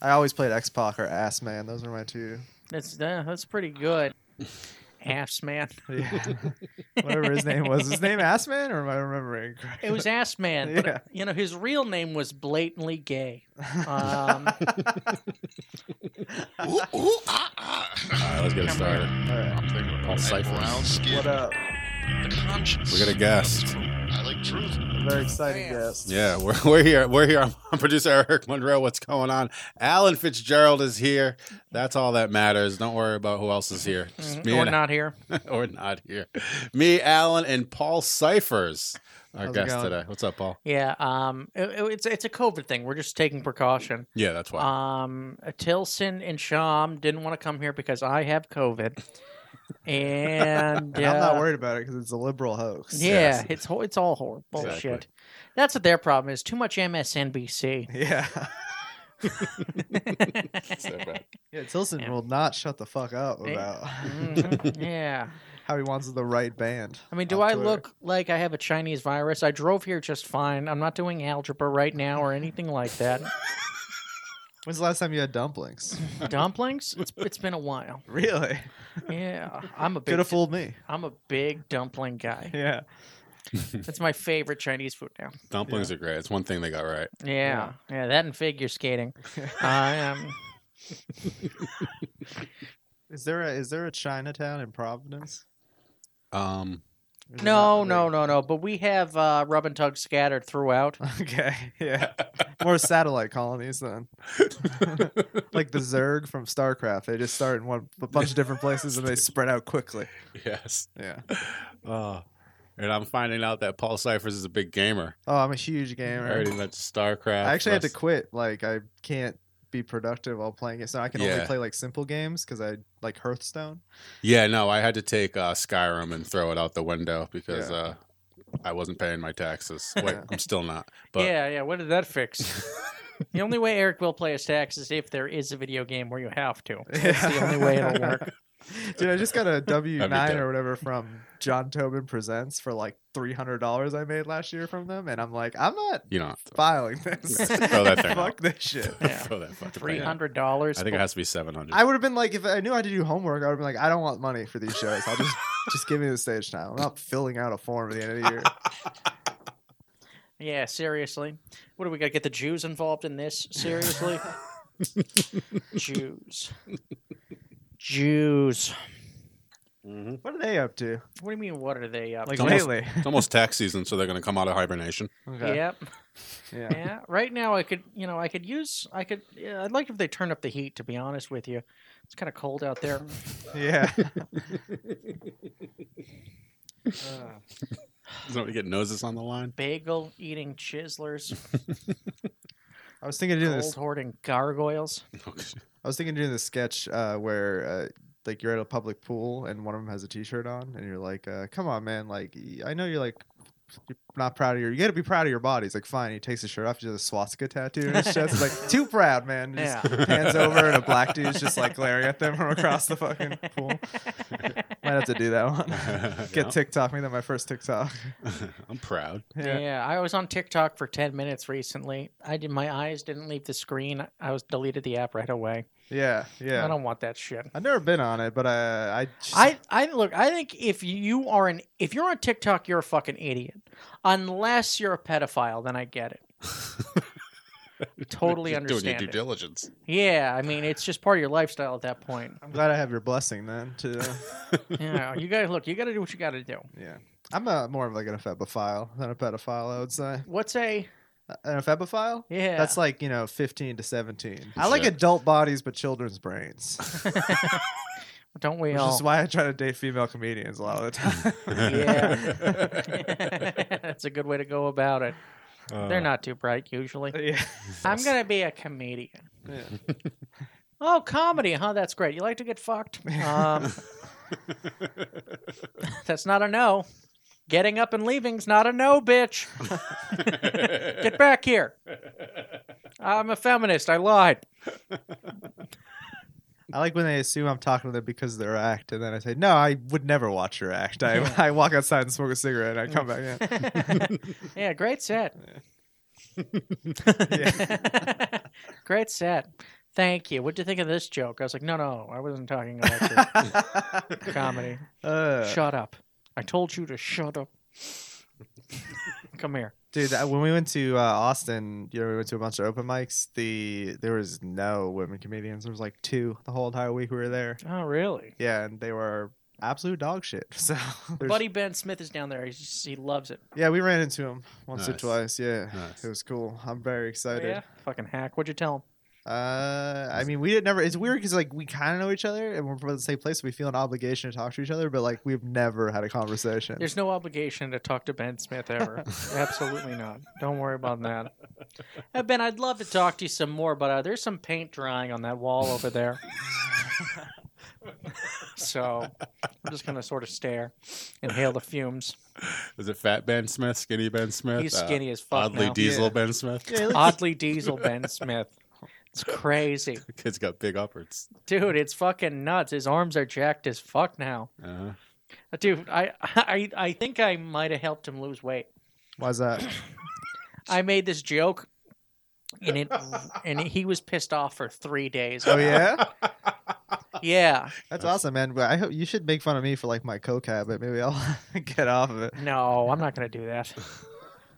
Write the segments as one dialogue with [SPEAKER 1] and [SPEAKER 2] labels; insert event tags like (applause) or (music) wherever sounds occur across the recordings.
[SPEAKER 1] I always played X Pac or Ass Man. Those were my two.
[SPEAKER 2] That's uh, that's pretty good. Ass man.
[SPEAKER 1] (laughs)
[SPEAKER 2] (laughs)
[SPEAKER 1] Yeah. Whatever his name was. His name Ass Man, or am I remembering correctly?
[SPEAKER 2] It was Ass Man, but
[SPEAKER 1] Yeah.
[SPEAKER 2] you know his real name was blatantly gay.
[SPEAKER 1] (laughs)
[SPEAKER 2] Um,
[SPEAKER 3] Ooh, ooh, ah, ah.
[SPEAKER 4] right, let's get it started.
[SPEAKER 1] All right.
[SPEAKER 3] I'm thinking
[SPEAKER 4] All
[SPEAKER 3] about that
[SPEAKER 4] ciphers.
[SPEAKER 3] brown skin,
[SPEAKER 1] What up?
[SPEAKER 3] the conscience.
[SPEAKER 4] We got a guest.
[SPEAKER 3] I like truth.
[SPEAKER 1] A very exciting
[SPEAKER 2] Damn.
[SPEAKER 1] guest.
[SPEAKER 4] Yeah, we're, we're here. We're here. I'm producer Eric Monroe. What's going on? Alan Fitzgerald is here. That's all that matters. Don't worry about who else is here. Just
[SPEAKER 1] Mm-hmm.
[SPEAKER 4] me
[SPEAKER 2] we're
[SPEAKER 4] and-
[SPEAKER 2] mm, not here.
[SPEAKER 4] (laughs) or not here. Me, Alan, and Paul Cyphers, our
[SPEAKER 1] How's it
[SPEAKER 4] guest
[SPEAKER 1] going?
[SPEAKER 4] today. What's up, Paul?
[SPEAKER 2] Yeah, um, it- it- it's it's a COVID thing. We're just taking precaution.
[SPEAKER 4] Yeah, that's why.
[SPEAKER 2] Um, Tilson and Sham didn't want to come here because I have COVID,
[SPEAKER 1] And (laughs)
[SPEAKER 2] and
[SPEAKER 1] I'm not
[SPEAKER 2] uh,
[SPEAKER 1] worried about it because it's a liberal hoax.
[SPEAKER 2] Yeah,
[SPEAKER 4] Yes.
[SPEAKER 2] it's ho- it's all horrible
[SPEAKER 4] Exactly.
[SPEAKER 2] shit. That's what their problem is. Too much MSNBC.
[SPEAKER 1] (laughs) Yeah.
[SPEAKER 4] So
[SPEAKER 1] (laughs)
[SPEAKER 4] bad.
[SPEAKER 1] Yeah, Tilson
[SPEAKER 2] Yeah.
[SPEAKER 1] will not shut the fuck up
[SPEAKER 2] Hey.
[SPEAKER 1] about (laughs)
[SPEAKER 2] (laughs) Mhm, yeah.
[SPEAKER 1] how he wants the right band.
[SPEAKER 2] I mean, do
[SPEAKER 1] on
[SPEAKER 2] I
[SPEAKER 1] Twitter.
[SPEAKER 2] look like I have a Chinese virus? I drove here just fine. I'm not doing algebra right now or anything like that.
[SPEAKER 1] When's the last time you had
[SPEAKER 2] (laughs)
[SPEAKER 1] dumplings?
[SPEAKER 2] Dumplings? It's it's been a while.
[SPEAKER 1] really?
[SPEAKER 2] Yeah, I'm a big
[SPEAKER 1] Could have fooled me.
[SPEAKER 2] I'm a big
[SPEAKER 1] (laughs)
[SPEAKER 2] dumpling guy.
[SPEAKER 1] Yeah.
[SPEAKER 2] That's my favorite Chinese food now.
[SPEAKER 4] Dumplings are great. It's one thing they got right.
[SPEAKER 2] Yeah, yeah, that and figure skating. um,
[SPEAKER 1] Is there a is there a Chinatown in Providence?
[SPEAKER 4] Um, (laughs)
[SPEAKER 1] Or is it not
[SPEAKER 2] no, no,
[SPEAKER 1] really?
[SPEAKER 2] no, no. But we have uh, rub and tug scattered throughout.
[SPEAKER 1] (laughs) Okay,
[SPEAKER 2] (laughs)
[SPEAKER 1] yeah, more satellite colonies then, (laughs) like the Zerg from StarCraft. They just start in one a bunch of different places
[SPEAKER 2] (laughs)
[SPEAKER 1] and they spread out quickly.
[SPEAKER 4] yes.
[SPEAKER 1] Yeah.
[SPEAKER 4] Oh. And I'm finding out that Paul Cyphers is a big gamer.
[SPEAKER 1] Oh, I'm a huge
[SPEAKER 4] I
[SPEAKER 1] gamer.
[SPEAKER 4] already mentioned StarCraft.
[SPEAKER 1] I actually had to
[SPEAKER 4] Rust-
[SPEAKER 1] quit. Like I can't be productive while playing it, so I can
[SPEAKER 4] Yeah.
[SPEAKER 1] only play like simple games because I like Hearthstone.
[SPEAKER 4] Yeah, no, I had to take uh, Skyrim and throw it out the window because
[SPEAKER 1] Yeah.
[SPEAKER 4] uh, I wasn't paying
[SPEAKER 1] (laughs)
[SPEAKER 4] my taxes. Wait,
[SPEAKER 1] Yeah.
[SPEAKER 4] I'm still not. But
[SPEAKER 2] yeah, yeah. What did that fix? the only way Eric will play his tax is if there is a video game where you have to. (laughs) That's the only way it'll
[SPEAKER 1] (laughs)
[SPEAKER 2] work.
[SPEAKER 1] Dude, I just got
[SPEAKER 2] (laughs)
[SPEAKER 1] a W nine
[SPEAKER 4] dope.
[SPEAKER 1] or whatever from John Tobin Presents for like three hundred dollars I made last year from them, and I'm like, I'm not
[SPEAKER 4] you know, (laughs)
[SPEAKER 2] (laughs)
[SPEAKER 1] filing this.
[SPEAKER 2] Oh,
[SPEAKER 1] (laughs)
[SPEAKER 4] throw that thing out.
[SPEAKER 1] Fuck this shit.
[SPEAKER 2] Yeah.
[SPEAKER 4] throw that fucking
[SPEAKER 2] Three
[SPEAKER 4] thing out.
[SPEAKER 2] hundred dollars.
[SPEAKER 4] I think it has to be 700.
[SPEAKER 1] I would have been like, if I knew I had to do homework, I would have been like, I don't want money for these shows. I'll just (laughs) just give me the stage time. I'm not filling out a form at the end of the year.
[SPEAKER 2] Yeah, seriously. What do we got to get the Jews involved in this? Seriously? Jews. Jews.
[SPEAKER 4] Mhm.
[SPEAKER 1] What are they up to?
[SPEAKER 2] What do you mean, what are they up
[SPEAKER 1] Like
[SPEAKER 2] to?
[SPEAKER 4] almost-
[SPEAKER 1] lately?
[SPEAKER 4] It's almost tax season, so they're going to come out of hibernation.
[SPEAKER 1] (laughs) Okay.
[SPEAKER 2] Yep.
[SPEAKER 1] Yeah.
[SPEAKER 2] Yeah. Right now, I could, you know, I could use, I could, yeah, I'd like if they turn up the heat, to be honest with you. It's kind of cold
[SPEAKER 1] (laughs)
[SPEAKER 2] out there.
[SPEAKER 1] Yeah.
[SPEAKER 4] Don't we get noses on the line? (laughs)
[SPEAKER 2] Bagel eating
[SPEAKER 1] (laughs)
[SPEAKER 2] chislers,
[SPEAKER 1] I was thinking of doing
[SPEAKER 2] gold
[SPEAKER 1] this.
[SPEAKER 2] hoarding gargoyles.
[SPEAKER 1] I was thinking of doing this sketch uh, where uh, like you're at a public pool and one of them has a T-shirt on, and you're like, uh, "Come on, man! Like y- I know you're like." You're not proud of your. You got to be proud of your body. He's like, fine. He takes his shirt off. He does a swastika tattoo on his chest. He's like, too proud, man. Just
[SPEAKER 2] Yeah.
[SPEAKER 1] hands over and a black dude's just like glaring at them from across the fucking
[SPEAKER 2] (laughs)
[SPEAKER 1] pool. Might have to do that one. Get
[SPEAKER 4] Yeah.
[SPEAKER 1] TikTok me that my first TikTok.
[SPEAKER 4] (laughs) I'm proud.
[SPEAKER 2] Yeah. I was on TikTok for 10 minutes recently. I did my eyes didn't leave the screen. I was deleted the app right away.
[SPEAKER 1] yeah, yeah.
[SPEAKER 2] I don't want that shit.
[SPEAKER 1] I've never been on it, but I, I, just-
[SPEAKER 2] I, I look, I think if you are an if you're on TikTok, you're a fucking idiot. Unless you're a pedophile, then I get it. totally
[SPEAKER 4] Just Doing your
[SPEAKER 2] understand.
[SPEAKER 4] due
[SPEAKER 2] it.
[SPEAKER 4] diligence.
[SPEAKER 2] Yeah, I mean it's just part of your lifestyle at that point.
[SPEAKER 1] I'm glad I have your blessing then.
[SPEAKER 2] (laughs)
[SPEAKER 1] To
[SPEAKER 2] Yeah, you gotta look, you gotta do what you gotta do.
[SPEAKER 1] yeah, I'm a, more of like an ephebophile than a pedophile. I would say
[SPEAKER 2] What's a
[SPEAKER 1] an ephebophile.
[SPEAKER 2] yeah
[SPEAKER 1] That's like you know, 15 to 17. I like
[SPEAKER 4] Sure.
[SPEAKER 1] adult bodies, but children's
[SPEAKER 2] (laughs)
[SPEAKER 1] brains.
[SPEAKER 2] don't we
[SPEAKER 1] Which
[SPEAKER 2] all
[SPEAKER 1] is why I try to date female comedians a lot of the time. (laughs)
[SPEAKER 4] (laughs)
[SPEAKER 2] Yeah. (laughs) That's a good way to go about it.
[SPEAKER 4] Uh,
[SPEAKER 2] They're not too bright usually.
[SPEAKER 1] yeah.
[SPEAKER 2] I'm gonna be a comedian.
[SPEAKER 1] yeah.
[SPEAKER 2] Oh, comedy, huh? That's great. You like to get fucked? Um, that's not a no. Getting up and leaving's not a
[SPEAKER 1] (laughs)
[SPEAKER 2] no, bitch. Get back here. I'm a feminist.
[SPEAKER 1] (laughs)
[SPEAKER 2] I lied.
[SPEAKER 1] I like when they assume I'm talking to them because of their act, and then I say, "No, I would never watch your act." I, (laughs) I walk outside and smoke a cigarette, and I come back in.
[SPEAKER 2] yeah, great set.
[SPEAKER 1] Yeah.
[SPEAKER 2] (laughs) great set. Thank you. What'd you think of this joke? I was like, no, no, I wasn't talking about
[SPEAKER 1] (laughs)
[SPEAKER 2] your (laughs) comedy.
[SPEAKER 1] Uh,
[SPEAKER 2] Shut up. I told you to shut up. Come here.
[SPEAKER 1] Dude, that- when we went to uh, Austin, you know, we went to a bunch of open mics. The there was no women comedians. There was like two the whole entire week we were there.
[SPEAKER 2] Oh, really?
[SPEAKER 1] Yeah, and they were absolute dog shit. (laughs) So, there's-
[SPEAKER 2] Buddy Ben Smith is down there. He's just, he loves it.
[SPEAKER 1] yeah, we ran into him once or
[SPEAKER 4] Nice.
[SPEAKER 1] twice. Yeah,
[SPEAKER 4] (laughs) Nice.
[SPEAKER 1] it was cool. I'm very
[SPEAKER 2] Oh,
[SPEAKER 1] excited.
[SPEAKER 2] yeah? Fucking hack. What'd you tell him?
[SPEAKER 1] Uh, I mean, we didn't never. It's weird because like we kind of know each other and we're from the same place. So we feel an obligation to talk to each other, but like we've never had a conversation.
[SPEAKER 2] There's no obligation to talk to Ben Smith ever. Absolutely not. Don't worry about that. Hey, ben, I'd love to talk to you some more, but uh, there's some paint drying on that wall over there. so I'm just going to sort of stare, inhale the fumes.
[SPEAKER 4] Is it Fat Ben Smith, Skinny Ben Smith?
[SPEAKER 2] He's
[SPEAKER 4] uh,
[SPEAKER 2] skinny as fuck
[SPEAKER 4] Oddly
[SPEAKER 2] now.
[SPEAKER 4] Diesel
[SPEAKER 1] Yeah.
[SPEAKER 4] Ben Smith.
[SPEAKER 2] (laughs)
[SPEAKER 1] Yeah, he looks-
[SPEAKER 2] Oddly diesel Ben Smith. It's crazy.
[SPEAKER 4] The (laughs) kid's got big uppers.
[SPEAKER 2] Dude, it's fucking nuts. His arms are jacked as fuck now. Uh,
[SPEAKER 4] Uh-huh.
[SPEAKER 2] Dude, I (laughs) I, I think I might have helped him lose weight.
[SPEAKER 1] Why's that?
[SPEAKER 2] I made this joke, and
[SPEAKER 4] (laughs)
[SPEAKER 2] it and he was pissed off for three
[SPEAKER 1] (laughs)
[SPEAKER 2] days.
[SPEAKER 1] Oh yeah,
[SPEAKER 2] yeah.
[SPEAKER 1] that's awesome, man. But I hope you should make fun of me for like my coke habit. Maybe I'll (laughs) get off of it.
[SPEAKER 2] No, I'm not gonna do that.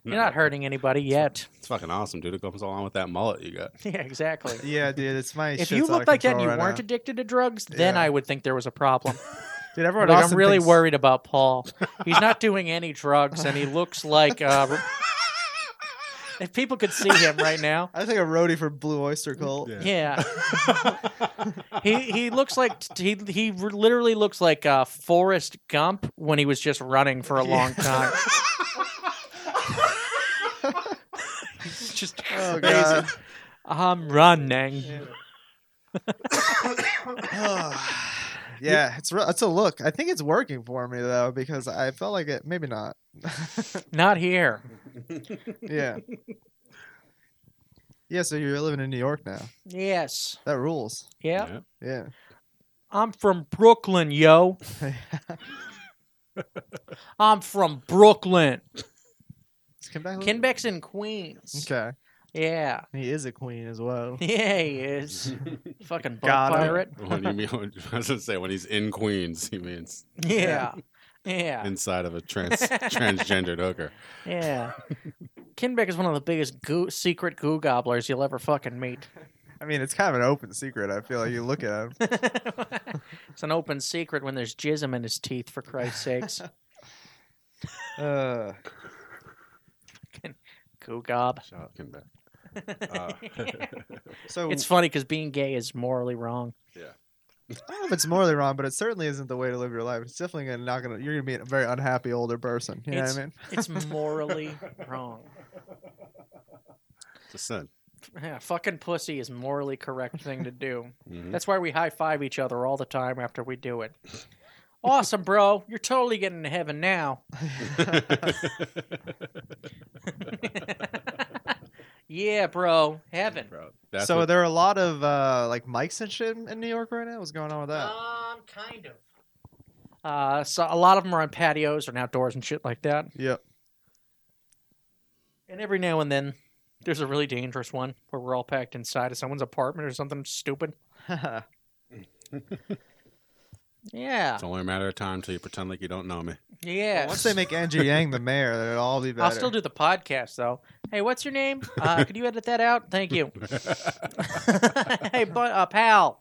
[SPEAKER 4] No,
[SPEAKER 2] You're not hurting anybody yet. (laughs)
[SPEAKER 4] It's fucking awesome, dude. It comes along with that mullet you got.
[SPEAKER 2] Yeah, exactly.
[SPEAKER 1] Yeah, dude, it's my.
[SPEAKER 2] If you looked like that and you weren't addicted to drugs, then
[SPEAKER 1] Yeah.
[SPEAKER 2] I would think there was a problem.
[SPEAKER 1] (laughs) dude, everyone.
[SPEAKER 2] But
[SPEAKER 1] in
[SPEAKER 2] I'm
[SPEAKER 1] Austin
[SPEAKER 2] really
[SPEAKER 1] thinks-
[SPEAKER 2] worried about Paul.
[SPEAKER 1] (laughs)
[SPEAKER 2] He's not doing any drugs, and he looks like. Uh,
[SPEAKER 4] (laughs)
[SPEAKER 2] if people could see him right now,
[SPEAKER 1] I think a roadie for Blue Oyster Cult.
[SPEAKER 4] Yeah.
[SPEAKER 2] yeah, (laughs) he he looks like he he literally looks like uh, Forrest Gump when he was just running for a
[SPEAKER 1] (laughs)
[SPEAKER 2] long (laughs) time. He's just
[SPEAKER 1] Oh
[SPEAKER 2] crazy.
[SPEAKER 1] god.
[SPEAKER 2] (laughs)
[SPEAKER 1] (sighs)
[SPEAKER 2] I'm running.
[SPEAKER 1] yeah, it's re- it's a look. I think it's working for me though because I felt like it. Maybe not.
[SPEAKER 2] Not here.
[SPEAKER 1] yeah. Yeah, so you're living in New York now.
[SPEAKER 2] Yes.
[SPEAKER 1] That rules.
[SPEAKER 2] Yeah.
[SPEAKER 4] Yeah.
[SPEAKER 1] Yeah.
[SPEAKER 2] I'm from Brooklyn, yo. (laughs) I'm from Brooklyn.
[SPEAKER 1] Is Kim back? a little-
[SPEAKER 2] Kenbeck's in Queens.
[SPEAKER 1] Okay.
[SPEAKER 2] Yeah.
[SPEAKER 1] He is a queen as well.
[SPEAKER 2] Yeah, he is.
[SPEAKER 4] (laughs)
[SPEAKER 2] Fucking boat
[SPEAKER 1] Got him.
[SPEAKER 2] pirate.
[SPEAKER 4] when you mean, (laughs) I was gonna say when he's in Queens, he means
[SPEAKER 2] Yeah. Yeah.
[SPEAKER 4] inside of a trans transgendered
[SPEAKER 2] (laughs)
[SPEAKER 4] hooker.
[SPEAKER 2] Yeah. Kenbeck is one of the biggest goo- secret goo gobblers you'll ever fucking meet. (laughs)
[SPEAKER 1] I mean, it's kind of an open secret. I feel like you look at him.
[SPEAKER 2] it's an open secret when there's jism in his teeth, for Christ's (laughs) sakes.
[SPEAKER 1] Uh,
[SPEAKER 2] Goo gob.
[SPEAKER 4] Shout out Kinbeck. Uh, (laughs)
[SPEAKER 1] so
[SPEAKER 2] It's funny because being gay is morally wrong.
[SPEAKER 1] I don't know if it's morally wrong, but it certainly isn't the way to live your life. It's definitely gonna not gonna. You're gonna be a very unhappy older person. You know what I mean?
[SPEAKER 2] It's (laughs) morally wrong.
[SPEAKER 4] it's a sin.
[SPEAKER 2] Yeah, fucking pussy is morally correct thing to (laughs) do.
[SPEAKER 4] Mhm.
[SPEAKER 2] That's why we high five each other all the time after we do it. Awesome, bro. You're totally getting to heaven now.
[SPEAKER 4] (laughs)
[SPEAKER 2] yeah, bro. Heaven.
[SPEAKER 4] Bro, that's
[SPEAKER 1] so
[SPEAKER 4] what-
[SPEAKER 1] are there are a lot of uh, like mics and shit in New York right now. What's going on with that?
[SPEAKER 2] Um, kind of. Uh, so a lot of them are on patios and outdoors and shit like that.
[SPEAKER 1] Yep. (laughs)
[SPEAKER 2] And every now and then, there's a really dangerous one where we're all packed inside of someone's apartment or something stupid. Yeah,
[SPEAKER 4] it's only a matter of time till you pretend like you don't know me.
[SPEAKER 2] yeah.
[SPEAKER 1] Once they make Andrew Yang the mayor, then it'll all be better.
[SPEAKER 2] I'll still do the podcast though. Hey, what's your name? (laughs) Uh, could you edit that out? Thank (laughs) you. hey, but uh, pal,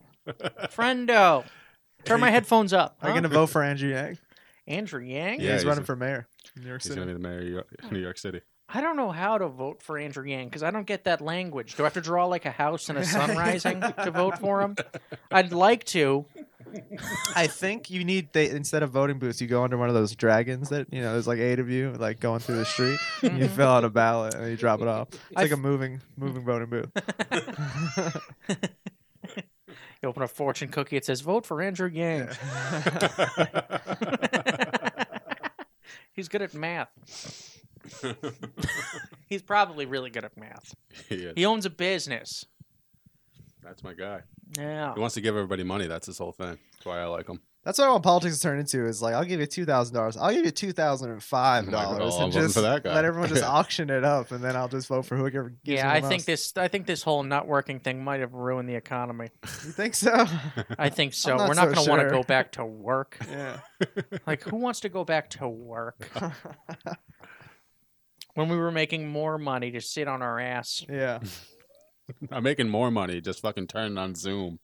[SPEAKER 2] friendo, turn my headphones up.
[SPEAKER 1] Are you
[SPEAKER 2] huh?
[SPEAKER 1] gonna vote for Andrew Yang?
[SPEAKER 2] Andrew Yang?
[SPEAKER 4] Yeah,
[SPEAKER 1] he's,
[SPEAKER 4] he's
[SPEAKER 1] running
[SPEAKER 4] a-
[SPEAKER 1] for mayor, in New York
[SPEAKER 4] He's
[SPEAKER 1] City.
[SPEAKER 4] gonna be the mayor of
[SPEAKER 2] (laughs)
[SPEAKER 4] New York- New York City. (laughs)
[SPEAKER 2] I don't know how to vote for Andrew Yang because I don't get that language. Do I have to draw like a house and a sun
[SPEAKER 1] (laughs)
[SPEAKER 2] rising to vote for him? I'd like to.
[SPEAKER 1] I think you need they instead of voting booths, you go under one of those dragons that you know. There's like eight of you, like going through the street. and you fill out a ballot and you drop it off. It's
[SPEAKER 2] Mm-hmm. I
[SPEAKER 1] like a
[SPEAKER 2] f-
[SPEAKER 1] moving moving voting
[SPEAKER 2] (laughs)
[SPEAKER 1] booth. (laughs)
[SPEAKER 2] You open a fortune cookie, it says vote for Andrew Yang. (laughs) He's good at math.
[SPEAKER 1] (laughs)
[SPEAKER 2] (laughs) He's probably really good at math.
[SPEAKER 4] Yeah,
[SPEAKER 2] He owns a business.
[SPEAKER 4] that's my guy.
[SPEAKER 2] Yeah.
[SPEAKER 4] He wants to give everybody money. That's his whole thing. That's why I like him.
[SPEAKER 1] That's what I want politics to turn into is like I'll give you two thousand dollars, I'll give you two thousand and five
[SPEAKER 4] I'm
[SPEAKER 1] dollars,
[SPEAKER 4] voting
[SPEAKER 1] and
[SPEAKER 4] for
[SPEAKER 1] just
[SPEAKER 4] that guy.
[SPEAKER 1] let everyone
[SPEAKER 4] (laughs)
[SPEAKER 1] just auction it up, and then I'll just vote for whoever. Gives me
[SPEAKER 2] Yeah,
[SPEAKER 1] the
[SPEAKER 2] I think
[SPEAKER 1] most.
[SPEAKER 2] this I think this whole not working thing might have ruined the economy.
[SPEAKER 1] You think so? (laughs)
[SPEAKER 2] I think so.
[SPEAKER 1] not
[SPEAKER 2] We're not
[SPEAKER 1] so
[SPEAKER 2] going to want to
[SPEAKER 1] sure.
[SPEAKER 2] go back to work.
[SPEAKER 1] yeah.
[SPEAKER 2] Like who wants to go back to work when we were making more money to sit on our ass?
[SPEAKER 4] (laughs)
[SPEAKER 1] yeah.
[SPEAKER 4] I'm making more money just fucking turning on Zoom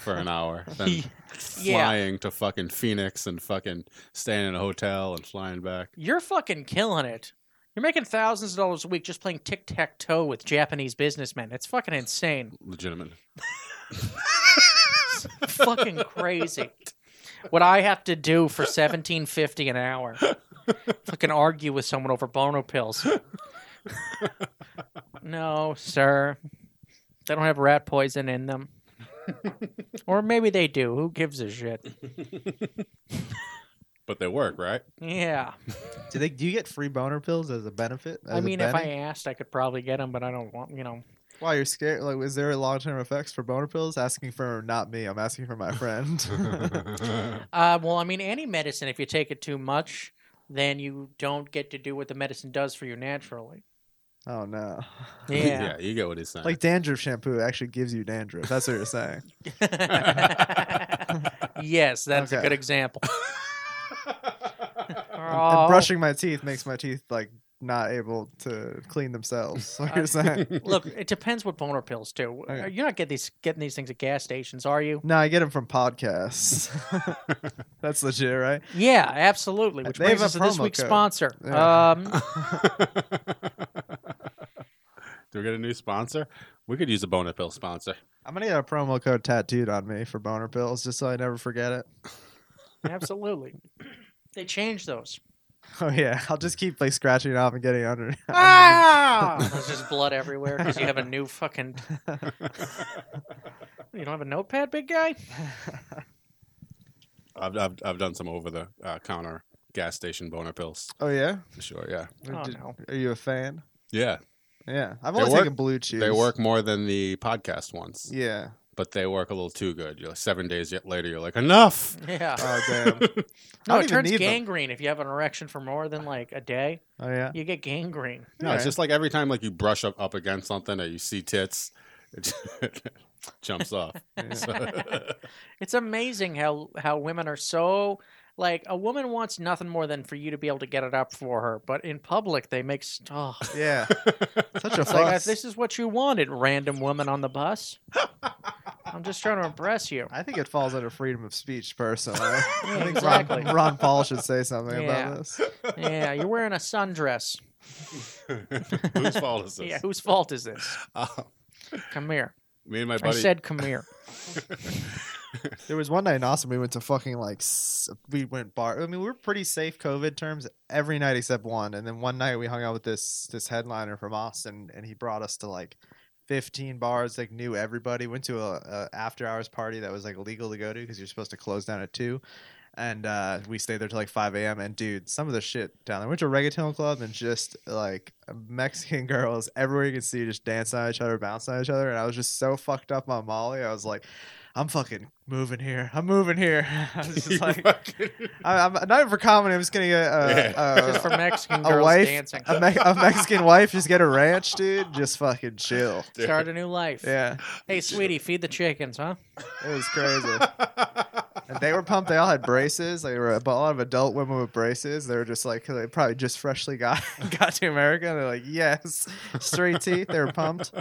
[SPEAKER 4] for an hour than
[SPEAKER 2] Yeah.
[SPEAKER 4] flying to fucking Phoenix and fucking staying in a hotel and flying back.
[SPEAKER 2] (laughs) You're fucking killing it. You're making thousands of dollars a week just playing tic tac toe with Japanese businessmen. It's fucking insane.
[SPEAKER 4] Legitimate.
[SPEAKER 2] fucking crazy. What I have to do for seventeen fifty an hour. Fucking argue with someone over bono pills. no, sir. They don't have rat poison in them. or maybe they do. Who gives a shit?
[SPEAKER 4] But they work, (laughs) right?
[SPEAKER 2] Yeah.
[SPEAKER 1] Do they? Do you get free boner pills as a benefit?
[SPEAKER 2] I mean, if I asked, I could probably get them, but I don't want, you know.
[SPEAKER 1] Why you're scared? Like, is there long term effects for boner pills? Asking for not me. I'm asking for my friend.
[SPEAKER 4] (laughs)
[SPEAKER 1] (laughs)
[SPEAKER 2] Uh, well, I mean, any medicine, if you take it too much, then you don't get to do what the medicine does for you naturally.
[SPEAKER 1] oh no.
[SPEAKER 2] Yeah.
[SPEAKER 4] you get what he's saying.
[SPEAKER 1] Like dandruff shampoo actually gives you dandruff. That's what you're saying.
[SPEAKER 2] (laughs) yes, that's a
[SPEAKER 1] Okay.
[SPEAKER 2] good example.
[SPEAKER 1] And-
[SPEAKER 2] Oh,
[SPEAKER 1] And brushing my teeth makes my teeth like not able to clean themselves. (laughs) That's
[SPEAKER 2] Uh, (laughs)
[SPEAKER 1] what you're saying.
[SPEAKER 2] Look, it depends what boner pills do.
[SPEAKER 1] Okay.
[SPEAKER 2] You're not getting these getting these things at gas stations, are you?
[SPEAKER 1] No, I get them from podcasts. (laughs) That's legit, right?
[SPEAKER 2] Yeah, absolutely.
[SPEAKER 1] They
[SPEAKER 2] Which
[SPEAKER 1] have
[SPEAKER 2] brings
[SPEAKER 1] a
[SPEAKER 2] us to this
[SPEAKER 1] promo
[SPEAKER 2] week's
[SPEAKER 1] code.
[SPEAKER 2] sponsor.
[SPEAKER 1] Yeah.
[SPEAKER 2] Um,
[SPEAKER 4] (laughs) Do we get a new sponsor? We could use a Bona Pill sponsor.
[SPEAKER 1] I'm gonna get a promo code tattooed on me for boner pills, just so I never forget it. (laughs)
[SPEAKER 2] absolutely. (clears throat) They
[SPEAKER 1] (laughs)
[SPEAKER 2] changed those.
[SPEAKER 1] Oh yeah, I'll just keep like scratching it off and getting under. (laughs)
[SPEAKER 2] Ah! There's just blood everywhere because you have a
[SPEAKER 1] (laughs)
[SPEAKER 2] new fucking. you don't have a notepad, big guy?
[SPEAKER 4] I've, I've, I've done some over the uh, counter gas station Bona Pills.
[SPEAKER 1] oh yeah,
[SPEAKER 4] for Sure, yeah.
[SPEAKER 2] Oh,
[SPEAKER 1] Did-
[SPEAKER 2] no.
[SPEAKER 1] are you a fan?
[SPEAKER 4] Yeah,
[SPEAKER 1] Yeah, I've
[SPEAKER 4] They
[SPEAKER 1] only
[SPEAKER 4] work-
[SPEAKER 1] taken blue cheese.
[SPEAKER 4] they work more than the podcast ones,
[SPEAKER 1] Yeah.
[SPEAKER 4] but they work a little too good. You're like, seven days yet later, you're like, enough.
[SPEAKER 2] Yeah.
[SPEAKER 1] Oh damn.
[SPEAKER 2] No,
[SPEAKER 1] I don't
[SPEAKER 2] it
[SPEAKER 1] even
[SPEAKER 2] turns
[SPEAKER 1] need them.
[SPEAKER 2] gangrene if you have an erection for more than like a day.
[SPEAKER 1] Oh yeah.
[SPEAKER 2] You get gangrene.
[SPEAKER 4] No, it's
[SPEAKER 1] Alright.
[SPEAKER 4] just like every time like you brush up, up against something or you see tits, it (laughs)
[SPEAKER 1] (laughs)
[SPEAKER 4] jumps off.
[SPEAKER 1] Yeah.
[SPEAKER 2] It's amazing how how women are so like a woman wants nothing more than for you to be able to get it up for her, but in public they make st- oh.
[SPEAKER 4] (laughs)
[SPEAKER 1] Yeah. Such a
[SPEAKER 2] It's like
[SPEAKER 1] fuss.
[SPEAKER 2] this is what you wanted, random woman on the bus. I'm just trying to impress you.
[SPEAKER 1] I think it falls under freedom of speech, (laughs) personally. I think
[SPEAKER 2] exactly.
[SPEAKER 1] Ron, Ron Paul should say something
[SPEAKER 2] Yeah.
[SPEAKER 1] about this.
[SPEAKER 2] Yeah, you're wearing a sundress.
[SPEAKER 4] Whose fault is this?
[SPEAKER 2] Yeah, whose fault is this?
[SPEAKER 4] Uh,
[SPEAKER 2] Come here.
[SPEAKER 4] me and my
[SPEAKER 2] I
[SPEAKER 4] buddy. (laughs)
[SPEAKER 2] said come here.
[SPEAKER 1] There was one night in Austin we went to fucking like s- we went bar. I mean, we were pretty safe COVID terms every night except one. And then one night we hung out with this this headliner from Austin, and he brought us to like. 15 bars like knew everybody went to a, a after hours party that was like illegal to go to because you're supposed to close down at 2 and uh, we stayed there till like 5 a.m and dude some of the shit down there went to a reggaeton club and just like mexican (laughs) girls everywhere you could see just dancing on each other bouncing on each other and i was just so fucked up on molly i was like I'm fucking moving here. I'm moving here. (laughs) I was
[SPEAKER 4] (laughs)
[SPEAKER 1] just like, (laughs) I, I'm not even for comedy. I'm just gonna get a,
[SPEAKER 2] Just for
[SPEAKER 1] a,
[SPEAKER 2] Mexican
[SPEAKER 1] a
[SPEAKER 2] girls
[SPEAKER 1] wife,
[SPEAKER 2] dancing.
[SPEAKER 1] a, Me- a Mexican wife. Just get a ranch, dude. Just fucking chill.
[SPEAKER 2] (laughs) Start a new life.
[SPEAKER 1] Yeah,
[SPEAKER 2] Hey, sweetie, feed the chickens, huh?
[SPEAKER 1] it was crazy. And they were pumped. They all had braces. They were a lot of adult women with braces. They were just like, 'cause they probably just freshly got (laughs) got to America. And they're like, yes, straight teeth. They were pumped.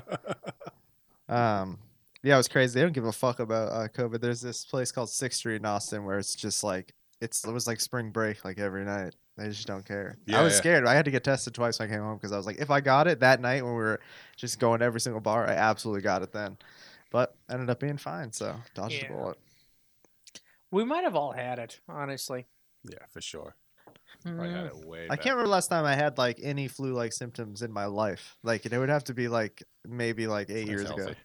[SPEAKER 1] Um, yeah, it was crazy. They don't give a fuck about uh, COVID. There's this place called Sixth Street in Austin where it's just like it's it was like spring break like every night. They just don't care.
[SPEAKER 4] Yeah,
[SPEAKER 1] I was
[SPEAKER 4] yeah.
[SPEAKER 1] scared. I had to get tested twice when I came home because I was like, if I got it that night when we were just going to every single bar, I absolutely got it then. But ended up being fine, so dodged
[SPEAKER 2] Yeah.
[SPEAKER 1] the bullet.
[SPEAKER 2] We might have all had it, honestly. Mm.
[SPEAKER 4] yeah, for sure. Probably had it way
[SPEAKER 1] Mm. I
[SPEAKER 4] back.
[SPEAKER 1] can't remember last time I had like any flu-like symptoms in my life. Like it would have to be like maybe like eight
[SPEAKER 4] That's
[SPEAKER 1] years ago.
[SPEAKER 4] healthy.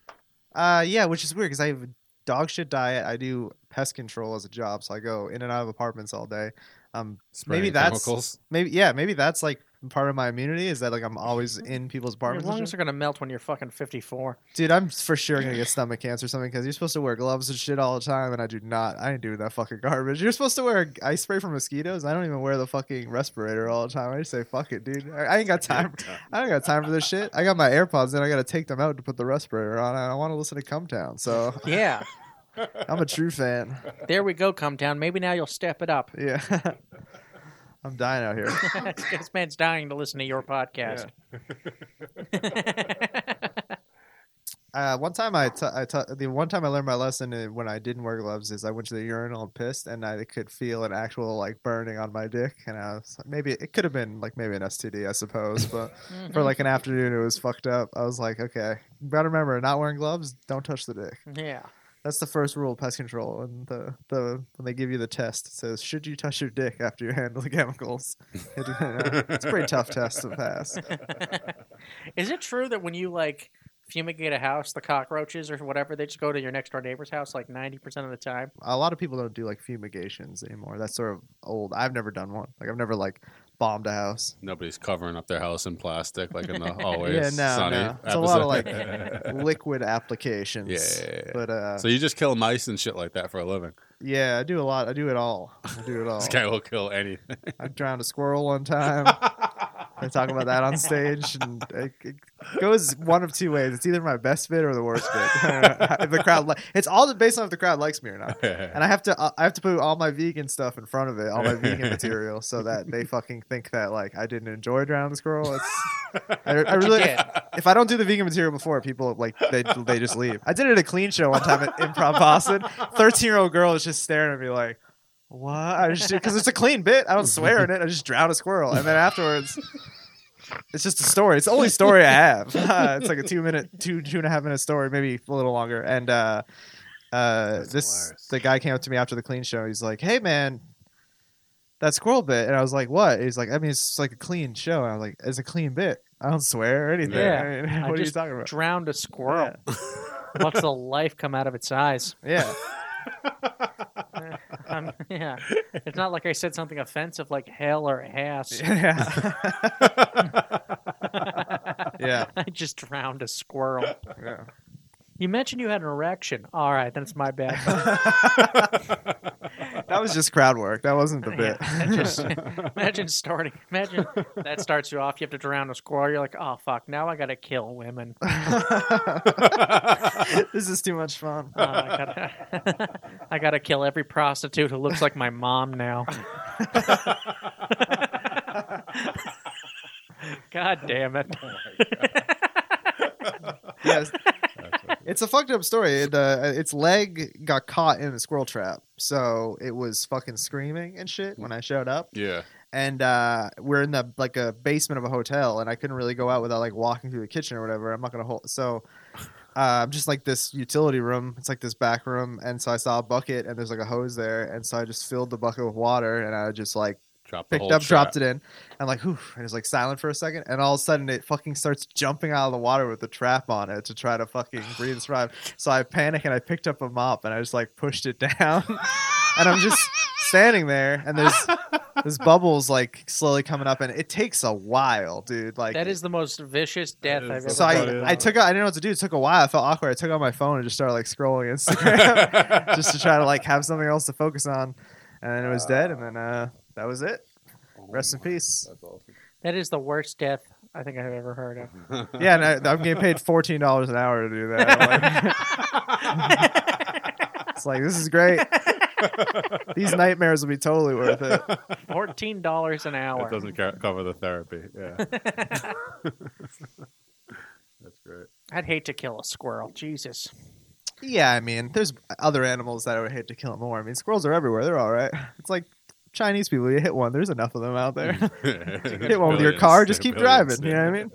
[SPEAKER 1] Uh, yeah, which is weird because I have a dog shit diet. I do pest control as a job, so I go in and out of apartments all day. Um,
[SPEAKER 4] Spraying
[SPEAKER 1] that's-
[SPEAKER 4] chemicals.
[SPEAKER 1] maybe yeah, maybe that's like part of my immunity is that like I'm
[SPEAKER 2] (laughs)
[SPEAKER 1] always in people's
[SPEAKER 2] Your
[SPEAKER 1] apartments. and
[SPEAKER 2] lungs
[SPEAKER 1] shit.
[SPEAKER 2] are gonna melt when you're fucking 54.
[SPEAKER 1] Dude, I'm for sure gonna get stomach cancer or something because you're supposed to wear gloves and shit all the time, and I do not. I ain't doing that fucking garbage. You're supposed to wear ice spray for mosquitoes. I don't even wear the fucking respirator all the time. I just say fuck it, dude. I, I ain't got time. I don't got time for this shit. I got my AirPods in. I gotta take them out to put the respirator on. and I want to listen to Come Town, so
[SPEAKER 2] Yeah,
[SPEAKER 1] I'm a true fan.
[SPEAKER 2] there we go. Come down. Maybe now you'll step it up. (laughs)
[SPEAKER 1] Yeah, (laughs) I'm dying out here.
[SPEAKER 2] this man's dying to listen to your podcast. (laughs)
[SPEAKER 1] Uh, one time I, t- I t- the one time I learned my lesson uh, when I didn't wear gloves is I went to the urinal and pissed, and I could feel an actual like burning on my dick, and I was maybe it could have been like maybe an STD, I suppose, but for like an afternoon it was fucked up. I was like, okay, gotta remember, not wearing gloves, don't touch the dick.
[SPEAKER 2] (laughs) yeah. (laughs)
[SPEAKER 1] That's the first rule of pest control, and the the when they give you the test, it says should you touch your dick after you handle the chemicals. (laughs) It- it's a pretty tough test to pass.
[SPEAKER 2] Is it true that when you like fumigate a house, the cockroaches or whatever, they just go to your next door neighbor's house like 90% of the time?
[SPEAKER 1] a lot of people don't do like fumigations anymore. That's sort of old. I've never done one. Like I've never like bombed a house.
[SPEAKER 4] (laughs) Nobody's covering up their house in plastic like in the always
[SPEAKER 1] (laughs) yeah, no,
[SPEAKER 4] sunny.
[SPEAKER 1] no. It's a lot of like
[SPEAKER 4] episode.
[SPEAKER 1] (laughs)
[SPEAKER 4] (laughs)
[SPEAKER 1] liquid applications.
[SPEAKER 4] Yeah, yeah, yeah.
[SPEAKER 1] But uh,
[SPEAKER 4] so you just kill mice and shit like that for a living.
[SPEAKER 1] yeah, I do a lot. I do it all. I do it all.
[SPEAKER 4] (laughs) This guy will kill (laughs) anything.
[SPEAKER 1] I drowned a squirrel one
[SPEAKER 4] (laughs)
[SPEAKER 1] time. I talk about that on stage, and it, it goes one of two ways. It's either my best bit or the worst bit. (laughs) if the crowd, li- it's all based on if the crowd likes me or not. and I have to uh, I have to put all my vegan stuff in front of it, all my vegan material, so that they fucking think that like I didn't enjoy Drown the Squirrel. It's, I, I really,
[SPEAKER 2] did.
[SPEAKER 1] if I don't do the vegan material before, people like they they just leave. I did it at a clean show one time at (laughs) Improv Boston. Thirteen year old girl is just staring at me like. What? I just because it's a clean bit. I don't swear in it. I just drown a squirrel, and then afterwards, it's just a story. It's the only story I
[SPEAKER 2] (laughs)
[SPEAKER 1] have. (laughs) it's like a two minute, two two and a half minute story, maybe a little longer. And uh, uh,
[SPEAKER 4] That's
[SPEAKER 1] this
[SPEAKER 4] hilarious.
[SPEAKER 1] the guy came up to me after the clean show. He's like, "Hey, man, that squirrel bit," and I was like, "What?" He's like, "I mean, it's like a clean show." And I was like, "It's a clean bit. I don't swear or anything.
[SPEAKER 2] Yeah.
[SPEAKER 1] I mean, (laughs)
[SPEAKER 2] I
[SPEAKER 1] what are you
[SPEAKER 2] just
[SPEAKER 1] talking about?"
[SPEAKER 2] Drowned a squirrel. (laughs) Watch the life come out of its eyes.
[SPEAKER 1] (laughs)
[SPEAKER 2] (laughs)
[SPEAKER 1] yeah,
[SPEAKER 2] Um, yeah. It's not like I said something offensive like hell or ass.
[SPEAKER 1] yeah, yeah,
[SPEAKER 2] (laughs) I just drowned a squirrel.
[SPEAKER 1] yeah.
[SPEAKER 2] You mentioned you had an erection. All right, then it's
[SPEAKER 1] (laughs)
[SPEAKER 2] my bad.
[SPEAKER 1] That was just crowd work. That wasn't the
[SPEAKER 2] (laughs) Yeah,
[SPEAKER 1] bit.
[SPEAKER 2] that just- imagine starting. Imagine that starts you off. You have to drown a squirrel. You're like, oh fuck, now I gotta kill women. Uh,
[SPEAKER 1] (laughs) this is too much
[SPEAKER 2] (laughs)
[SPEAKER 1] fun.
[SPEAKER 2] I, gotta, (laughs) I gotta kill every prostitute who looks like my mom now. (laughs) God damn it!
[SPEAKER 1] yes. It's a fucked up story. It, uh, its leg got caught in the squirrel trap, so it was fucking screaming and shit when I showed up.
[SPEAKER 4] (laughs) yeah.
[SPEAKER 1] And uh, we're in the like a basement of a hotel, and I couldn't really go out without like walking through the kitchen or whatever. I'm not gonna hold so. Uh, I'm just like this utility room. It's like this back room, and so I saw a bucket, and there's like a hose there, and so I just filled the bucket with water, and I just like
[SPEAKER 4] Drop the
[SPEAKER 1] picked
[SPEAKER 4] whole
[SPEAKER 1] up,
[SPEAKER 4] trap.
[SPEAKER 1] dropped it in, and like, whew, and it's like silent for a second, and all of a sudden it fucking starts jumping out of the water with the trap on it to try to fucking breathe and survive. So I panic and I picked up a mop and I just like pushed it (laughs) down, and I'm just standing there, and there's there's bubbles like slowly coming up, and it takes a while, dude. Like
[SPEAKER 2] That is the most vicious death I've
[SPEAKER 4] is
[SPEAKER 2] ever.
[SPEAKER 4] the-
[SPEAKER 1] So
[SPEAKER 4] Everybody
[SPEAKER 1] I, I
[SPEAKER 4] else.
[SPEAKER 1] took out, I didn't know what to do. It took a while. I felt awkward. I took out my phone and just started like scrolling
[SPEAKER 4] (laughs)
[SPEAKER 1] Instagram just to try to like have something else to focus on. And then it was dead. And then uh, that was it. Rest in peace.
[SPEAKER 2] That is the worst death I think I've ever heard of.
[SPEAKER 1] Yeah, and I, I'm getting paid fourteen dollars an hour to do that. Like- (laughs) it's like this is great. These nightmares will be totally worth it.
[SPEAKER 2] Fourteen dollars an hour.
[SPEAKER 4] That doesn't ca- cover the therapy. Yeah. (laughs) That's (laughs) great.
[SPEAKER 2] I'd hate to kill a squirrel. Jesus.
[SPEAKER 1] Yeah, I mean, there's other animals that I would hate to kill more. I mean, squirrels are everywhere. They're all right. It's like Chinese people. You hit one, there's enough of them out
[SPEAKER 4] (laughs)
[SPEAKER 1] there. hit one with your
[SPEAKER 4] Billions,
[SPEAKER 1] car, just keep
[SPEAKER 4] billions,
[SPEAKER 1] driving. You know what I mean?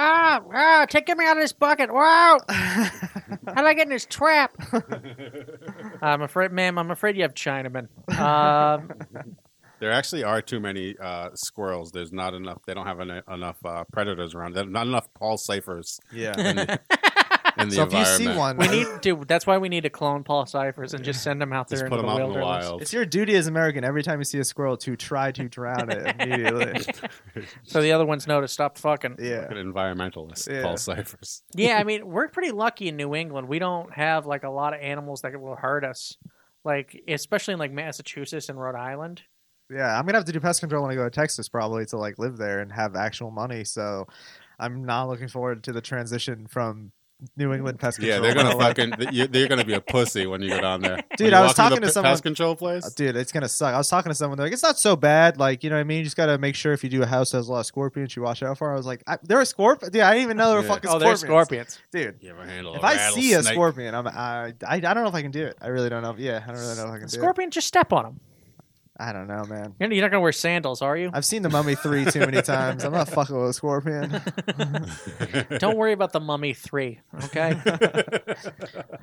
[SPEAKER 2] Ah, ah, take get me out of this bucket.
[SPEAKER 1] (laughs)
[SPEAKER 2] Wow. How do I get in this trap? (laughs) I'm afraid, ma'am, I'm afraid you have Chinamen. Um,
[SPEAKER 4] There actually are too many uh, squirrels. There's
[SPEAKER 1] (laughs)
[SPEAKER 4] not enough. They don't have en- enough uh, predators around. There's not enough Paul Safers
[SPEAKER 1] Yeah.
[SPEAKER 4] in the, in the
[SPEAKER 1] so if you
[SPEAKER 4] environment.
[SPEAKER 1] see one,
[SPEAKER 2] We need to. That's why we need to clone Paul Cyphers and just send him out there
[SPEAKER 4] Just
[SPEAKER 2] into
[SPEAKER 4] put them
[SPEAKER 2] the
[SPEAKER 4] out in the
[SPEAKER 2] wilderness.
[SPEAKER 4] wild.
[SPEAKER 1] It's your duty as American every time you see a squirrel to try to drown it
[SPEAKER 4] (laughs)
[SPEAKER 1] immediately.
[SPEAKER 2] So the other ones know to stop fucking.
[SPEAKER 1] Yeah.
[SPEAKER 4] An environmentalist,
[SPEAKER 1] Yeah.
[SPEAKER 4] Paul Cyphers.
[SPEAKER 2] Yeah, I mean, we're pretty lucky in New England. We don't have like a lot of animals that will hurt us, like especially in like Massachusetts and Rhode Island.
[SPEAKER 1] Yeah. I'm gonna have to do pest control when I go to Texas probably to like live there and have actual money. So I'm not looking forward to the transition from New England pest control.
[SPEAKER 4] Yeah, they're gonna
[SPEAKER 1] to, like,
[SPEAKER 4] fucking. you- They're gonna be a pussy when you go down there. When
[SPEAKER 1] Dude,
[SPEAKER 4] you
[SPEAKER 1] I was
[SPEAKER 4] walk into
[SPEAKER 1] talking
[SPEAKER 4] the
[SPEAKER 1] to
[SPEAKER 4] p-
[SPEAKER 1] someone-
[SPEAKER 4] Pest control place.
[SPEAKER 1] Uh, Dude, it's gonna suck. I was talking to someone. They're like, "It's not so bad. Like, you know what I mean? You just gotta make sure if you do a house that has a lot of scorpions, you watch out for." I was like, I, "There are scorpions? Dude, I didn't even know there were
[SPEAKER 4] Yeah.
[SPEAKER 1] fucking
[SPEAKER 2] oh,
[SPEAKER 1] scorpions,
[SPEAKER 2] there's scorpions.
[SPEAKER 1] dude."
[SPEAKER 4] You ever handle
[SPEAKER 1] If I see a
[SPEAKER 4] rattlesnake?
[SPEAKER 1] scorpion, I'm I, I I don't know if I can do it. I really don't know. If, yeah, I don't really know if I can do it.
[SPEAKER 2] Scorpion, just step on them.
[SPEAKER 1] I don't know, man.
[SPEAKER 2] You're you're not gonna wear sandals,
[SPEAKER 1] (laughs)
[SPEAKER 2] are you?
[SPEAKER 1] I've seen the Mummy three too many times. I'm not fucking with a scorpion.
[SPEAKER 2] Don't worry about the Mummy Three.
[SPEAKER 1] (laughs)
[SPEAKER 2] Okay,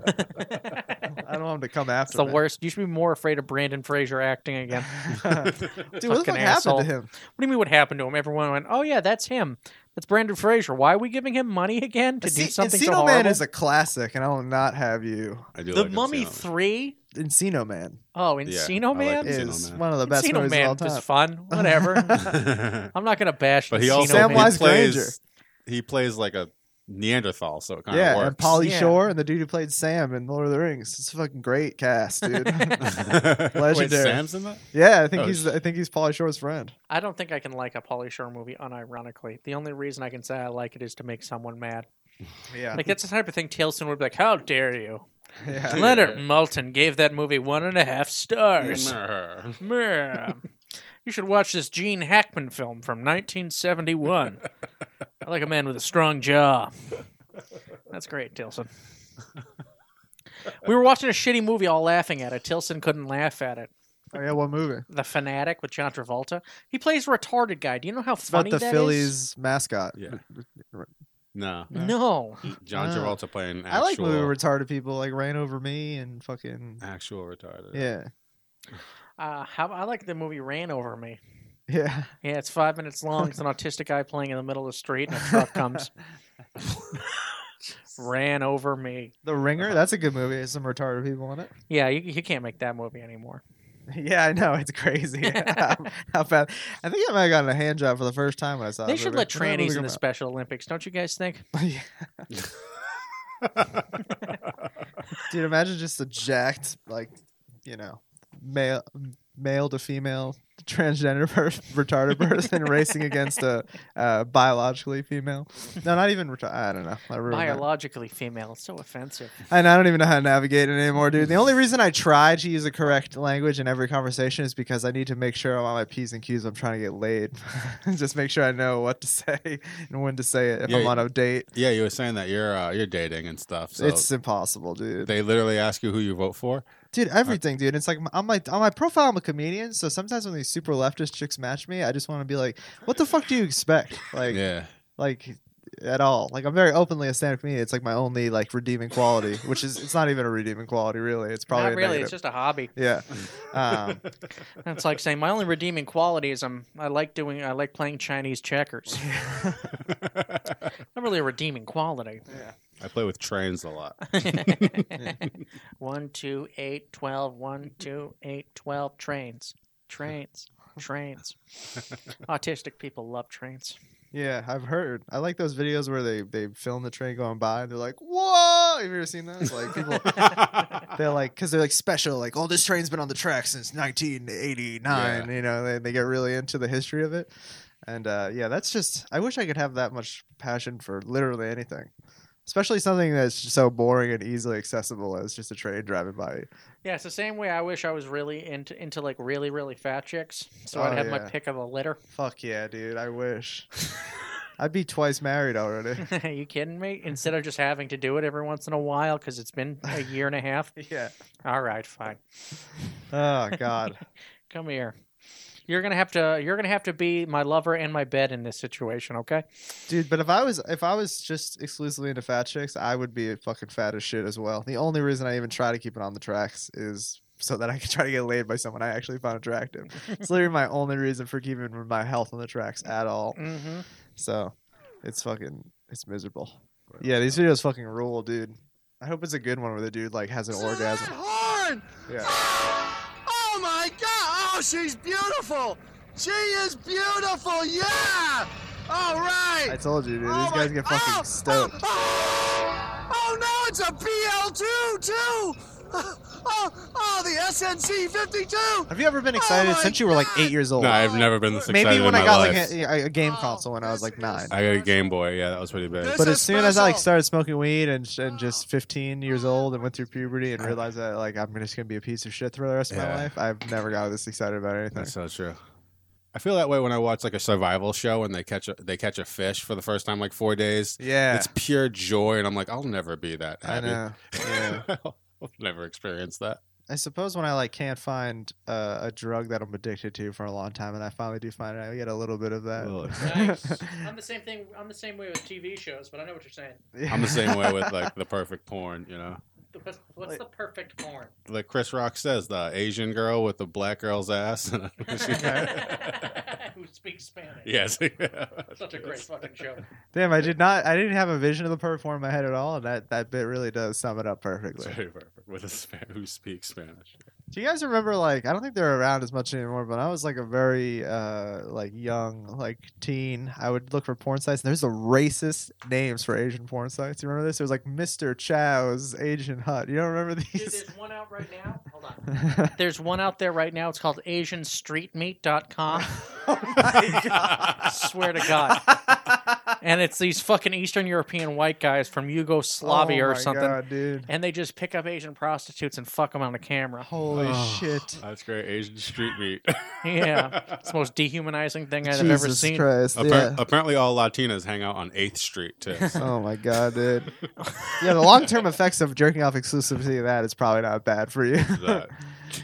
[SPEAKER 1] I don't want him to come after
[SPEAKER 2] it's the
[SPEAKER 1] me.
[SPEAKER 2] worst. You should be more afraid of Brandon Fraser
[SPEAKER 1] (laughs)
[SPEAKER 2] acting (laughs) again.
[SPEAKER 1] Dude, what the
[SPEAKER 2] Fucking
[SPEAKER 1] fuck
[SPEAKER 2] asshole.
[SPEAKER 1] happened to him?
[SPEAKER 2] What do you mean? What happened to him? Everyone went, "Oh yeah, that's him. That's Brandon Fraser. Why are we giving him money again to do
[SPEAKER 1] Ence-
[SPEAKER 2] something
[SPEAKER 1] Encino
[SPEAKER 2] so horrible?"
[SPEAKER 1] Man is a classic, and I will not have you.
[SPEAKER 4] I do
[SPEAKER 2] the
[SPEAKER 4] like
[SPEAKER 2] Mummy
[SPEAKER 4] Encino.
[SPEAKER 2] Three.
[SPEAKER 1] Encino Man
[SPEAKER 2] Oh,
[SPEAKER 4] Yeah,
[SPEAKER 2] Encino
[SPEAKER 4] I like
[SPEAKER 2] Man.
[SPEAKER 4] Encino
[SPEAKER 1] is
[SPEAKER 4] Man.
[SPEAKER 1] one of the best
[SPEAKER 2] Encino
[SPEAKER 1] movies of all
[SPEAKER 2] Man
[SPEAKER 1] time.
[SPEAKER 2] is
[SPEAKER 1] (laughs)
[SPEAKER 2] fun. Whatever. I'm not gonna bash.
[SPEAKER 4] (laughs) but he
[SPEAKER 2] Encino
[SPEAKER 4] also
[SPEAKER 1] Sam
[SPEAKER 2] Man.
[SPEAKER 1] Wise-
[SPEAKER 4] he plays.
[SPEAKER 1] Granger.
[SPEAKER 4] He plays like a Neanderthal, so it kind of
[SPEAKER 1] yeah,
[SPEAKER 4] works.
[SPEAKER 1] and
[SPEAKER 4] (laughs)
[SPEAKER 1] Polly
[SPEAKER 2] Yeah.
[SPEAKER 1] Shore and the dude who played Sam in Lord of the Rings. It's a fucking great cast,
[SPEAKER 2] (laughs)
[SPEAKER 1] dude. (laughs)
[SPEAKER 4] Wait,
[SPEAKER 1] (laughs) Legendary.
[SPEAKER 4] Sam's in that.
[SPEAKER 1] yeah, I think
[SPEAKER 4] Oh,
[SPEAKER 1] he's I think he's Polly Shore's friend.
[SPEAKER 2] I don't think I can like a Polly Shore movie unironically. The only reason I can say I like it is to make someone mad.
[SPEAKER 1] Yeah,
[SPEAKER 2] Like that's the type of thing Tilson would be like, "How dare you?"
[SPEAKER 1] (laughs) yeah.
[SPEAKER 2] Leonard Moulton gave that movie one and a half stars.
[SPEAKER 4] Mer.
[SPEAKER 2] Meh. you should watch this Gene Hackman film from 1971. I like a man with a strong jaw. That's great, Tilson. We were watching a shitty movie, all laughing at it. Tilson couldn't laugh at it.
[SPEAKER 1] Oh, yeah, what movie?
[SPEAKER 2] The Fanatic with John Travolta. He plays a retarded guy. Do you know how
[SPEAKER 1] It's
[SPEAKER 2] funny
[SPEAKER 1] about the
[SPEAKER 2] that is?
[SPEAKER 1] Phillies mascot.
[SPEAKER 4] Yeah. No,
[SPEAKER 2] No,
[SPEAKER 4] John
[SPEAKER 1] Ah.
[SPEAKER 4] Travolta playing. Actual,
[SPEAKER 1] I like movie where retarded people like ran over me and fucking
[SPEAKER 4] actual retarded.
[SPEAKER 1] yeah,
[SPEAKER 2] uh, how, I like the movie Ran Over Me.
[SPEAKER 1] yeah.
[SPEAKER 2] Yeah, it's five minutes long. It's an autistic guy playing in the middle of the street, and a
[SPEAKER 1] (laughs)
[SPEAKER 2] truck comes. Ran over me.
[SPEAKER 1] The Ringer. That's a good movie. There's some retarded people in it.
[SPEAKER 2] Yeah, you, you can't make that movie anymore.
[SPEAKER 1] (laughs) Yeah, I know. It's (laughs) crazy. how, how bad. I think I might have gotten a hand job for the first time when I saw.
[SPEAKER 2] They
[SPEAKER 1] that
[SPEAKER 2] should
[SPEAKER 1] movie.
[SPEAKER 2] let
[SPEAKER 1] When did
[SPEAKER 2] trannies
[SPEAKER 1] that
[SPEAKER 2] in the
[SPEAKER 1] movie
[SPEAKER 2] Special Olympics, don't you guys think?
[SPEAKER 1] come out? Yeah. (laughs)
[SPEAKER 2] (laughs)
[SPEAKER 1] Dude, imagine just a jacked, like, you know, male, male to female, transgender, per- (laughs) retarded person racing against a uh, biologically female. No, not even retarded. I don't know. I ruined that.
[SPEAKER 2] Biologically female, it's so offensive.
[SPEAKER 1] And I don't even know how to navigate it anymore, dude. The only reason I try to use the correct language in every conversation is because I need to make sure I'm on my P's and Q's. when I'm trying to get laid. (laughs) Just make sure I know what to say and when to say it if
[SPEAKER 4] Yeah,
[SPEAKER 1] I'm
[SPEAKER 4] you-
[SPEAKER 1] on a date.
[SPEAKER 4] Yeah, you were saying that you're uh, you're dating and stuff. So
[SPEAKER 1] it's impossible, dude.
[SPEAKER 4] they literally ask you who you vote for.
[SPEAKER 1] Dude, everything, dude. It's like m- on my on my profile, I'm a comedian. So sometimes when these super leftist chicks match me, I just want to be like, "What the fuck do you
[SPEAKER 4] (laughs)
[SPEAKER 1] expect?" Like,
[SPEAKER 4] yeah,
[SPEAKER 1] like at all. Like, I'm very openly a stand-up comedian. It's like my only like redeeming quality, which is it's not even a redeeming quality, really. It's (laughs) probably
[SPEAKER 2] Not
[SPEAKER 1] a
[SPEAKER 2] really,
[SPEAKER 1] negative.
[SPEAKER 2] it's just a hobby.
[SPEAKER 1] yeah. (laughs) Um,
[SPEAKER 2] It's like saying my only redeeming quality is I'm I like doing I like playing Chinese
[SPEAKER 1] (laughs)
[SPEAKER 2] checkers. Not really a
[SPEAKER 1] (laughs)
[SPEAKER 2] redeeming quality.
[SPEAKER 4] I play with trains a lot. (laughs)
[SPEAKER 2] one, two, eight, twelve, one, two, eight, twelve trains. Trains.
[SPEAKER 1] (laughs)
[SPEAKER 2] Trains. Autistic people love trains.
[SPEAKER 1] Yeah, I've heard. I like those videos where they they film the train going by and they're like, "Whoa!" Have you ever seen those? Like (laughs) people, they're like, because they're like special. Like, oh, this train's been on the track since 1989. You know, they they get really into the history of it. And uh, yeah, that's just. I wish I could have that much passion for literally anything, especially something that's just so boring and easily accessible as just a train driving by.
[SPEAKER 2] Yeah, it's the same way I wish I was really into into like really, really fat chicks. So
[SPEAKER 1] Oh,
[SPEAKER 2] I'd have my
[SPEAKER 1] yeah.
[SPEAKER 2] pick of the litter.
[SPEAKER 1] Fuck yeah, dude! I (laughs) wish. I'd be twice married already.
[SPEAKER 2] (laughs) Are you kidding me? Instead of just having to do it every once in a while because it's been a year and a half.
[SPEAKER 1] (laughs) yeah.
[SPEAKER 2] All right, fine.
[SPEAKER 1] Oh god.
[SPEAKER 2] Come here. You're gonna have to. You're gonna have to be my lover and my bed in this situation, okay?
[SPEAKER 1] Dude, but if I was if I was just exclusively into fat chicks, I would be fucking fat as shit as well. The only reason I even try to keep it on the tracks is so that I can (laughs) try to get laid by someone I actually found attractive. it's literally
[SPEAKER 5] (laughs)
[SPEAKER 1] my only reason for keeping my health on the tracks at all.
[SPEAKER 2] Mm-hmm.
[SPEAKER 1] So it's fucking it's miserable. Yeah, these videos fucking rule, dude. I hope it's a good one where the dude like has an orgasm.
[SPEAKER 4] (laughs)
[SPEAKER 5] horn!
[SPEAKER 1] Yeah.
[SPEAKER 5] Oh my god! Oh, she's beautiful! She is beautiful! Yeah! All right!
[SPEAKER 1] I told you, dude.
[SPEAKER 5] Oh
[SPEAKER 1] These
[SPEAKER 5] my-
[SPEAKER 1] guys get fucking
[SPEAKER 5] oh,
[SPEAKER 1] stoked.
[SPEAKER 5] Oh, oh, no, it's a BL2 too. (laughs) Oh, oh, oh, the SNC 52.
[SPEAKER 1] Have you ever been
[SPEAKER 5] Oh
[SPEAKER 1] excited
[SPEAKER 5] my
[SPEAKER 1] since you were like eight
[SPEAKER 5] God.
[SPEAKER 1] years old?
[SPEAKER 4] No, I've never been this excited
[SPEAKER 1] Maybe when
[SPEAKER 4] in my
[SPEAKER 1] I got
[SPEAKER 4] life.
[SPEAKER 1] like a, a game
[SPEAKER 5] Oh,
[SPEAKER 1] console when I was like
[SPEAKER 5] this
[SPEAKER 1] nine.
[SPEAKER 5] is-
[SPEAKER 4] I got a Game Boy. Yeah, that was pretty big.
[SPEAKER 5] This-
[SPEAKER 1] But
[SPEAKER 5] is
[SPEAKER 1] as soon as I like
[SPEAKER 5] special.
[SPEAKER 1] started smoking weed and sh- and just 15 years old and went through puberty and realized that like I'm just gonna be a piece of shit for the rest of
[SPEAKER 4] Yeah.
[SPEAKER 1] my life, I've never got this excited about anything.
[SPEAKER 4] That's so true. I feel that way when I watch like a survival show and they catch a, they catch a fish for the first time like four days.
[SPEAKER 1] yeah,
[SPEAKER 4] It's pure joy, and I'm like, I'll never be that
[SPEAKER 1] I
[SPEAKER 4] happy.
[SPEAKER 1] know. Yeah.
[SPEAKER 4] (laughs) I'll never experience that.
[SPEAKER 1] I suppose when I like can't find uh, a drug that I'm addicted to for a long time, and I finally do find it, I get a little bit of that.
[SPEAKER 4] Well,
[SPEAKER 1] (laughs)
[SPEAKER 2] Nice. I'm the same thing. I'm the same way with TV shows, but I know what you're saying.
[SPEAKER 4] I'm
[SPEAKER 1] (laughs)
[SPEAKER 4] the same way with like the perfect porn, you know.
[SPEAKER 2] What's, what's the perfect porn?
[SPEAKER 4] Like Chris Rock says, the Asian girl with the black girl's ass. (laughs)
[SPEAKER 1] (laughs)
[SPEAKER 2] (laughs) Who speaks Spanish?
[SPEAKER 4] yes. (laughs)
[SPEAKER 2] Such a great fucking show.
[SPEAKER 1] Damn, I did not. I didn't have a vision of the perform in my head at all, and that that bit really does sum it up perfectly.
[SPEAKER 4] Very perfect. With a Span- who
[SPEAKER 1] (laughs)
[SPEAKER 4] speaks Spanish.
[SPEAKER 1] Do you guys remember like I don't think they're around as much anymore, but I was like a very uh like young like teen. I would look for porn sites and there's the racist names for Asian porn sites. You remember this? It was like Mr. Chow's Asian Hut. You don't remember
[SPEAKER 2] Dude,
[SPEAKER 1] these?
[SPEAKER 2] there's one out right now. Hold on.
[SPEAKER 1] (laughs)
[SPEAKER 2] There's one out there right now. It's called AsianStreetMeat.com.
[SPEAKER 1] Oh
[SPEAKER 2] Swear to God. And it's these fucking Eastern European white guys from Yugoslavia
[SPEAKER 1] Oh
[SPEAKER 2] or
[SPEAKER 1] my
[SPEAKER 2] something.
[SPEAKER 1] God, dude.
[SPEAKER 2] And they just pick up Asian prostitutes and fuck them on the camera. (laughs)
[SPEAKER 1] Holy
[SPEAKER 4] Oh,
[SPEAKER 1] shit.
[SPEAKER 4] (laughs) That's great. Asian street meat.
[SPEAKER 2] Yeah. It's the most dehumanizing thing I've
[SPEAKER 1] Jesus
[SPEAKER 2] ever seen.
[SPEAKER 1] Christ.
[SPEAKER 4] Appar-
[SPEAKER 1] yeah.
[SPEAKER 4] Apparently, all Latinas hang out on 8th
[SPEAKER 1] (laughs)
[SPEAKER 4] Street, too.
[SPEAKER 1] Oh my god,
[SPEAKER 4] (laughs)
[SPEAKER 1] dude. Yeah, the long term effects of jerking off exclusively to that is probably not bad for you.
[SPEAKER 4] That-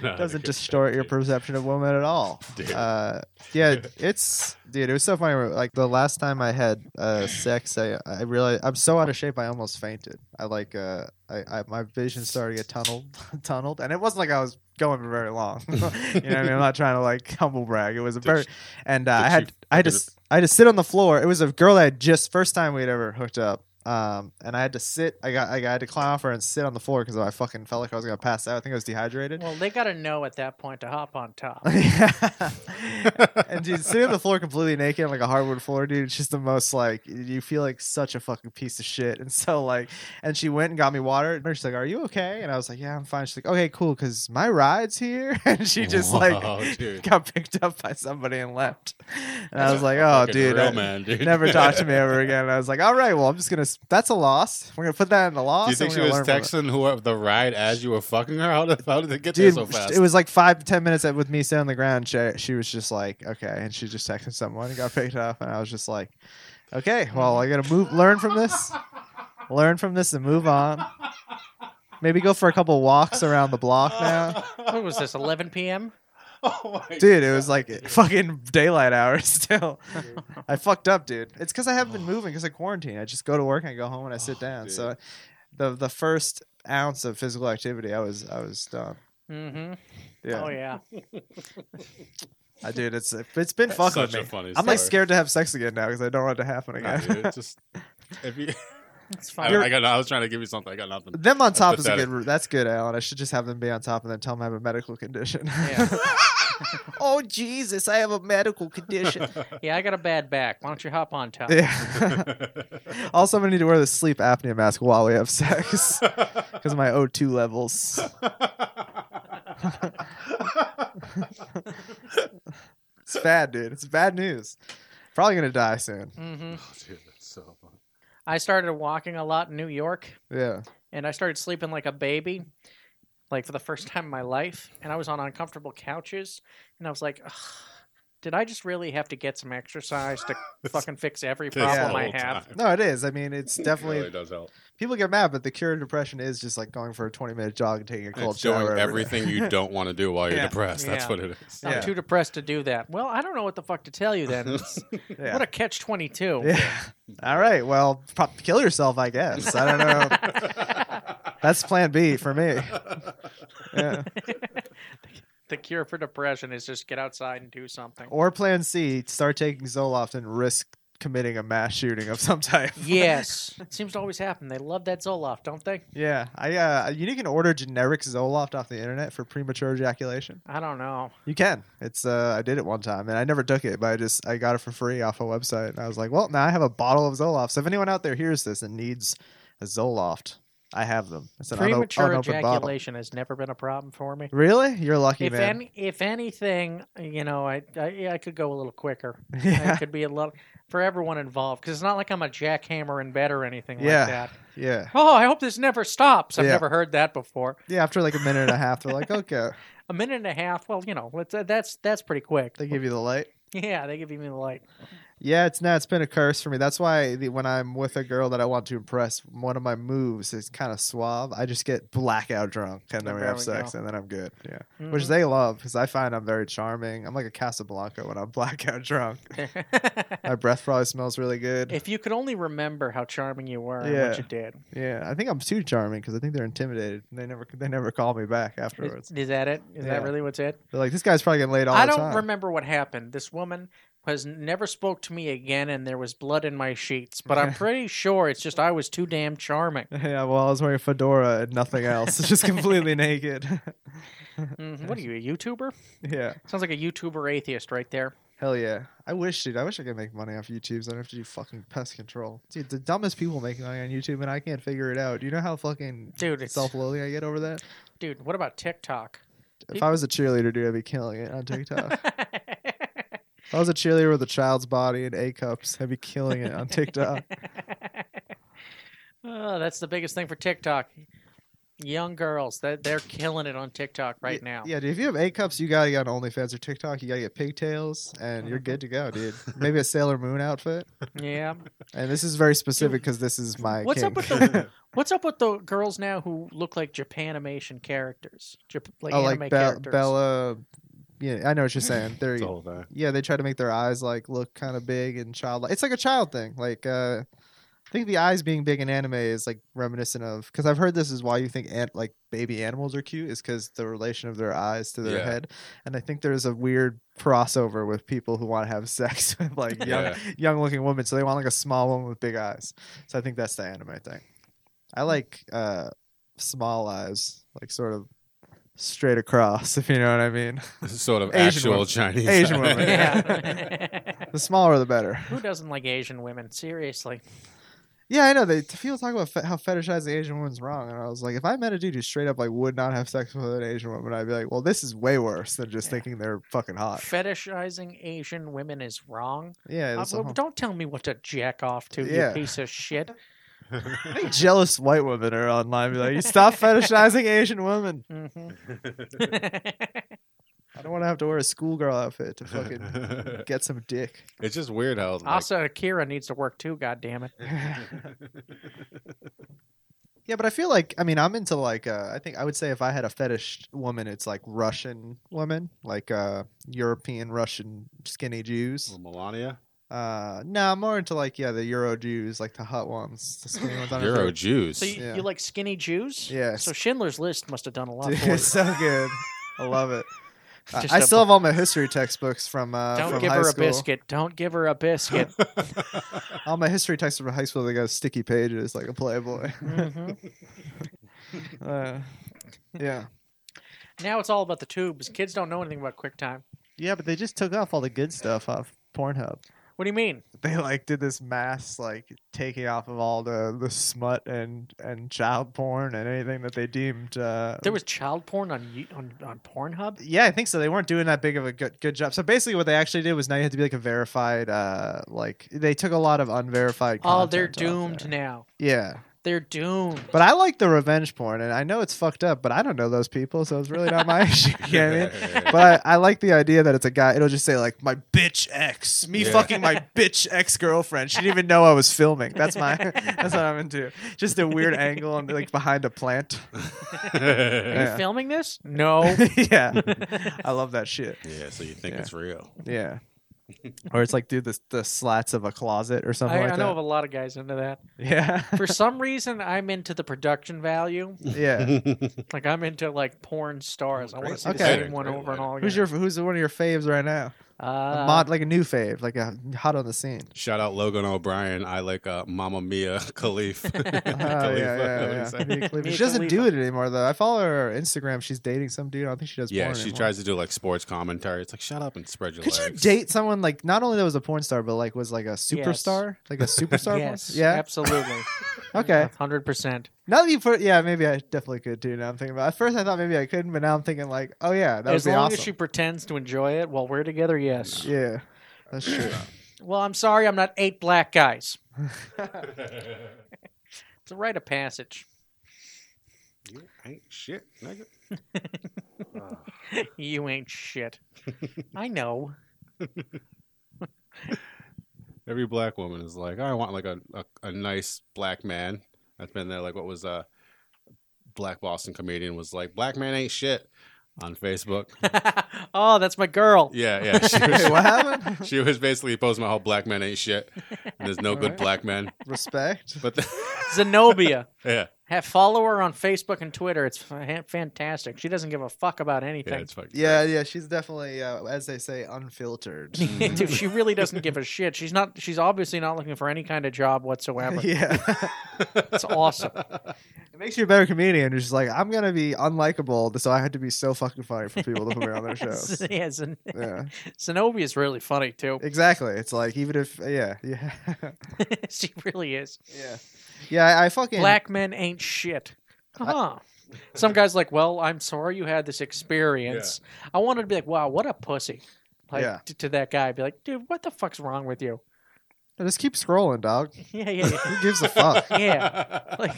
[SPEAKER 4] not a (laughs)
[SPEAKER 1] doesn't
[SPEAKER 4] good
[SPEAKER 1] distort your
[SPEAKER 4] thing.
[SPEAKER 1] perception of women at all.
[SPEAKER 4] (laughs) Dude.
[SPEAKER 1] Uh, yeah, it's dude. It was so funny. Like the last time I had uh, sex, I I realized I'm so out of shape. I almost fainted. I like uh, I, I my vision started to get tunneled, (laughs) tunneled, and it wasn't like I was going for very long. (laughs) you know, what I mean, I'm not trying to like humble brag. It was a
[SPEAKER 4] Did
[SPEAKER 1] very, and uh,
[SPEAKER 4] did
[SPEAKER 1] I
[SPEAKER 4] she
[SPEAKER 1] had I had to
[SPEAKER 4] figure-
[SPEAKER 1] s- I had to sit on the floor. It was a girl that I had just first time we'd ever hooked up. Um, and I had to sit. I got. I got- I had to climb off her and sit on the floor because I fucking felt like I was gonna pass out. I think I was dehydrated.
[SPEAKER 2] Well, they got to know at that point to hop on
[SPEAKER 1] (laughs)
[SPEAKER 4] (laughs)
[SPEAKER 2] top.
[SPEAKER 1] and dude, sitting on the floor completely naked on like a hardwood floor, dude, it's just the most like you feel like such a fucking piece of shit. And so like, and she went and got me water. And she's like, "Are you okay?" And I was like, "Yeah, I'm fine." She's like, "Okay, cool, because my ride's here." (laughs) And she just
[SPEAKER 4] Wow,
[SPEAKER 1] like
[SPEAKER 4] dude.
[SPEAKER 1] got picked up by somebody and left. And I was
[SPEAKER 4] a
[SPEAKER 1] like, "Oh,
[SPEAKER 4] fucking
[SPEAKER 1] dude,
[SPEAKER 4] real
[SPEAKER 1] I-
[SPEAKER 4] man, dude. (laughs)
[SPEAKER 1] never talk to me ever again." And I was like, "All right, well, I'm just gonna. That's a loss. We're gonna put that in the loss."
[SPEAKER 4] Do you think she
[SPEAKER 1] and
[SPEAKER 4] was
[SPEAKER 1] we're gonna learn from it."
[SPEAKER 4] texting whoever the ride as you were fucking her? How did, how did it get
[SPEAKER 1] Dude,
[SPEAKER 4] there so fast?
[SPEAKER 1] it was like five ten minutes with me sitting on the ground. She, she was just like, okay, and she just texted someone and got picked up, and I was just like, okay, well, I gotta move, learn from this, learn from this, and move on. Maybe go for a couple walks around the
[SPEAKER 4] (laughs)
[SPEAKER 1] block now,
[SPEAKER 2] What was this, 11 p.m.?
[SPEAKER 4] oh my
[SPEAKER 1] dude. It was like fucking daylight hours still. (laughs) I fucked up, dude. It's because I haven't
[SPEAKER 4] (sighs)
[SPEAKER 1] been moving because of quarantine. I just go to work, and I go home, and I
[SPEAKER 4] Oh,
[SPEAKER 1] sit down. So, the the first ounce of physical activity, I was I was done.
[SPEAKER 2] Mm-hmm.
[SPEAKER 1] Yeah.
[SPEAKER 2] Oh, yeah.
[SPEAKER 1] (laughs) I dude, it's it's been
[SPEAKER 4] That's
[SPEAKER 1] fucking
[SPEAKER 4] such
[SPEAKER 1] me.
[SPEAKER 4] a funny
[SPEAKER 1] I'm like
[SPEAKER 4] story.
[SPEAKER 1] scared to have sex again now because I don't want it to happen
[SPEAKER 4] Nah,
[SPEAKER 1] again.
[SPEAKER 4] dude, it's just
[SPEAKER 1] (laughs)
[SPEAKER 4] if you,
[SPEAKER 2] It's
[SPEAKER 4] I,
[SPEAKER 2] fine.
[SPEAKER 4] I got. I was trying to give you something. I got nothing. (laughs)
[SPEAKER 1] them on
[SPEAKER 4] That's
[SPEAKER 1] top is a
[SPEAKER 4] pathetic.
[SPEAKER 1] good. That's good, Alan. I should just have them be on top and then tell them I have a medical condition.
[SPEAKER 2] Yeah.
[SPEAKER 1] (laughs) oh Jesus, I have a medical
[SPEAKER 4] (laughs)
[SPEAKER 1] condition.
[SPEAKER 2] yeah, I got a bad back. Why don't you hop on top?
[SPEAKER 1] yeah. (laughs) also, I'm gonna need to wear the sleep apnea mask while we have
[SPEAKER 4] (laughs)
[SPEAKER 1] sex
[SPEAKER 4] Oh,
[SPEAKER 1] because my O2 levels. It's bad, dude. It's bad news. Probably gonna die soon.
[SPEAKER 2] Mm-hmm.
[SPEAKER 4] Oh, dude, that's so funny.
[SPEAKER 2] I started walking a lot in New York,
[SPEAKER 1] Yeah.
[SPEAKER 2] and I started sleeping like a baby, like for the first time in my life. And I was on uncomfortable couches, and I was like, "Ugh, "Did I just really have to get some
[SPEAKER 1] (laughs)
[SPEAKER 2] exercise to (laughs)
[SPEAKER 4] (laughs)
[SPEAKER 2] fucking fix every
[SPEAKER 4] This
[SPEAKER 2] problem I
[SPEAKER 4] whole
[SPEAKER 2] have?"
[SPEAKER 4] time.
[SPEAKER 1] No, it is. I mean, it's definitely
[SPEAKER 4] Really does help.
[SPEAKER 1] people get mad, but the cure to depression is just like going for a 20 minute jog and taking a cold
[SPEAKER 4] It's
[SPEAKER 1] shower.
[SPEAKER 4] doing
[SPEAKER 1] every day.
[SPEAKER 4] everything you don't want to do while you're
[SPEAKER 1] Yeah.
[SPEAKER 4] depressed.
[SPEAKER 2] (laughs)
[SPEAKER 4] That's
[SPEAKER 2] Yeah.
[SPEAKER 4] what it is.
[SPEAKER 1] Yeah.
[SPEAKER 2] I'm too depressed to do that. Well, I don't know what the fuck to tell you then. It's-
[SPEAKER 1] (laughs) Yeah.
[SPEAKER 2] What a catch twenty two.
[SPEAKER 1] (laughs) Yeah. All right. Well, pro- kill yourself, I guess. I don't know. That's plan B for me. Yeah.
[SPEAKER 2] The cure
[SPEAKER 1] Oh.
[SPEAKER 2] for depression is just get outside and do something.
[SPEAKER 1] Or plan C, start taking Zoloft and risk committing a mass shooting of some type. (laughs)
[SPEAKER 2] Yes, it seems to always happen. They love that Zoloft, don't they?
[SPEAKER 1] Yeah, I uh, you can order generic Zoloft off the internet for premature ejaculation.
[SPEAKER 2] I don't know.
[SPEAKER 1] You can. It's uh, I did it one time and I never took it, but I just I got it for free off a website and I was like, well, now I have a bottle of Zoloft. So if anyone out there hears this and needs a Zoloft, I have them. It's an uno-
[SPEAKER 2] Premature
[SPEAKER 1] unopened bottle.
[SPEAKER 2] ejaculation has never been a problem for me.
[SPEAKER 1] Really? You're lucky,
[SPEAKER 2] If
[SPEAKER 1] man.
[SPEAKER 2] any, if anything, you know, I, I yeah, I could go a
[SPEAKER 1] (laughs)
[SPEAKER 2] little quicker.
[SPEAKER 1] (laughs) yeah,
[SPEAKER 2] It could be a little for everyone involved because it's not like I'm a jackhammer in bed or anything
[SPEAKER 1] Yeah.
[SPEAKER 2] like that.
[SPEAKER 1] yeah,
[SPEAKER 2] Oh, I hope this never stops. I've
[SPEAKER 1] Yeah.
[SPEAKER 2] never heard that before.
[SPEAKER 1] yeah. After like a minute and a half, they're like,
[SPEAKER 2] (laughs)
[SPEAKER 1] okay,
[SPEAKER 2] A minute and a half. Well, you know, let's, uh, that's that's pretty quick.
[SPEAKER 1] they give you the light.
[SPEAKER 2] yeah, they give me the light.
[SPEAKER 1] Yeah, it's not. It's been a curse for me. That's why the, when I'm with a girl that I want to impress, one of my moves is kind of suave. I just get blackout drunk and then we
[SPEAKER 2] There
[SPEAKER 1] have
[SPEAKER 2] we
[SPEAKER 1] sex
[SPEAKER 2] go.
[SPEAKER 1] and then I'm good. Yeah,
[SPEAKER 2] Mhm.
[SPEAKER 1] which
[SPEAKER 2] (laughs)
[SPEAKER 1] they love because I find I'm very charming. I'm like a Casablanca when I'm (laughs) blackout
[SPEAKER 2] (laughs)
[SPEAKER 1] drunk. my breath probably smells really good.
[SPEAKER 2] if you could only remember how charming you were and
[SPEAKER 1] Yeah.
[SPEAKER 2] what you did.
[SPEAKER 1] yeah, I think I'm too charming because I think they're intimidated. And they never they never call me back afterwards.
[SPEAKER 2] Is, is that it? Is
[SPEAKER 1] Yeah.
[SPEAKER 2] that really what's it?
[SPEAKER 1] They're like, this guy's probably getting laid all
[SPEAKER 2] I
[SPEAKER 1] the
[SPEAKER 2] don't
[SPEAKER 1] time.
[SPEAKER 2] remember what happened. This woman has never spoke to me again, and there was blood in my sheets.
[SPEAKER 1] (laughs)
[SPEAKER 2] But I'm pretty sure it's just I was too damn charming.
[SPEAKER 1] yeah, well, I was wearing a fedora and nothing else, (laughs) just completely naked. (laughs)
[SPEAKER 2] Mhm. What are you, a YouTuber?
[SPEAKER 1] yeah.
[SPEAKER 2] Sounds like a YouTuber atheist right there.
[SPEAKER 1] Hell yeah. I wish, dude. I wish I could make money off YouTube. So I don't have to do fucking pest control. Dude, the dumbest people make money on YouTube, and I can't figure it out. Do you know how fucking
[SPEAKER 2] Dude, it's-
[SPEAKER 1] self-loathing I get over that?
[SPEAKER 2] Dude, what about TikTok? (laughs)
[SPEAKER 1] If I was a cheerleader, dude, I'd be killing it on TikTok. if I was a cheerleader with a child's body and A cups, I'd be killing
[SPEAKER 2] (laughs)
[SPEAKER 1] it on TikTok.
[SPEAKER 2] oh, that's the biggest thing for TikTok. Young girls, that they're killing it on TikTok right
[SPEAKER 1] Y-
[SPEAKER 2] now.
[SPEAKER 1] Yeah, dude. If you have A cups, you gotta get on OnlyFans or TikTok. You gotta get pigtails, and you're good to go,
[SPEAKER 2] (laughs)
[SPEAKER 1] dude. Maybe a Sailor Moon outfit.
[SPEAKER 2] Yeah.
[SPEAKER 1] And this is very specific because this is my.
[SPEAKER 2] What's up
[SPEAKER 1] kink.
[SPEAKER 2] with the (laughs) What's up with the girls now who look like Japan animation characters? Jap- like
[SPEAKER 1] oh, like
[SPEAKER 2] anime
[SPEAKER 1] Be-
[SPEAKER 2] characters.
[SPEAKER 1] Bella? Yeah, I know what you're saying. There
[SPEAKER 4] It's
[SPEAKER 1] you
[SPEAKER 4] the whole thing.
[SPEAKER 1] yeah, they try to make their eyes like look kind of big and childlike. It's like a child thing. Like uh, I think the eyes being big in anime is like reminiscent of because I've heard this is why you think ant, like baby animals are cute is because the relation of their eyes to their
[SPEAKER 4] Yeah.
[SPEAKER 1] head, and I think there's a weird crossover with people who want to have (laughs) sex with like young
[SPEAKER 4] Yeah.
[SPEAKER 1] young looking women, so they want like a small woman with big eyes. So I think that's the anime thing.
[SPEAKER 4] Hmm.
[SPEAKER 1] I like uh, small eyes, like sort of straight across, (laughs) if you know what I mean.
[SPEAKER 4] Sort of
[SPEAKER 1] Asian
[SPEAKER 4] actual
[SPEAKER 1] women.
[SPEAKER 4] Chinese.
[SPEAKER 1] Asian
[SPEAKER 4] (laughs)
[SPEAKER 1] women. (laughs)
[SPEAKER 2] (laughs) Yeah. (laughs)
[SPEAKER 1] The smaller the better.
[SPEAKER 2] who doesn't like Asian women? Seriously.
[SPEAKER 1] Yeah, I know. They people talk about fe- how fetishizing Asian woman's wrong, and I was like, if I met a dude who straight up like would not have sex with an Asian woman, I'd be like, well, this is way worse than just
[SPEAKER 2] Yeah.
[SPEAKER 1] thinking they're fucking hot.
[SPEAKER 2] Fetishizing Asian women is wrong.
[SPEAKER 1] Yeah,
[SPEAKER 2] Uh,
[SPEAKER 1] that's a
[SPEAKER 2] well,
[SPEAKER 1] whole-
[SPEAKER 2] don't tell me what to jack off to,
[SPEAKER 1] Yeah.
[SPEAKER 2] you piece of shit.
[SPEAKER 1] I think jealous white women are online. Be like, you (laughs) stop fetishizing Asian women.
[SPEAKER 2] hmm (laughs)
[SPEAKER 1] I don't want to have to wear a schoolgirl outfit to (laughs) fucking get some (laughs) dick.
[SPEAKER 4] (laughs) it's just weird how. Like,
[SPEAKER 2] also, Akira needs to work too. God damn it!
[SPEAKER 4] (laughs)
[SPEAKER 1] Yeah, but I feel like I mean I'm into like uh, I think I would say if I had a fetish woman, it's like Russian women, like uh, European Russian skinny Jews.
[SPEAKER 4] Melania.
[SPEAKER 1] Uh, no, I'm more into like yeah, the Euro Jews, like the hot ones, the skinny ones. I don't know if
[SPEAKER 4] Euro
[SPEAKER 1] they're-
[SPEAKER 4] Jews.
[SPEAKER 2] So you,
[SPEAKER 1] (laughs) Yeah.
[SPEAKER 2] you like skinny Jews?
[SPEAKER 1] Yes.
[SPEAKER 2] So Schindler's List must have
[SPEAKER 1] (laughs)
[SPEAKER 2] done a lot
[SPEAKER 1] Dude,
[SPEAKER 2] for you.
[SPEAKER 1] it's so good. I love it. I-
[SPEAKER 2] (laughs) Just
[SPEAKER 1] I
[SPEAKER 2] a-
[SPEAKER 1] still have all my history textbooks from uh,
[SPEAKER 2] Don't
[SPEAKER 1] from
[SPEAKER 2] give
[SPEAKER 1] high
[SPEAKER 2] her
[SPEAKER 1] school.
[SPEAKER 2] a biscuit. Don't give her
[SPEAKER 1] (laughs)
[SPEAKER 2] a biscuit.
[SPEAKER 1] All my history textbooks from high school, they got sticky pages like a
[SPEAKER 2] (laughs)
[SPEAKER 1] Playboy. (laughs)
[SPEAKER 2] Mhm.
[SPEAKER 1] Uh, yeah,
[SPEAKER 2] Now it's all about the tubes. Kids don't know anything about QuickTime.
[SPEAKER 1] yeah, but they just took off all the good stuff off Pornhub.
[SPEAKER 2] What do you mean?
[SPEAKER 1] They like did this mass like taking off of all the the smut and and child porn and anything that they deemed uh,
[SPEAKER 2] There was child porn on you- on, on Pornhub.
[SPEAKER 1] Yeah, I think so. They weren't doing that big of a good, good job. So basically, what they actually did was now you had to be like a verified, uh, like they took a lot of unverified.
[SPEAKER 2] Oh, they're
[SPEAKER 1] content off
[SPEAKER 2] doomed
[SPEAKER 1] there.
[SPEAKER 2] now.
[SPEAKER 1] Yeah,
[SPEAKER 2] They're doomed.
[SPEAKER 1] but I like the revenge porn, and I know it's fucked up, but I don't know those people, so it's really not my (laughs) issue. You know what I mean?
[SPEAKER 4] (laughs)
[SPEAKER 1] But I, I like the idea that it's a guy. It'll just say like my bitch ex, me
[SPEAKER 4] Yeah.
[SPEAKER 1] fucking my bitch ex girlfriend. She didn't even know I was filming. That's my. (laughs) that's what I'm into. Just a weird angle and like behind a plant. (laughs)
[SPEAKER 2] Are
[SPEAKER 1] Yeah.
[SPEAKER 2] you filming this? (laughs)
[SPEAKER 1] (laughs)
[SPEAKER 2] No.
[SPEAKER 1] yeah, I love that shit.
[SPEAKER 4] (laughs) yeah, so you think
[SPEAKER 1] Yeah.
[SPEAKER 4] it's real.
[SPEAKER 1] Yeah. (laughs) or it's like, dude, the the slats of a closet or something
[SPEAKER 2] I,
[SPEAKER 1] like
[SPEAKER 2] I
[SPEAKER 1] that.
[SPEAKER 2] know of a lot of guys into that.
[SPEAKER 1] (laughs) yeah.
[SPEAKER 2] For some reason, I'm into the
[SPEAKER 1] (laughs)
[SPEAKER 2] production value.
[SPEAKER 1] yeah.
[SPEAKER 2] Like I'm into like porn stars. I want to see
[SPEAKER 1] Okay.
[SPEAKER 2] the same one over and all again.
[SPEAKER 1] Who's your who's one of your faves right now?
[SPEAKER 2] Uh,
[SPEAKER 1] a mod like a new fave, like a hot on the
[SPEAKER 2] (laughs)
[SPEAKER 1] scene.
[SPEAKER 4] (laughs) Shout out Logan O'Brien. I like uh, Mama Mia (laughs) Khalif.
[SPEAKER 1] (laughs) Oh, yeah, yeah, yeah, yeah. Mia Khalifa.
[SPEAKER 2] Mia
[SPEAKER 1] She doesn't do
[SPEAKER 2] Khalifa.
[SPEAKER 1] it anymore though. I follow her on Instagram. She's dating some dude. I don't think she does.
[SPEAKER 4] (laughs) Yeah,
[SPEAKER 1] porn
[SPEAKER 4] she
[SPEAKER 1] anymore.
[SPEAKER 4] tries to do like sports commentary. It's like shut up and spread your
[SPEAKER 1] Could you
[SPEAKER 4] legs.
[SPEAKER 1] date (laughs) someone like not only that was a porn star, but like was like a superstar, like a superstar? porn-
[SPEAKER 2] (laughs) yes,
[SPEAKER 1] Yeah.
[SPEAKER 2] absolutely.
[SPEAKER 1] (laughs) Okay.
[SPEAKER 2] hundred percent.
[SPEAKER 1] Now that you put, yeah, maybe I definitely could do. Now I'm thinking about. At first, I thought maybe I couldn't, but now I'm thinking like, oh yeah, that
[SPEAKER 2] As
[SPEAKER 1] would be
[SPEAKER 2] long
[SPEAKER 1] awesome.
[SPEAKER 2] as she pretends to enjoy it while we're together, yes.
[SPEAKER 1] Yeah, that's true.
[SPEAKER 2] (laughs) Well, I'm sorry, I'm not eight black guys. It's a rite of passage.
[SPEAKER 4] (laughs)
[SPEAKER 2] (laughs)
[SPEAKER 4] You ain't shit, nigga.
[SPEAKER 2] You
[SPEAKER 1] (laughs)
[SPEAKER 2] ain't shit. I know. (laughs)
[SPEAKER 4] Every black woman is like, I want like a, a, a nice black man. That's been there. Like what was a black Boston comedian was like, black man ain't shit on Facebook.
[SPEAKER 2] oh, that's my girl.
[SPEAKER 4] Yeah, yeah. She
[SPEAKER 1] Hey,
[SPEAKER 4] was,
[SPEAKER 1] what
[SPEAKER 2] (laughs)
[SPEAKER 1] happened?
[SPEAKER 4] she was basically posting my whole black man ain't shit. and there's no good
[SPEAKER 1] Alright.
[SPEAKER 4] black men.
[SPEAKER 1] Respect.
[SPEAKER 4] But the, (laughs)
[SPEAKER 2] Zenobia.
[SPEAKER 4] yeah,
[SPEAKER 2] Have follow her on Facebook and Twitter. It's fa- fantastic. She doesn't give a fuck about
[SPEAKER 4] yeah,
[SPEAKER 2] anything. (laughs)
[SPEAKER 4] it's fucking
[SPEAKER 1] Yeah, yeah, she's definitely, uh, as they say, (laughs) unfiltered.
[SPEAKER 2] Dude, she really doesn't give a shit. She's not. She's obviously not looking for any kind of job whatsoever.
[SPEAKER 1] (laughs) yeah,
[SPEAKER 2] It's awesome.
[SPEAKER 1] it makes you a better comedian. You're just like, I'm gonna be unlikable, so I had to be so fucking funny for people to put me on (laughs) their shows.
[SPEAKER 2] (laughs) yeah, Zen-
[SPEAKER 1] Yeah,
[SPEAKER 2] Zenobia's really funny too.
[SPEAKER 1] exactly. It's like even if, yeah, yeah, (laughs)
[SPEAKER 2] (laughs) she really is.
[SPEAKER 1] yeah, yeah. I, I fucking
[SPEAKER 2] Black men ain't shit. Huh. Some guy's like, "Well, I'm sorry you had this experience. I wanted to be like, wow, what a pussy." Like
[SPEAKER 1] Yeah.
[SPEAKER 2] t- to that guy, be like, "Dude, what the fuck's wrong with you?" (laughs)
[SPEAKER 1] Just keep scrolling, dog.
[SPEAKER 2] Yeah, yeah, yeah.
[SPEAKER 1] Who gives a (laughs)
[SPEAKER 2] (laughs)
[SPEAKER 1] fuck?
[SPEAKER 2] yeah. Like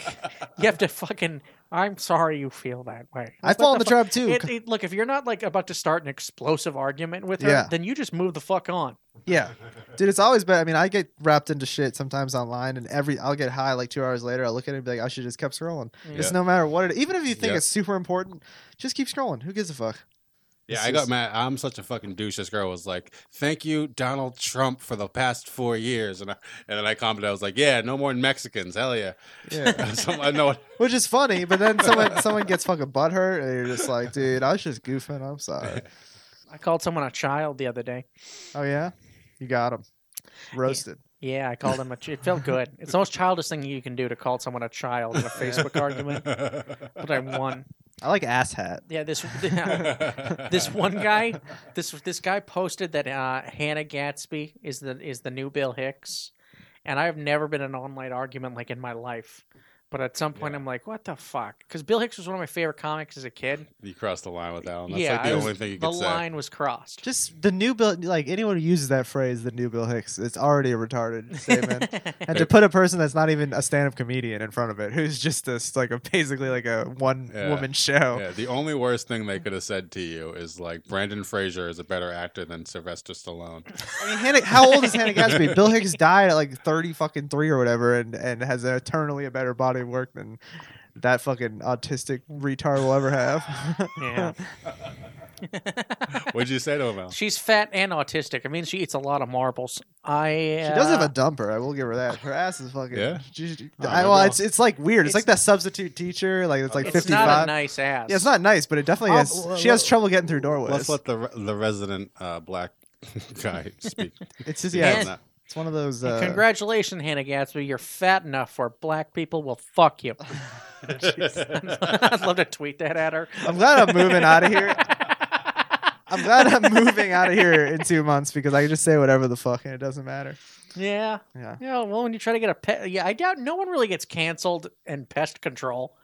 [SPEAKER 2] you have to fucking. I'm sorry you feel that way.
[SPEAKER 1] I
[SPEAKER 2] What
[SPEAKER 1] fall in the
[SPEAKER 2] fu-
[SPEAKER 1] trap too.
[SPEAKER 2] It, it, look, if you're not like about to start an explosive argument with her,
[SPEAKER 1] Yeah.
[SPEAKER 2] then you just move the fuck on.
[SPEAKER 1] Yeah. Dude, it's always been. I mean, I get wrapped into shit sometimes online, and every I'll get high like two hours later. I'll look at it and be like, I should just kept scrolling. It's no matter what it. Even if you think
[SPEAKER 4] Yeah.
[SPEAKER 1] it's super important, just keep scrolling. Who gives a fuck?
[SPEAKER 4] (laughs) Yeah,
[SPEAKER 1] It's
[SPEAKER 4] I got
[SPEAKER 1] just-
[SPEAKER 4] mad. I'm such a fucking douche. This girl was like, "Thank you, Donald Trump, for the past four years," and I, and then I commented, I was like, "Yeah, no more Mexicans, hell yeah." (laughs)
[SPEAKER 1] Yeah.
[SPEAKER 4] so, I know.
[SPEAKER 1] (laughs) Which is funny, but then someone someone gets fucking butthurt, and you're just like, dude, I was just goofing. I'm sorry.
[SPEAKER 2] I called someone a child the other day.
[SPEAKER 1] Oh yeah, you got him roasted.
[SPEAKER 2] Yeah, I called him a. Ch- it
[SPEAKER 1] (laughs)
[SPEAKER 2] felt good. It's the most childish thing you can do to call someone a child in
[SPEAKER 1] (laughs)
[SPEAKER 2] a Facebook argument. But I won.
[SPEAKER 1] I like ass hat.
[SPEAKER 2] Yeah, this (laughs)
[SPEAKER 4] (laughs)
[SPEAKER 2] this one guy, this this guy posted that uh, Hannah Gatsby is the is the new Bill Hicks, and I've never been in an online argument like in my life. But at some point,
[SPEAKER 4] Yeah.
[SPEAKER 2] I'm like, what the fuck? Because Bill Hicks was one of my favorite comics as a kid.
[SPEAKER 4] you crossed the line with that one. That's
[SPEAKER 2] yeah,
[SPEAKER 4] like the
[SPEAKER 2] I was-
[SPEAKER 4] only thing you
[SPEAKER 2] the
[SPEAKER 4] could say.
[SPEAKER 2] line was crossed.
[SPEAKER 1] Just the new bill. Like anyone who uses that phrase, the new Bill Hicks, it's already a retarded statement. And to put a person that's not even a stand-up comedian in front of it, who's just this like a basically like a one-woman show.
[SPEAKER 4] Yeah, the only worst thing they could have said to you is like Brandon Fraser is a better actor than Sylvester Stallone.
[SPEAKER 1] I mean, Hannah, how old is Hannah Gatsby? Bill Hicks died at like thirty fucking three or whatever, and and has eternally a better body of work than that fucking autistic retard will ever have.
[SPEAKER 2] (laughs)
[SPEAKER 1] (laughs)
[SPEAKER 2] yeah,
[SPEAKER 4] What'd you say to
[SPEAKER 2] (laughs)
[SPEAKER 4] him? Al?
[SPEAKER 2] she's fat and autistic. I mean, she eats a lot of marbles. I uh,
[SPEAKER 1] She does have a dumper. I will give her that. Her ass is fucking.
[SPEAKER 4] Yeah?
[SPEAKER 1] She- she-
[SPEAKER 4] Oh,
[SPEAKER 1] I,
[SPEAKER 4] my
[SPEAKER 1] well,
[SPEAKER 4] God.
[SPEAKER 1] it's it's like weird. It's,
[SPEAKER 2] It's-
[SPEAKER 1] like that substitute teacher. Like it's like
[SPEAKER 2] It's
[SPEAKER 1] fifty
[SPEAKER 2] not a
[SPEAKER 1] five.
[SPEAKER 2] nice ass.
[SPEAKER 1] yeah, it's not nice, but it definitely
[SPEAKER 4] Oh,
[SPEAKER 1] has.
[SPEAKER 4] well,
[SPEAKER 1] she has
[SPEAKER 4] well,
[SPEAKER 1] trouble getting through doorways.
[SPEAKER 4] Let's let the re- the resident uh, black (laughs) guy
[SPEAKER 2] (laughs)
[SPEAKER 4] speak.
[SPEAKER 1] it's just
[SPEAKER 4] speak
[SPEAKER 1] yeah.
[SPEAKER 4] on
[SPEAKER 2] And-
[SPEAKER 1] It's,
[SPEAKER 2] (laughs)
[SPEAKER 4] that.
[SPEAKER 1] it's one of those.
[SPEAKER 2] And
[SPEAKER 1] Uh,
[SPEAKER 2] congratulations, Hannah Gatsby. You're fat enough where black people will fuck you. (laughs) I'd love to tweet that at her.
[SPEAKER 1] I'm glad I'm moving out of
[SPEAKER 2] (laughs)
[SPEAKER 1] here. I'm glad I'm moving out of here in two months because I can just say whatever the fuck and it doesn't matter.
[SPEAKER 2] Yeah.
[SPEAKER 1] Yeah.
[SPEAKER 2] Yeah. Well, when you try to get a pet, yeah, I doubt no one really gets canceled in pest control.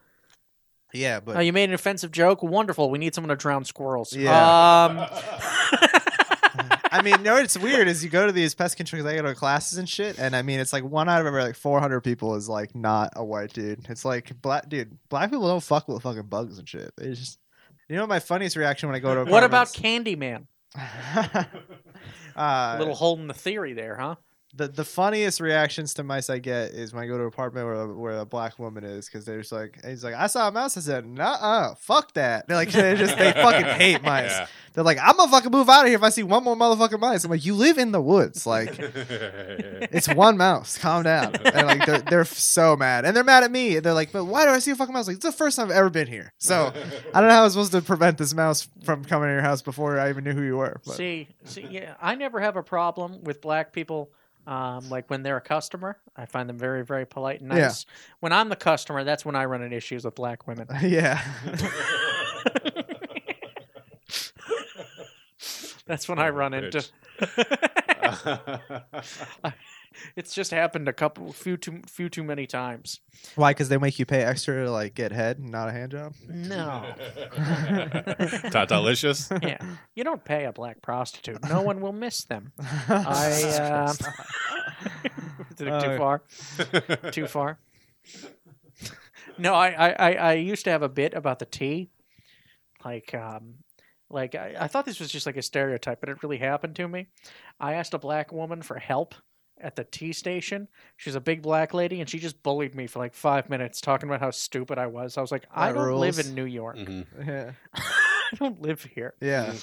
[SPEAKER 1] Yeah, but
[SPEAKER 2] Oh, you made an offensive joke. Wonderful. We need someone to drown squirrels.
[SPEAKER 1] (laughs) Yeah.
[SPEAKER 2] Um,
[SPEAKER 1] (laughs) I mean, no, it's weird is you go to these pest control because I go to classes and shit, and I mean, it's like one out of every like 400 people is like not a white dude. It's like black dude. Black people don't fuck with fucking bugs and shit. They just, you know, my funniest reaction when I go to
[SPEAKER 2] what about
[SPEAKER 1] apartments-
[SPEAKER 2] Candyman?
[SPEAKER 1] (laughs) uh,
[SPEAKER 2] A little hole in the theory there, huh?
[SPEAKER 1] the the funniest reactions to mice I get is when I go to an apartment where where a black woman is because they're (laughs) just like he's like I saw a mouse I said nah uh fuck that they're like they just they fucking hate mice
[SPEAKER 4] Yeah.
[SPEAKER 1] They're like, I'm gonna fucking move out of here if I see one more motherfucking mouse. I'm like, you live in the woods, like. It's one mouse. Calm down. And like they're, they're so mad, and they're mad at me. They're like, "But why do I see a fucking mouse?" Like it's the first time I've ever been here. So
[SPEAKER 4] (laughs)
[SPEAKER 1] I don't know how I was supposed to prevent this mouse from coming to your house before I even knew who you were. But
[SPEAKER 2] See, see, yeah, I never have a problem with black people. Um, like when they're a customer, I find them very, very polite and
[SPEAKER 1] Yeah.
[SPEAKER 2] nice. When I'm the customer, that's when I run into issues with black women.
[SPEAKER 1] (laughs) yeah,
[SPEAKER 2] (laughs) That's when I
[SPEAKER 4] Oh,
[SPEAKER 2] run into.
[SPEAKER 4] bitch.
[SPEAKER 2] (laughs) it's just happened a couple, few too, few too many times.
[SPEAKER 1] why? Because they make you pay extra to like get head, and not a hand job.
[SPEAKER 2] No,
[SPEAKER 4] Ta delicious.
[SPEAKER 2] yeah, you don't pay a black prostitute. No one will miss them.
[SPEAKER 1] (laughs)
[SPEAKER 2] I uh, (laughs) did it
[SPEAKER 1] Oh.
[SPEAKER 2] too far. (laughs) Too far. no, I, I, I, I used to have a bit about the tea, like um, like I, I thought this was just like a stereotype, but it really happened to me. I asked a black woman for help at the tea station. She's a big black lady, and she just bullied me for like five minutes, talking about how stupid I was. I was like, I
[SPEAKER 1] That
[SPEAKER 2] don't live
[SPEAKER 1] rules. Mm.
[SPEAKER 2] in New York.
[SPEAKER 4] Mhm.
[SPEAKER 1] yeah,
[SPEAKER 2] (laughs) I don't live here
[SPEAKER 1] yeah.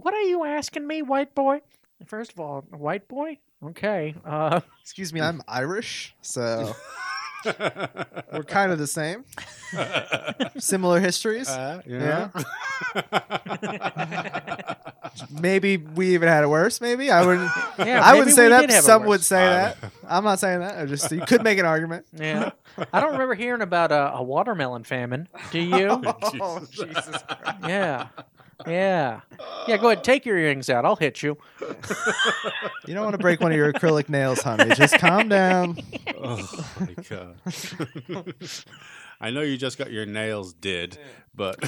[SPEAKER 2] what are you asking me, white boy? First of all, white boy? Okay. Uh,
[SPEAKER 1] Excuse me, I'm Irish,
[SPEAKER 2] (laughs)
[SPEAKER 1] so (laughs) we're kind of the same. Similar histories.
[SPEAKER 4] Uh,
[SPEAKER 1] Yeah. maybe we even had it worse. Maybe I wouldn't.
[SPEAKER 2] (laughs) yeah,
[SPEAKER 1] I
[SPEAKER 2] maybe
[SPEAKER 1] wouldn't say
[SPEAKER 2] we
[SPEAKER 1] that.
[SPEAKER 2] did have it
[SPEAKER 1] Some
[SPEAKER 2] worse.
[SPEAKER 1] would say
[SPEAKER 4] Uh,
[SPEAKER 1] that. I'm not saying that. I just you could make an
[SPEAKER 2] (laughs)
[SPEAKER 1] argument.
[SPEAKER 2] Yeah. I don't remember hearing about a, a watermelon famine.
[SPEAKER 1] (laughs)
[SPEAKER 2] Do you?
[SPEAKER 1] Oh,
[SPEAKER 4] Jesus.
[SPEAKER 1] (laughs) Jesus Christ.
[SPEAKER 2] yeah. Yeah. Yeah, go ahead. Take your earrings out. I'll hit you.
[SPEAKER 1] You don't want to break one of your acrylic nails, honey. Just calm down.
[SPEAKER 4] oh my god! (laughs) I know you just got your nails did, but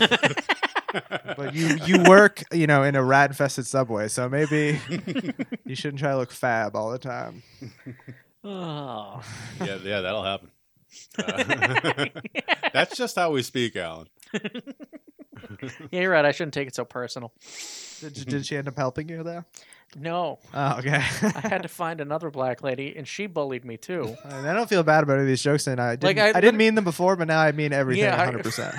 [SPEAKER 4] (laughs)
[SPEAKER 1] But you you work, you know, in a rat infested subway, so
[SPEAKER 2] (laughs)
[SPEAKER 1] maybe you shouldn't try to look fab all the time.
[SPEAKER 2] Oh.
[SPEAKER 4] yeah, yeah, that'll happen. Uh, (laughs) that's just how we speak, Alan.
[SPEAKER 2] Yeah, you're right. I shouldn't take it so personal.
[SPEAKER 1] Did, did she end up helping you though?
[SPEAKER 2] No.
[SPEAKER 1] Oh, okay.
[SPEAKER 2] I had to find another black lady, and she bullied me too.
[SPEAKER 1] I, mean, I don't feel bad about any of these jokes, and I didn't,
[SPEAKER 2] Like, I
[SPEAKER 1] I,
[SPEAKER 2] lit-
[SPEAKER 1] didn't mean them before, but now I mean everything
[SPEAKER 2] Yeah, I-
[SPEAKER 1] 100. percent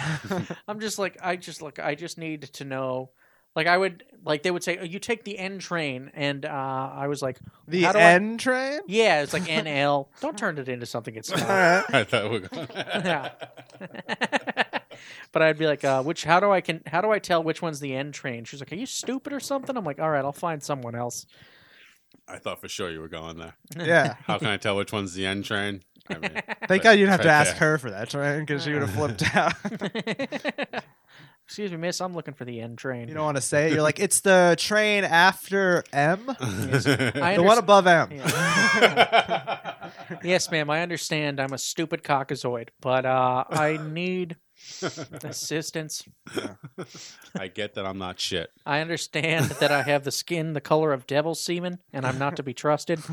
[SPEAKER 2] (laughs) I'm just like I just like I just need to know. Like I would like they would say, oh, "You take the N train," and uh, I was like,
[SPEAKER 1] The
[SPEAKER 2] How do I-
[SPEAKER 1] N train.
[SPEAKER 2] "Yeah, it's like NL." Don't turn it into something it's
[SPEAKER 1] All
[SPEAKER 2] not.
[SPEAKER 4] (laughs)
[SPEAKER 1] right.
[SPEAKER 4] I thought we were going.
[SPEAKER 2] Yeah. (laughs) but I'd be like, uh, "Which? How do I can? How do I tell which one's the N train?" She's like, "Are you stupid or something?" I'm like, "All right, I'll find someone else."
[SPEAKER 4] I thought for sure you were going there.
[SPEAKER 1] Yeah.
[SPEAKER 4] How can I tell which one's the end train? I mean,
[SPEAKER 1] Thank
[SPEAKER 4] Right-
[SPEAKER 1] God you didn't have to
[SPEAKER 4] right
[SPEAKER 1] ask
[SPEAKER 4] there.
[SPEAKER 1] her for that train because she would have
[SPEAKER 4] (laughs)
[SPEAKER 1] flipped out. (laughs)
[SPEAKER 2] Excuse me, miss. I'm looking for the N train.
[SPEAKER 1] you don't want to say it. You're like, it's the train after M,
[SPEAKER 4] (laughs)
[SPEAKER 2] I
[SPEAKER 1] the one
[SPEAKER 2] underst-
[SPEAKER 1] above M.
[SPEAKER 2] yes, ma'am. I understand. I'm a stupid cockazoid, but uh, I
[SPEAKER 1] (laughs)
[SPEAKER 2] need assistance.
[SPEAKER 4] I get that I'm not shit.
[SPEAKER 2] I understand that I have the skin the color of devil semen and I'm not to
[SPEAKER 1] (laughs)
[SPEAKER 2] be trusted.
[SPEAKER 1] (laughs)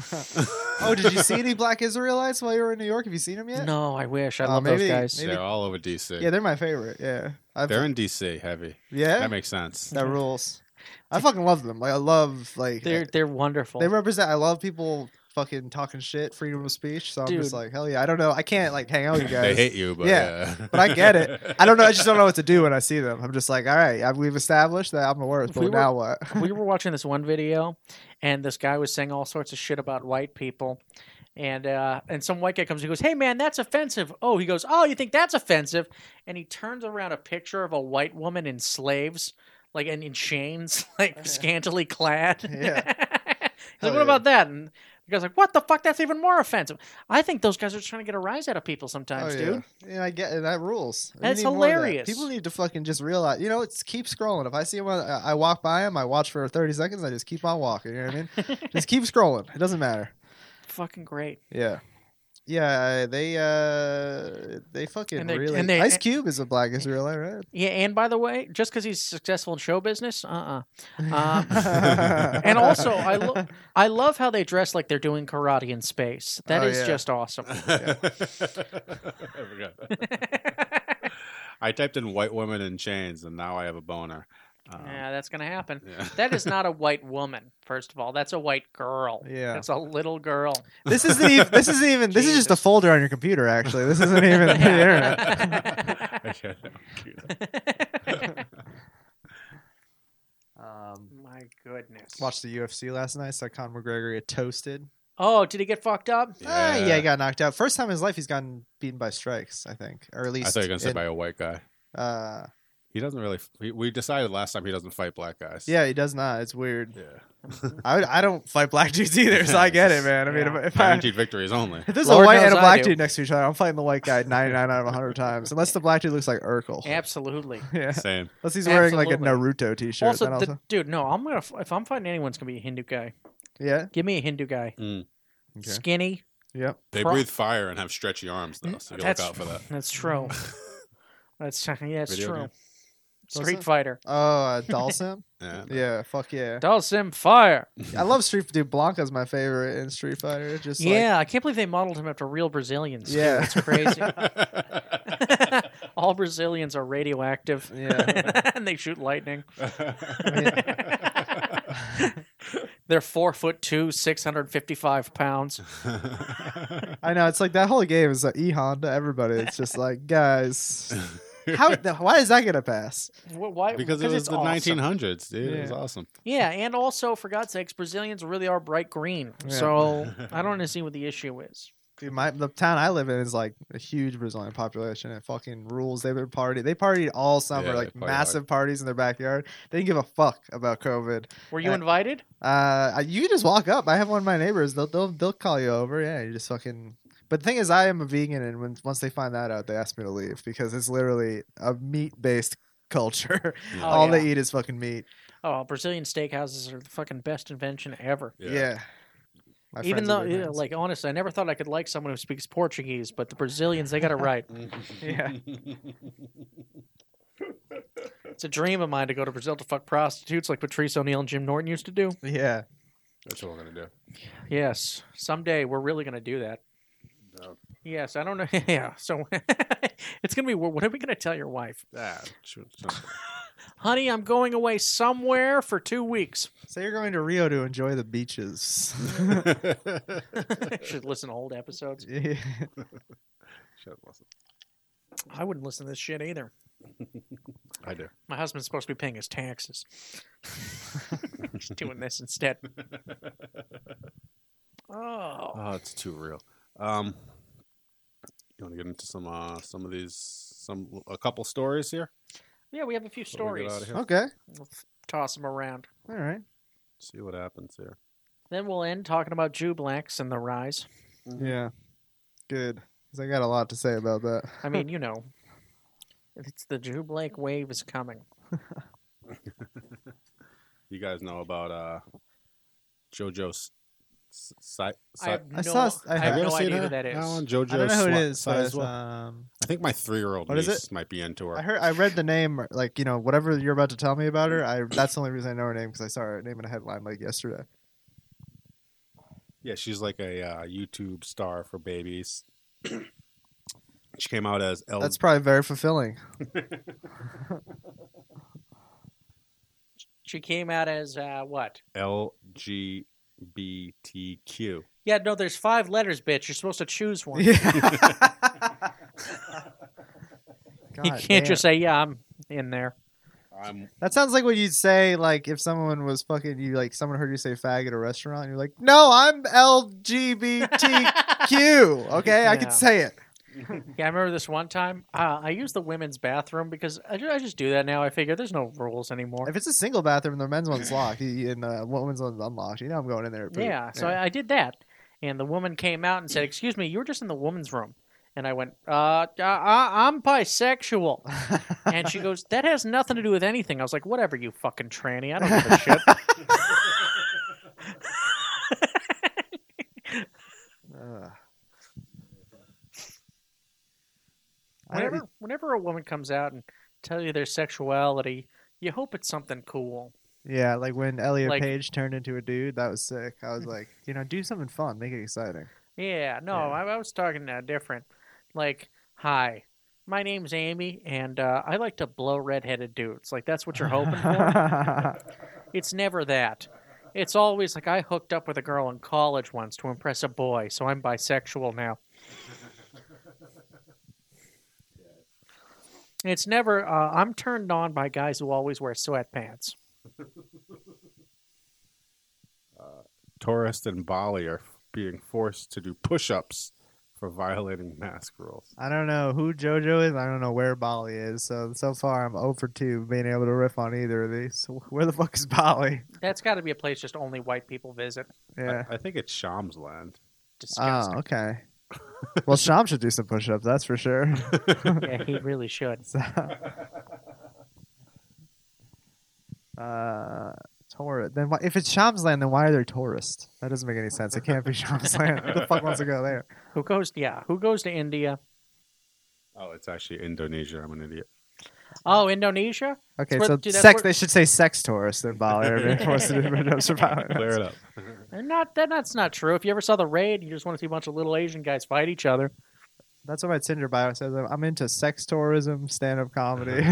[SPEAKER 1] Oh, did you see any black Israelites while you were in New York? Have you seen them yet?
[SPEAKER 2] No, I wish. I
[SPEAKER 1] Oh,
[SPEAKER 2] love those
[SPEAKER 1] maybe-
[SPEAKER 2] guys.
[SPEAKER 1] maybe-
[SPEAKER 4] (laughs) They're all over DC.
[SPEAKER 1] Yeah, they're my favorite. Yeah, I've,
[SPEAKER 4] they're in DC heavy.
[SPEAKER 1] yeah,
[SPEAKER 4] That makes sense.
[SPEAKER 1] that rules. I fucking love them. Like I love like
[SPEAKER 2] They're they're wonderful.
[SPEAKER 1] they represent. I love people fucking talking shit, freedom of speech. So I'm
[SPEAKER 2] Dude.
[SPEAKER 1] just like hell yeah. I don't know. I can't like hang
[SPEAKER 2] (laughs)
[SPEAKER 1] out with you guys.
[SPEAKER 4] (laughs) They hate you, but
[SPEAKER 1] Yeah,
[SPEAKER 4] uh,
[SPEAKER 1] but I get it.
[SPEAKER 4] (laughs)
[SPEAKER 1] I don't know. I just don't know what to do when I see them. I'm just like, all right, I, we've established that I'm the worst,
[SPEAKER 2] If
[SPEAKER 1] but
[SPEAKER 2] we were-
[SPEAKER 1] now what? (laughs)
[SPEAKER 2] (laughs) we were watching this one video and this guy was saying all sorts of shit about white people. And uh, and some white guy comes and goes, Hey man, that's offensive. Oh, he goes, Oh, you think that's offensive? And he turns around a picture of a white woman in slaves, like and in chains, (laughs) like
[SPEAKER 1] (laughs)
[SPEAKER 2] scantily clad.
[SPEAKER 1] Oh,
[SPEAKER 2] (laughs)
[SPEAKER 1] Yeah.
[SPEAKER 2] He's
[SPEAKER 1] Hell
[SPEAKER 2] like, What
[SPEAKER 1] yeah.
[SPEAKER 2] about that? And the guy's like, What the fuck? That's even more offensive. I think those guys are just trying to get a rise out of people
[SPEAKER 1] Oh,
[SPEAKER 2] sometimes,
[SPEAKER 1] yeah.
[SPEAKER 2] dude.
[SPEAKER 1] Yeah, I get it. That rules. We
[SPEAKER 2] That's
[SPEAKER 1] need more of that.
[SPEAKER 2] hilarious.
[SPEAKER 1] People need to fucking just realize, you know, it's keep scrolling. If I see one, I I walk by him, I watch for 30 seconds, I just keep on walking. You know what I
[SPEAKER 2] (laughs)
[SPEAKER 1] mean? just keep scrolling. It doesn't matter.
[SPEAKER 2] Fucking great.
[SPEAKER 1] Yeah. Yeah, they uh they fucking
[SPEAKER 2] And they-
[SPEAKER 1] really
[SPEAKER 2] and they-
[SPEAKER 1] Ice Cube is a black Israelite, right?
[SPEAKER 2] Yeah, and by the way, just because he's successful in show business, uh uh
[SPEAKER 1] (laughs)
[SPEAKER 2] and also, I lo- I love how they dress like they're doing karate in space. That
[SPEAKER 1] Oh,
[SPEAKER 2] is
[SPEAKER 1] yeah.
[SPEAKER 2] just
[SPEAKER 1] (laughs)
[SPEAKER 2] awesome.
[SPEAKER 4] (laughs) I forgot. I typed in white woman in chains, and now I have a boner. Um,
[SPEAKER 2] yeah, that's gonna happen.
[SPEAKER 4] yeah. (laughs)
[SPEAKER 2] That is not a white woman. First of all, that's a white girl.
[SPEAKER 1] Yeah.
[SPEAKER 2] that's a little girl.
[SPEAKER 1] (laughs) this isn't even this isn't even this is just a folder on your computer actually. This isn't (laughs) even the internet. (laughs)
[SPEAKER 2] (laughs)
[SPEAKER 4] I get it.
[SPEAKER 1] Um
[SPEAKER 2] goodness.
[SPEAKER 1] Watched the UFC last night. Saw Conor McGregor get toasted.
[SPEAKER 2] Oh, did he get fucked up?
[SPEAKER 1] Ah, Yeah. yeah, he got knocked out. First time in his life, he's gotten beaten by strikes. I think, or at least
[SPEAKER 4] I thought you were gonna say
[SPEAKER 1] in-
[SPEAKER 4] by a white guy.
[SPEAKER 1] Uh,
[SPEAKER 4] He doesn't really. We, we decided last time he doesn't fight black guys.
[SPEAKER 1] yeah, he does not. It's weird.
[SPEAKER 4] Yeah.
[SPEAKER 1] I, would- I don't fight black (laughs) dudes either, so I get it, man. I mean,
[SPEAKER 2] Yeah.
[SPEAKER 1] if, if I, (laughs)
[SPEAKER 4] Guaranteed victories only.
[SPEAKER 1] if there's
[SPEAKER 2] Lord
[SPEAKER 1] a white
[SPEAKER 2] knows
[SPEAKER 1] and a
[SPEAKER 2] I
[SPEAKER 1] black
[SPEAKER 2] do.
[SPEAKER 1] dude next to each other, I'm fighting the white guy 99 out of 100 times, unless the black dude looks like Urkel.
[SPEAKER 2] Absolutely.
[SPEAKER 1] (laughs) Yeah,
[SPEAKER 4] Same.
[SPEAKER 1] unless he's wearing like a
[SPEAKER 2] Absolutely.
[SPEAKER 1] Naruto t-shirt.
[SPEAKER 2] Also,
[SPEAKER 1] then
[SPEAKER 2] the, dude, no, I'm gonna if I'm fighting anyone, it's gonna be a Hindu guy.
[SPEAKER 1] yeah,
[SPEAKER 2] Give me a Hindu guy,
[SPEAKER 1] okay.
[SPEAKER 2] skinny.
[SPEAKER 1] yep.
[SPEAKER 4] They
[SPEAKER 2] Pro-
[SPEAKER 4] breathe fire and have stretchy arms though, so you look
[SPEAKER 2] That's-
[SPEAKER 4] out for that.
[SPEAKER 2] That's
[SPEAKER 1] (laughs)
[SPEAKER 2] true. That's (laughs) yeah, it's
[SPEAKER 4] Video
[SPEAKER 2] true.
[SPEAKER 4] game.
[SPEAKER 2] Street
[SPEAKER 1] that?
[SPEAKER 2] Fighter.
[SPEAKER 1] Oh,
[SPEAKER 4] (laughs)
[SPEAKER 1] uh, Dalsim.
[SPEAKER 4] Yeah.
[SPEAKER 1] yeah, fuck yeah.
[SPEAKER 2] Dalsim Fire.
[SPEAKER 1] I love Street Dude Blanca's my favorite in Street Fighter. It's Just like,
[SPEAKER 2] yeah, I can't believe they modeled him after real Brazilians. too.
[SPEAKER 1] (laughs) Yeah.
[SPEAKER 2] That's crazy. (laughs) All Brazilians are radioactive.
[SPEAKER 1] Yeah.
[SPEAKER 2] (laughs) and they shoot lightning.
[SPEAKER 4] I
[SPEAKER 2] (laughs) They're four foot two, six hundred fifty five pounds. (laughs)
[SPEAKER 4] (laughs)
[SPEAKER 1] I know it's like that whole game is like E Honda. Everybody, it's just like
[SPEAKER 4] (laughs)
[SPEAKER 1] guys. How? the- Why is that gonna pass?
[SPEAKER 2] Wh- Why?
[SPEAKER 4] because it was
[SPEAKER 2] it's
[SPEAKER 4] the
[SPEAKER 2] awesome.
[SPEAKER 4] 1900s, dude. It was
[SPEAKER 1] Yeah.
[SPEAKER 4] awesome.
[SPEAKER 2] Yeah, and also for God's sakes, Brazilians really are bright green.
[SPEAKER 1] Yeah.
[SPEAKER 2] So
[SPEAKER 1] (laughs)
[SPEAKER 2] I don't understand what the issue is.
[SPEAKER 1] Dude, my the town I live in is like a huge Brazilian population. It fucking rules. They've been party. They partied all summer,
[SPEAKER 4] Yeah, they
[SPEAKER 1] like
[SPEAKER 4] party hard.
[SPEAKER 1] massive parties in their backyard. They didn't give a fuck about COVID.
[SPEAKER 2] Were you
[SPEAKER 1] Uh,
[SPEAKER 2] invited?
[SPEAKER 1] Uh, you can just walk up. I have one of my neighbors. They'll they'll, they'll call you over. Yeah, you just fucking. But the thing is, I am a vegan, and when, once they find that out, they ask me to leave because it's literally a meat based (laughs) culture.
[SPEAKER 4] Yeah.
[SPEAKER 2] Oh,
[SPEAKER 1] all
[SPEAKER 2] yeah.
[SPEAKER 1] they eat is fucking meat.
[SPEAKER 2] Oh, Brazilian steakhouses are the fucking best invention ever.
[SPEAKER 1] Yeah. My
[SPEAKER 2] Even
[SPEAKER 1] friends
[SPEAKER 2] though,
[SPEAKER 1] are
[SPEAKER 2] yeah,
[SPEAKER 1] vegans.
[SPEAKER 2] like, honestly, I never thought I could like someone who speaks Portuguese, but the Brazilians, they got it right.
[SPEAKER 1] yeah,
[SPEAKER 2] It's a dream of mine to go to Brazil to fuck prostitutes like Patrice O'Neill and Jim Norton used to do.
[SPEAKER 1] yeah.
[SPEAKER 4] That's what we're gonna do.
[SPEAKER 2] Yes, someday we're really going to do that.
[SPEAKER 4] No.
[SPEAKER 2] Yes, I don't know. (laughs) yeah, so it's going to be what are we going to tell your wife?
[SPEAKER 4] Yeah. sure, sure.
[SPEAKER 2] Honey, I'm going away somewhere for two weeks. (laughs)
[SPEAKER 1] So you're going to Rio to enjoy the beaches. (laughs)
[SPEAKER 2] should listen to old episodes.
[SPEAKER 1] Yeah.
[SPEAKER 4] Shit, listen.
[SPEAKER 2] I wouldn't listen to this shit either.
[SPEAKER 4] I do.
[SPEAKER 2] My husband's supposed to be paying his taxes. (laughs) He's doing this
[SPEAKER 4] (laughs)
[SPEAKER 2] instead. Oh,
[SPEAKER 4] Oh, it's too real. Um, you want to get into some uh, some of these some a couple stories here?
[SPEAKER 2] yeah, we have a few
[SPEAKER 4] Before
[SPEAKER 2] stories.
[SPEAKER 4] we get outta here?
[SPEAKER 1] okay.
[SPEAKER 2] We'll f- toss them around.
[SPEAKER 1] All right.
[SPEAKER 4] See what happens here.
[SPEAKER 2] Then we'll end talking about Jew blacks and the rise.
[SPEAKER 1] Yeah. Good. 'Cause I got a lot to say about that.
[SPEAKER 2] I mean, you know, it's the Jew black wave is coming.
[SPEAKER 4] You guys know about uh, JoJo's. S- si- si-
[SPEAKER 2] I have no,
[SPEAKER 1] I saw- I
[SPEAKER 2] I have
[SPEAKER 1] have
[SPEAKER 2] no
[SPEAKER 4] you seen
[SPEAKER 2] idea
[SPEAKER 4] her?
[SPEAKER 2] who that is.
[SPEAKER 4] That one, JoJo's
[SPEAKER 1] I don't know who it
[SPEAKER 4] Sli-
[SPEAKER 1] is. But,
[SPEAKER 4] Sizewell?
[SPEAKER 1] um,
[SPEAKER 4] I think my three-year-old
[SPEAKER 1] What is
[SPEAKER 4] niece
[SPEAKER 1] it?
[SPEAKER 4] might be into her.
[SPEAKER 1] I heard. I read the name. or, Like you know, whatever you're about to tell me about her. I. That's the only reason I know her name because I saw her name in a headline like yesterday.
[SPEAKER 4] Yeah, she's like a uh, YouTube star for babies. she came out as
[SPEAKER 2] Oh.
[SPEAKER 4] El.
[SPEAKER 1] That's probably very fulfilling.
[SPEAKER 2] She came out as uh, what?
[SPEAKER 4] LGBTQ.
[SPEAKER 2] Yeah, no, there's five letters, bitch. You're supposed to choose (laughs) one.
[SPEAKER 1] (laughs) Yeah.
[SPEAKER 2] (laughs) you
[SPEAKER 1] God
[SPEAKER 2] can't
[SPEAKER 1] damn.
[SPEAKER 2] just say, "Yeah, I'm in there."
[SPEAKER 4] I'm
[SPEAKER 1] That sounds like what you'd say, like if someone was fucking you, like someone heard you say fag at a restaurant, and you're like, "No, I'm
[SPEAKER 2] (laughs)
[SPEAKER 1] LGBTQ." Okay, I
[SPEAKER 2] Yeah.
[SPEAKER 1] can say it.
[SPEAKER 2] Yeah, I remember this one time. Uh, I used the women's bathroom because I ju- I just, do that now. I figure there's no rules anymore.
[SPEAKER 1] If it's a single bathroom, the men's one's locked y- and the woman's one's unlocked. You know, I'm going in there. to poop.
[SPEAKER 2] yeah, so I, I did that, and the woman came out and said, "Excuse me, you were just in the woman's room." And I went, uh, uh, uh, I'm bisexual. and she goes, That has nothing to do with anything. I was like, Whatever, you fucking tranny. I don't give a shit.
[SPEAKER 1] Ugh. I already-
[SPEAKER 2] Whenever, whenever a woman comes out and tells you their sexuality, you hope it's something cool.
[SPEAKER 1] yeah, like when Elliot
[SPEAKER 2] Like-
[SPEAKER 1] Page turned into a dude, that was sick. I was like, you know, do something fun, make it
[SPEAKER 2] (laughs)
[SPEAKER 1] exciting.
[SPEAKER 2] Yeah, no,
[SPEAKER 1] Yeah.
[SPEAKER 2] I, I was talking uh, different. Like, hi, my name's Amy, and uh, I like to blow redheaded dudes. Like, that's what you're
[SPEAKER 1] (laughs)
[SPEAKER 2] hoping for. it's never that. It's always like I hooked up with a girl in college once to impress a boy, so I'm bisexual now. It's never. Uh, I'm turned on by guys who always wear sweatpants.
[SPEAKER 4] tourists in Bali are being forced to do push-ups for violating mask rules.
[SPEAKER 1] I don't know who JoJo is. I don't know where Bali is. So so far, I'm 0 for 2 being able to riff on either of these. (laughs) So where the fuck is Bali?
[SPEAKER 2] That's got to be a place just only white people visit.
[SPEAKER 1] Yeah.
[SPEAKER 4] I, I think it's Shams land.
[SPEAKER 2] Disgusting.
[SPEAKER 1] oh, okay. well, Sham should do some push-ups. That's for sure.
[SPEAKER 4] Oh.
[SPEAKER 2] yeah, he really
[SPEAKER 4] (laughs)
[SPEAKER 2] should.
[SPEAKER 1] So, uh, Taurus. Then why, if it's Shams land, then why are there tourists? That doesn't make any sense. It can't be (laughs) Shams land. Who the fuck wants to go there?
[SPEAKER 2] Who goes? Yeah, who goes to India?
[SPEAKER 4] Oh, it's actually Indonesia. I'm an idiot.
[SPEAKER 2] Oh, Indonesia.
[SPEAKER 1] Okay,
[SPEAKER 2] where-
[SPEAKER 1] so
[SPEAKER 2] dude, that's
[SPEAKER 1] sex.
[SPEAKER 2] where-
[SPEAKER 1] They should say sex tourists in Bali. Or
[SPEAKER 4] (laughs)
[SPEAKER 1] being forced to do push-ups for (laughs) Bali.
[SPEAKER 4] Clear it up.
[SPEAKER 2] They're not. That, that's not true. If you ever saw the raid, you just want to see a bunch of little Asian guys fight each other.
[SPEAKER 1] That's what my Tinder bio says. I'm- I'm into sex tourism, stand-up comedy.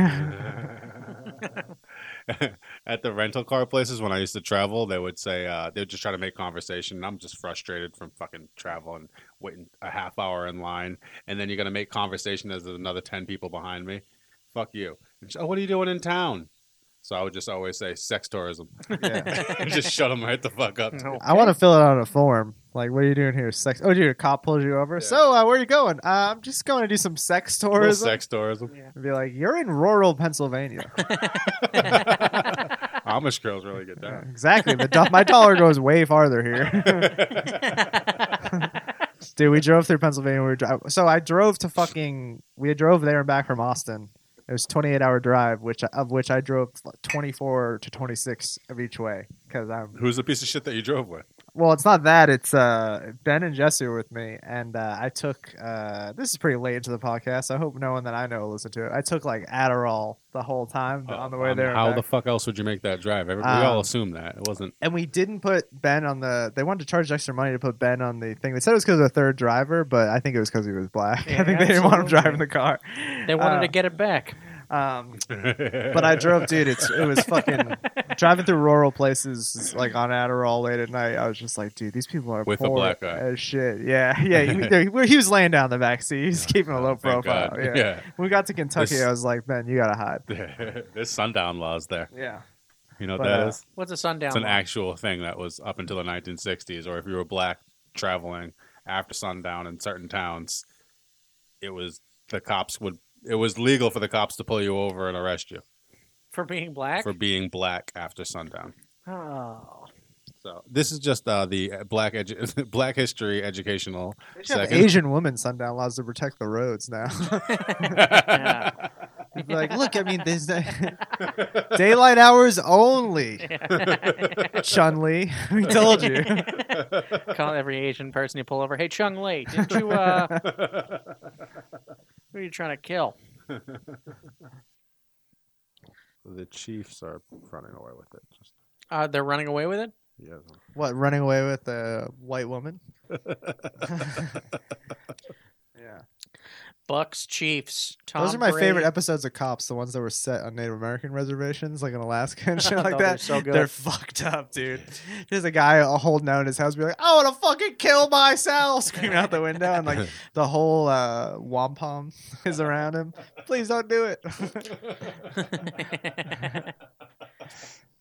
[SPEAKER 4] At the rental car places when I used to travel, they would say uh, they would just try to make conversation. And I'm just frustrated from fucking traveling, waiting a half hour in line, and then you're gonna make conversation as there's another ten people behind me. Fuck you. And she's, oh, what are you doing in town? So I would just always say sex tourism.
[SPEAKER 1] yeah.
[SPEAKER 4] (laughs) just shut them right the fuck up.
[SPEAKER 1] (laughs) I want to fill it out on a form. Like, what are you doing here? Sex? Oh, dude, a cop pulls you over.
[SPEAKER 4] Yeah.
[SPEAKER 1] So, uh, where are you going? Uh, I'm just going to do some sex
[SPEAKER 4] Little
[SPEAKER 1] tourism.
[SPEAKER 4] sex tourism.
[SPEAKER 1] And be like, you're in rural Pennsylvania.
[SPEAKER 4] Amish girls really get (laughs) down.
[SPEAKER 1] exactly. The do- my dollar goes way farther here. Dude, we drove through Pennsylvania. We were dri- so I drove to fucking. We drove there and back from Austin. It was 28 hour drive, which of which I drove 24 to 26 of each way because I'm
[SPEAKER 4] Who's the piece of shit that you drove with?
[SPEAKER 1] Well, it's not that. It's uh, Ben and Jesse were with me, and uh, I took. Uh, this is pretty late into the podcast. I hope no one that I know will listen to it. I took like Adderall the whole time on the way
[SPEAKER 4] Um,
[SPEAKER 1] there. and
[SPEAKER 4] How
[SPEAKER 1] back.
[SPEAKER 4] the fuck else would you make that drive? Every- we
[SPEAKER 1] Um,
[SPEAKER 4] all assume that it wasn't.
[SPEAKER 1] and we didn't put Ben on the. They wanted to charge extra money to put Ben on the thing. They said it was because of the third driver, but I think it was because he was black. (laughs)
[SPEAKER 2] Yeah,
[SPEAKER 1] I think they didn't want him
[SPEAKER 2] absolutely.
[SPEAKER 1] driving the car.
[SPEAKER 2] They wanted
[SPEAKER 1] Uh,
[SPEAKER 4] Oh.
[SPEAKER 2] to get it back.
[SPEAKER 1] Um,
[SPEAKER 4] but
[SPEAKER 1] but I drove,
[SPEAKER 4] (laughs)
[SPEAKER 1] dude. It's it was
[SPEAKER 2] (laughs)
[SPEAKER 1] fucking driving through rural places like on Adderall late at night. I was just like, dude, these people are
[SPEAKER 4] With a
[SPEAKER 1] poor
[SPEAKER 4] black eye.
[SPEAKER 1] as shit. Yeah, (laughs) yeah.
[SPEAKER 4] (laughs)
[SPEAKER 1] He, they- he was laying down in the back seat. He's
[SPEAKER 4] oh,
[SPEAKER 1] keeping a low profile.
[SPEAKER 4] (laughs)
[SPEAKER 1] Yeah. When we got to Kentucky,
[SPEAKER 4] This-
[SPEAKER 1] I was like, man, you gotta hide.
[SPEAKER 4] (laughs) There's sundown laws there.
[SPEAKER 1] Yeah.
[SPEAKER 4] You know what
[SPEAKER 1] But,
[SPEAKER 4] that is?
[SPEAKER 1] uh,
[SPEAKER 2] What's a sundown?
[SPEAKER 4] It's an
[SPEAKER 2] law?
[SPEAKER 4] actual thing that was up until the 1960s, or if you were black traveling after sundown in certain towns, it was the cops would. It was legal for the cops to pull you over and arrest you
[SPEAKER 2] for being black.
[SPEAKER 4] for being black after sundown.
[SPEAKER 2] Oh.
[SPEAKER 4] So this is just uh, the uh, black edu- (laughs) black history educational
[SPEAKER 1] They should have
[SPEAKER 4] second.
[SPEAKER 1] Asian women sundown laws to protect the roads now. (laughs)
[SPEAKER 2] Yeah.
[SPEAKER 4] (laughs)
[SPEAKER 1] It's like, look, I mean, there's (laughs) daylight hours
[SPEAKER 2] (laughs)
[SPEAKER 1] only. Chun Li, we told you.
[SPEAKER 2] Call every Asian person you pull over. Hey, Chung Lee, didn't you? Uh, who are you trying to kill?
[SPEAKER 4] (laughs) the Chiefs are running away with it. Just,
[SPEAKER 2] Uh, they're running away with it.
[SPEAKER 4] yeah,
[SPEAKER 1] What running away with a white
[SPEAKER 2] (laughs)
[SPEAKER 1] woman? yeah.
[SPEAKER 2] Bucks, Chiefs. Tom
[SPEAKER 1] Those are my
[SPEAKER 2] Brady.
[SPEAKER 1] favorite episodes of Cops, the ones that were set on Native American reservations, like in Alaska
[SPEAKER 2] (laughs)
[SPEAKER 1] and shit like that.
[SPEAKER 2] Oh, they're so good.
[SPEAKER 1] They're fucked up, dude. There's a guy uh, holding out in his house, be like, "I want to fucking kill myself," screaming out the window, and like the whole uh, wampum (laughs) is around him. Please don't do it.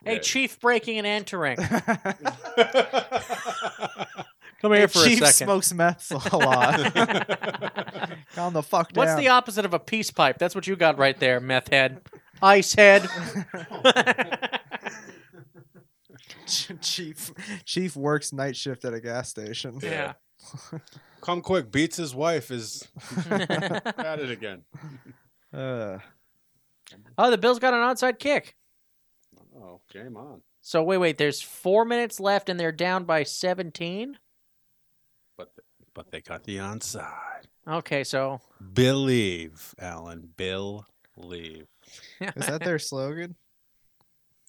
[SPEAKER 2] hey,
[SPEAKER 4] Yeah.
[SPEAKER 2] Chief breaking and entering.
[SPEAKER 1] (laughs)
[SPEAKER 2] Come
[SPEAKER 1] The
[SPEAKER 2] here for
[SPEAKER 1] Chief
[SPEAKER 2] a second.
[SPEAKER 1] smokes meth a (laughs) lot. Calm the fuck down.
[SPEAKER 2] What's the opposite of a peace pipe? That's what you got right there, meth head. Ice head. (laughs)
[SPEAKER 1] the chief? Chief works night shift at a gas station.
[SPEAKER 2] yeah.
[SPEAKER 4] (laughs)
[SPEAKER 2] (laughs)
[SPEAKER 4] Come quick, beats his wife is at it again.
[SPEAKER 1] Uh,
[SPEAKER 2] Oh, the Bills got an onside kick.
[SPEAKER 4] Oh, game on.
[SPEAKER 2] So wait, wait. There's four minutes left, and they're down by 17.
[SPEAKER 4] But but they got the onside.
[SPEAKER 2] Okay, so
[SPEAKER 4] Believe, Alan. Bill leave.
[SPEAKER 1] is that their (laughs) slogan?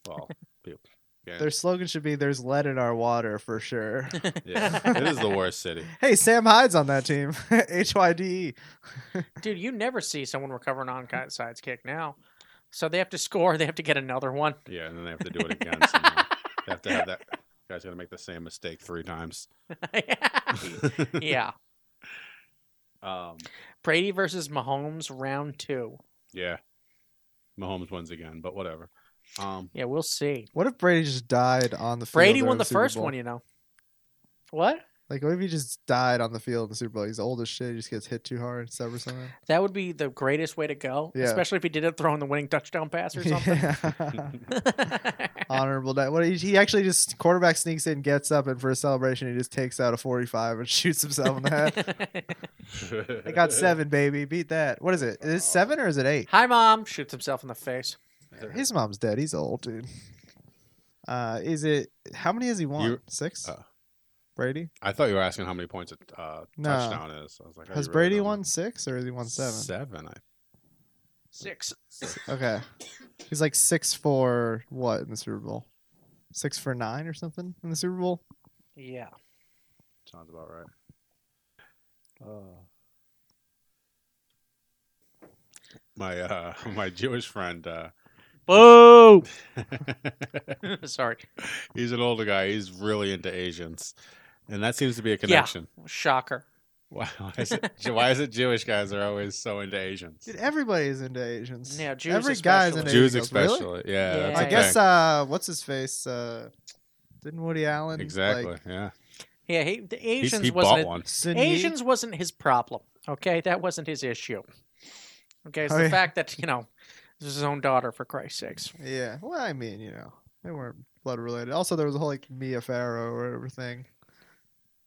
[SPEAKER 4] Well, people. Yeah.
[SPEAKER 1] Their slogan should be "There's lead in our water for (laughs) sure."
[SPEAKER 4] yeah, it is the worst city.
[SPEAKER 1] hey, Sam Hyde's on that team. (laughs) H Y D E.
[SPEAKER 2] Dude, you never see someone recover an onside kick now. So they have to score. (laughs) They have to get another one.
[SPEAKER 4] Yeah, and then they have to do it again. somehow. they have to have that guy's gonna make the same mistake three times.
[SPEAKER 2] yeah.
[SPEAKER 4] Um,
[SPEAKER 2] Brady versus Mahomes, round two.
[SPEAKER 4] yeah, Mahomes wins again, but whatever. Um,
[SPEAKER 2] Yeah, we'll see.
[SPEAKER 1] What if Brady just died on the field?
[SPEAKER 2] Brady
[SPEAKER 1] during
[SPEAKER 2] won the
[SPEAKER 1] Super
[SPEAKER 2] first
[SPEAKER 1] Bowl?
[SPEAKER 2] one, you know. What?
[SPEAKER 1] Like, what if he just died on the field in the Super Bowl? He's old as shit. He just gets hit too hard and severs something.
[SPEAKER 2] That would be the greatest way to go,
[SPEAKER 1] Yeah.
[SPEAKER 2] especially if he did it throwing the winning touchdown pass (laughs)
[SPEAKER 1] (laughs)
[SPEAKER 2] or something.
[SPEAKER 1] Honorable day. What he, he actually just quarterback sneaks in, gets up, and for a celebration, he just takes out a 45 and (laughs) shoots himself in the head.
[SPEAKER 2] (laughs)
[SPEAKER 1] I got
[SPEAKER 4] (laughs)
[SPEAKER 1] seven, baby. Beat that. What is it? Is it seven or is it eight?
[SPEAKER 2] Hi, mom. Shoots himself in the face.
[SPEAKER 1] His mom's dead. He's old, dude. Uh, is it? How many has he won?
[SPEAKER 4] You-
[SPEAKER 1] Six.
[SPEAKER 4] uh,
[SPEAKER 1] Brady
[SPEAKER 4] I thought you were asking how many points a uh,
[SPEAKER 1] No.
[SPEAKER 4] touchdown is. I was like, oh,
[SPEAKER 1] has
[SPEAKER 4] you really
[SPEAKER 1] Brady
[SPEAKER 4] don't know.
[SPEAKER 1] won six or has he won seven?
[SPEAKER 4] Seven. I,
[SPEAKER 2] Six.
[SPEAKER 1] Okay, he's like six for what in the Super Bowl? Six for nine or something in the Super Bowl.
[SPEAKER 2] Yeah.
[SPEAKER 4] sounds about right. Oh. My uh, (laughs) my Jewish friend, uh, (laughs)
[SPEAKER 2] Boo! (laughs) Sorry.
[SPEAKER 4] he's an older guy. He's really into Asians, and that seems to be a connection. (laughs)
[SPEAKER 2] Shocker.
[SPEAKER 4] Why, why, is it, why is it Jewish guys are always so into Asians?
[SPEAKER 1] Dude, everybody is into Asians.
[SPEAKER 2] Yeah, Jews
[SPEAKER 1] Every guy's
[SPEAKER 2] especially.
[SPEAKER 1] into
[SPEAKER 4] Jews
[SPEAKER 1] Asians. Really?
[SPEAKER 4] especially, yeah.
[SPEAKER 2] Yeah.
[SPEAKER 4] that's
[SPEAKER 1] I
[SPEAKER 4] a
[SPEAKER 1] guess
[SPEAKER 4] thing.
[SPEAKER 1] uh, what's his face? Uh, didn't Woody Allen
[SPEAKER 4] exactly.
[SPEAKER 1] Like,
[SPEAKER 4] yeah,
[SPEAKER 2] Yeah, he, the
[SPEAKER 4] He's-
[SPEAKER 2] Asians
[SPEAKER 4] he
[SPEAKER 2] wasn't
[SPEAKER 4] bought
[SPEAKER 2] a-
[SPEAKER 4] one.
[SPEAKER 1] Sun Yi?
[SPEAKER 2] Asians wasn't his problem. Okay, that wasn't his issue. Okay, it's
[SPEAKER 1] Oh,
[SPEAKER 2] the
[SPEAKER 1] yeah.
[SPEAKER 2] fact that you know this is his own daughter for Christ's sakes.
[SPEAKER 1] Yeah. Well, I mean, you know, they weren't blood related. Also, there was a whole like Mia Farrow or whatever thing.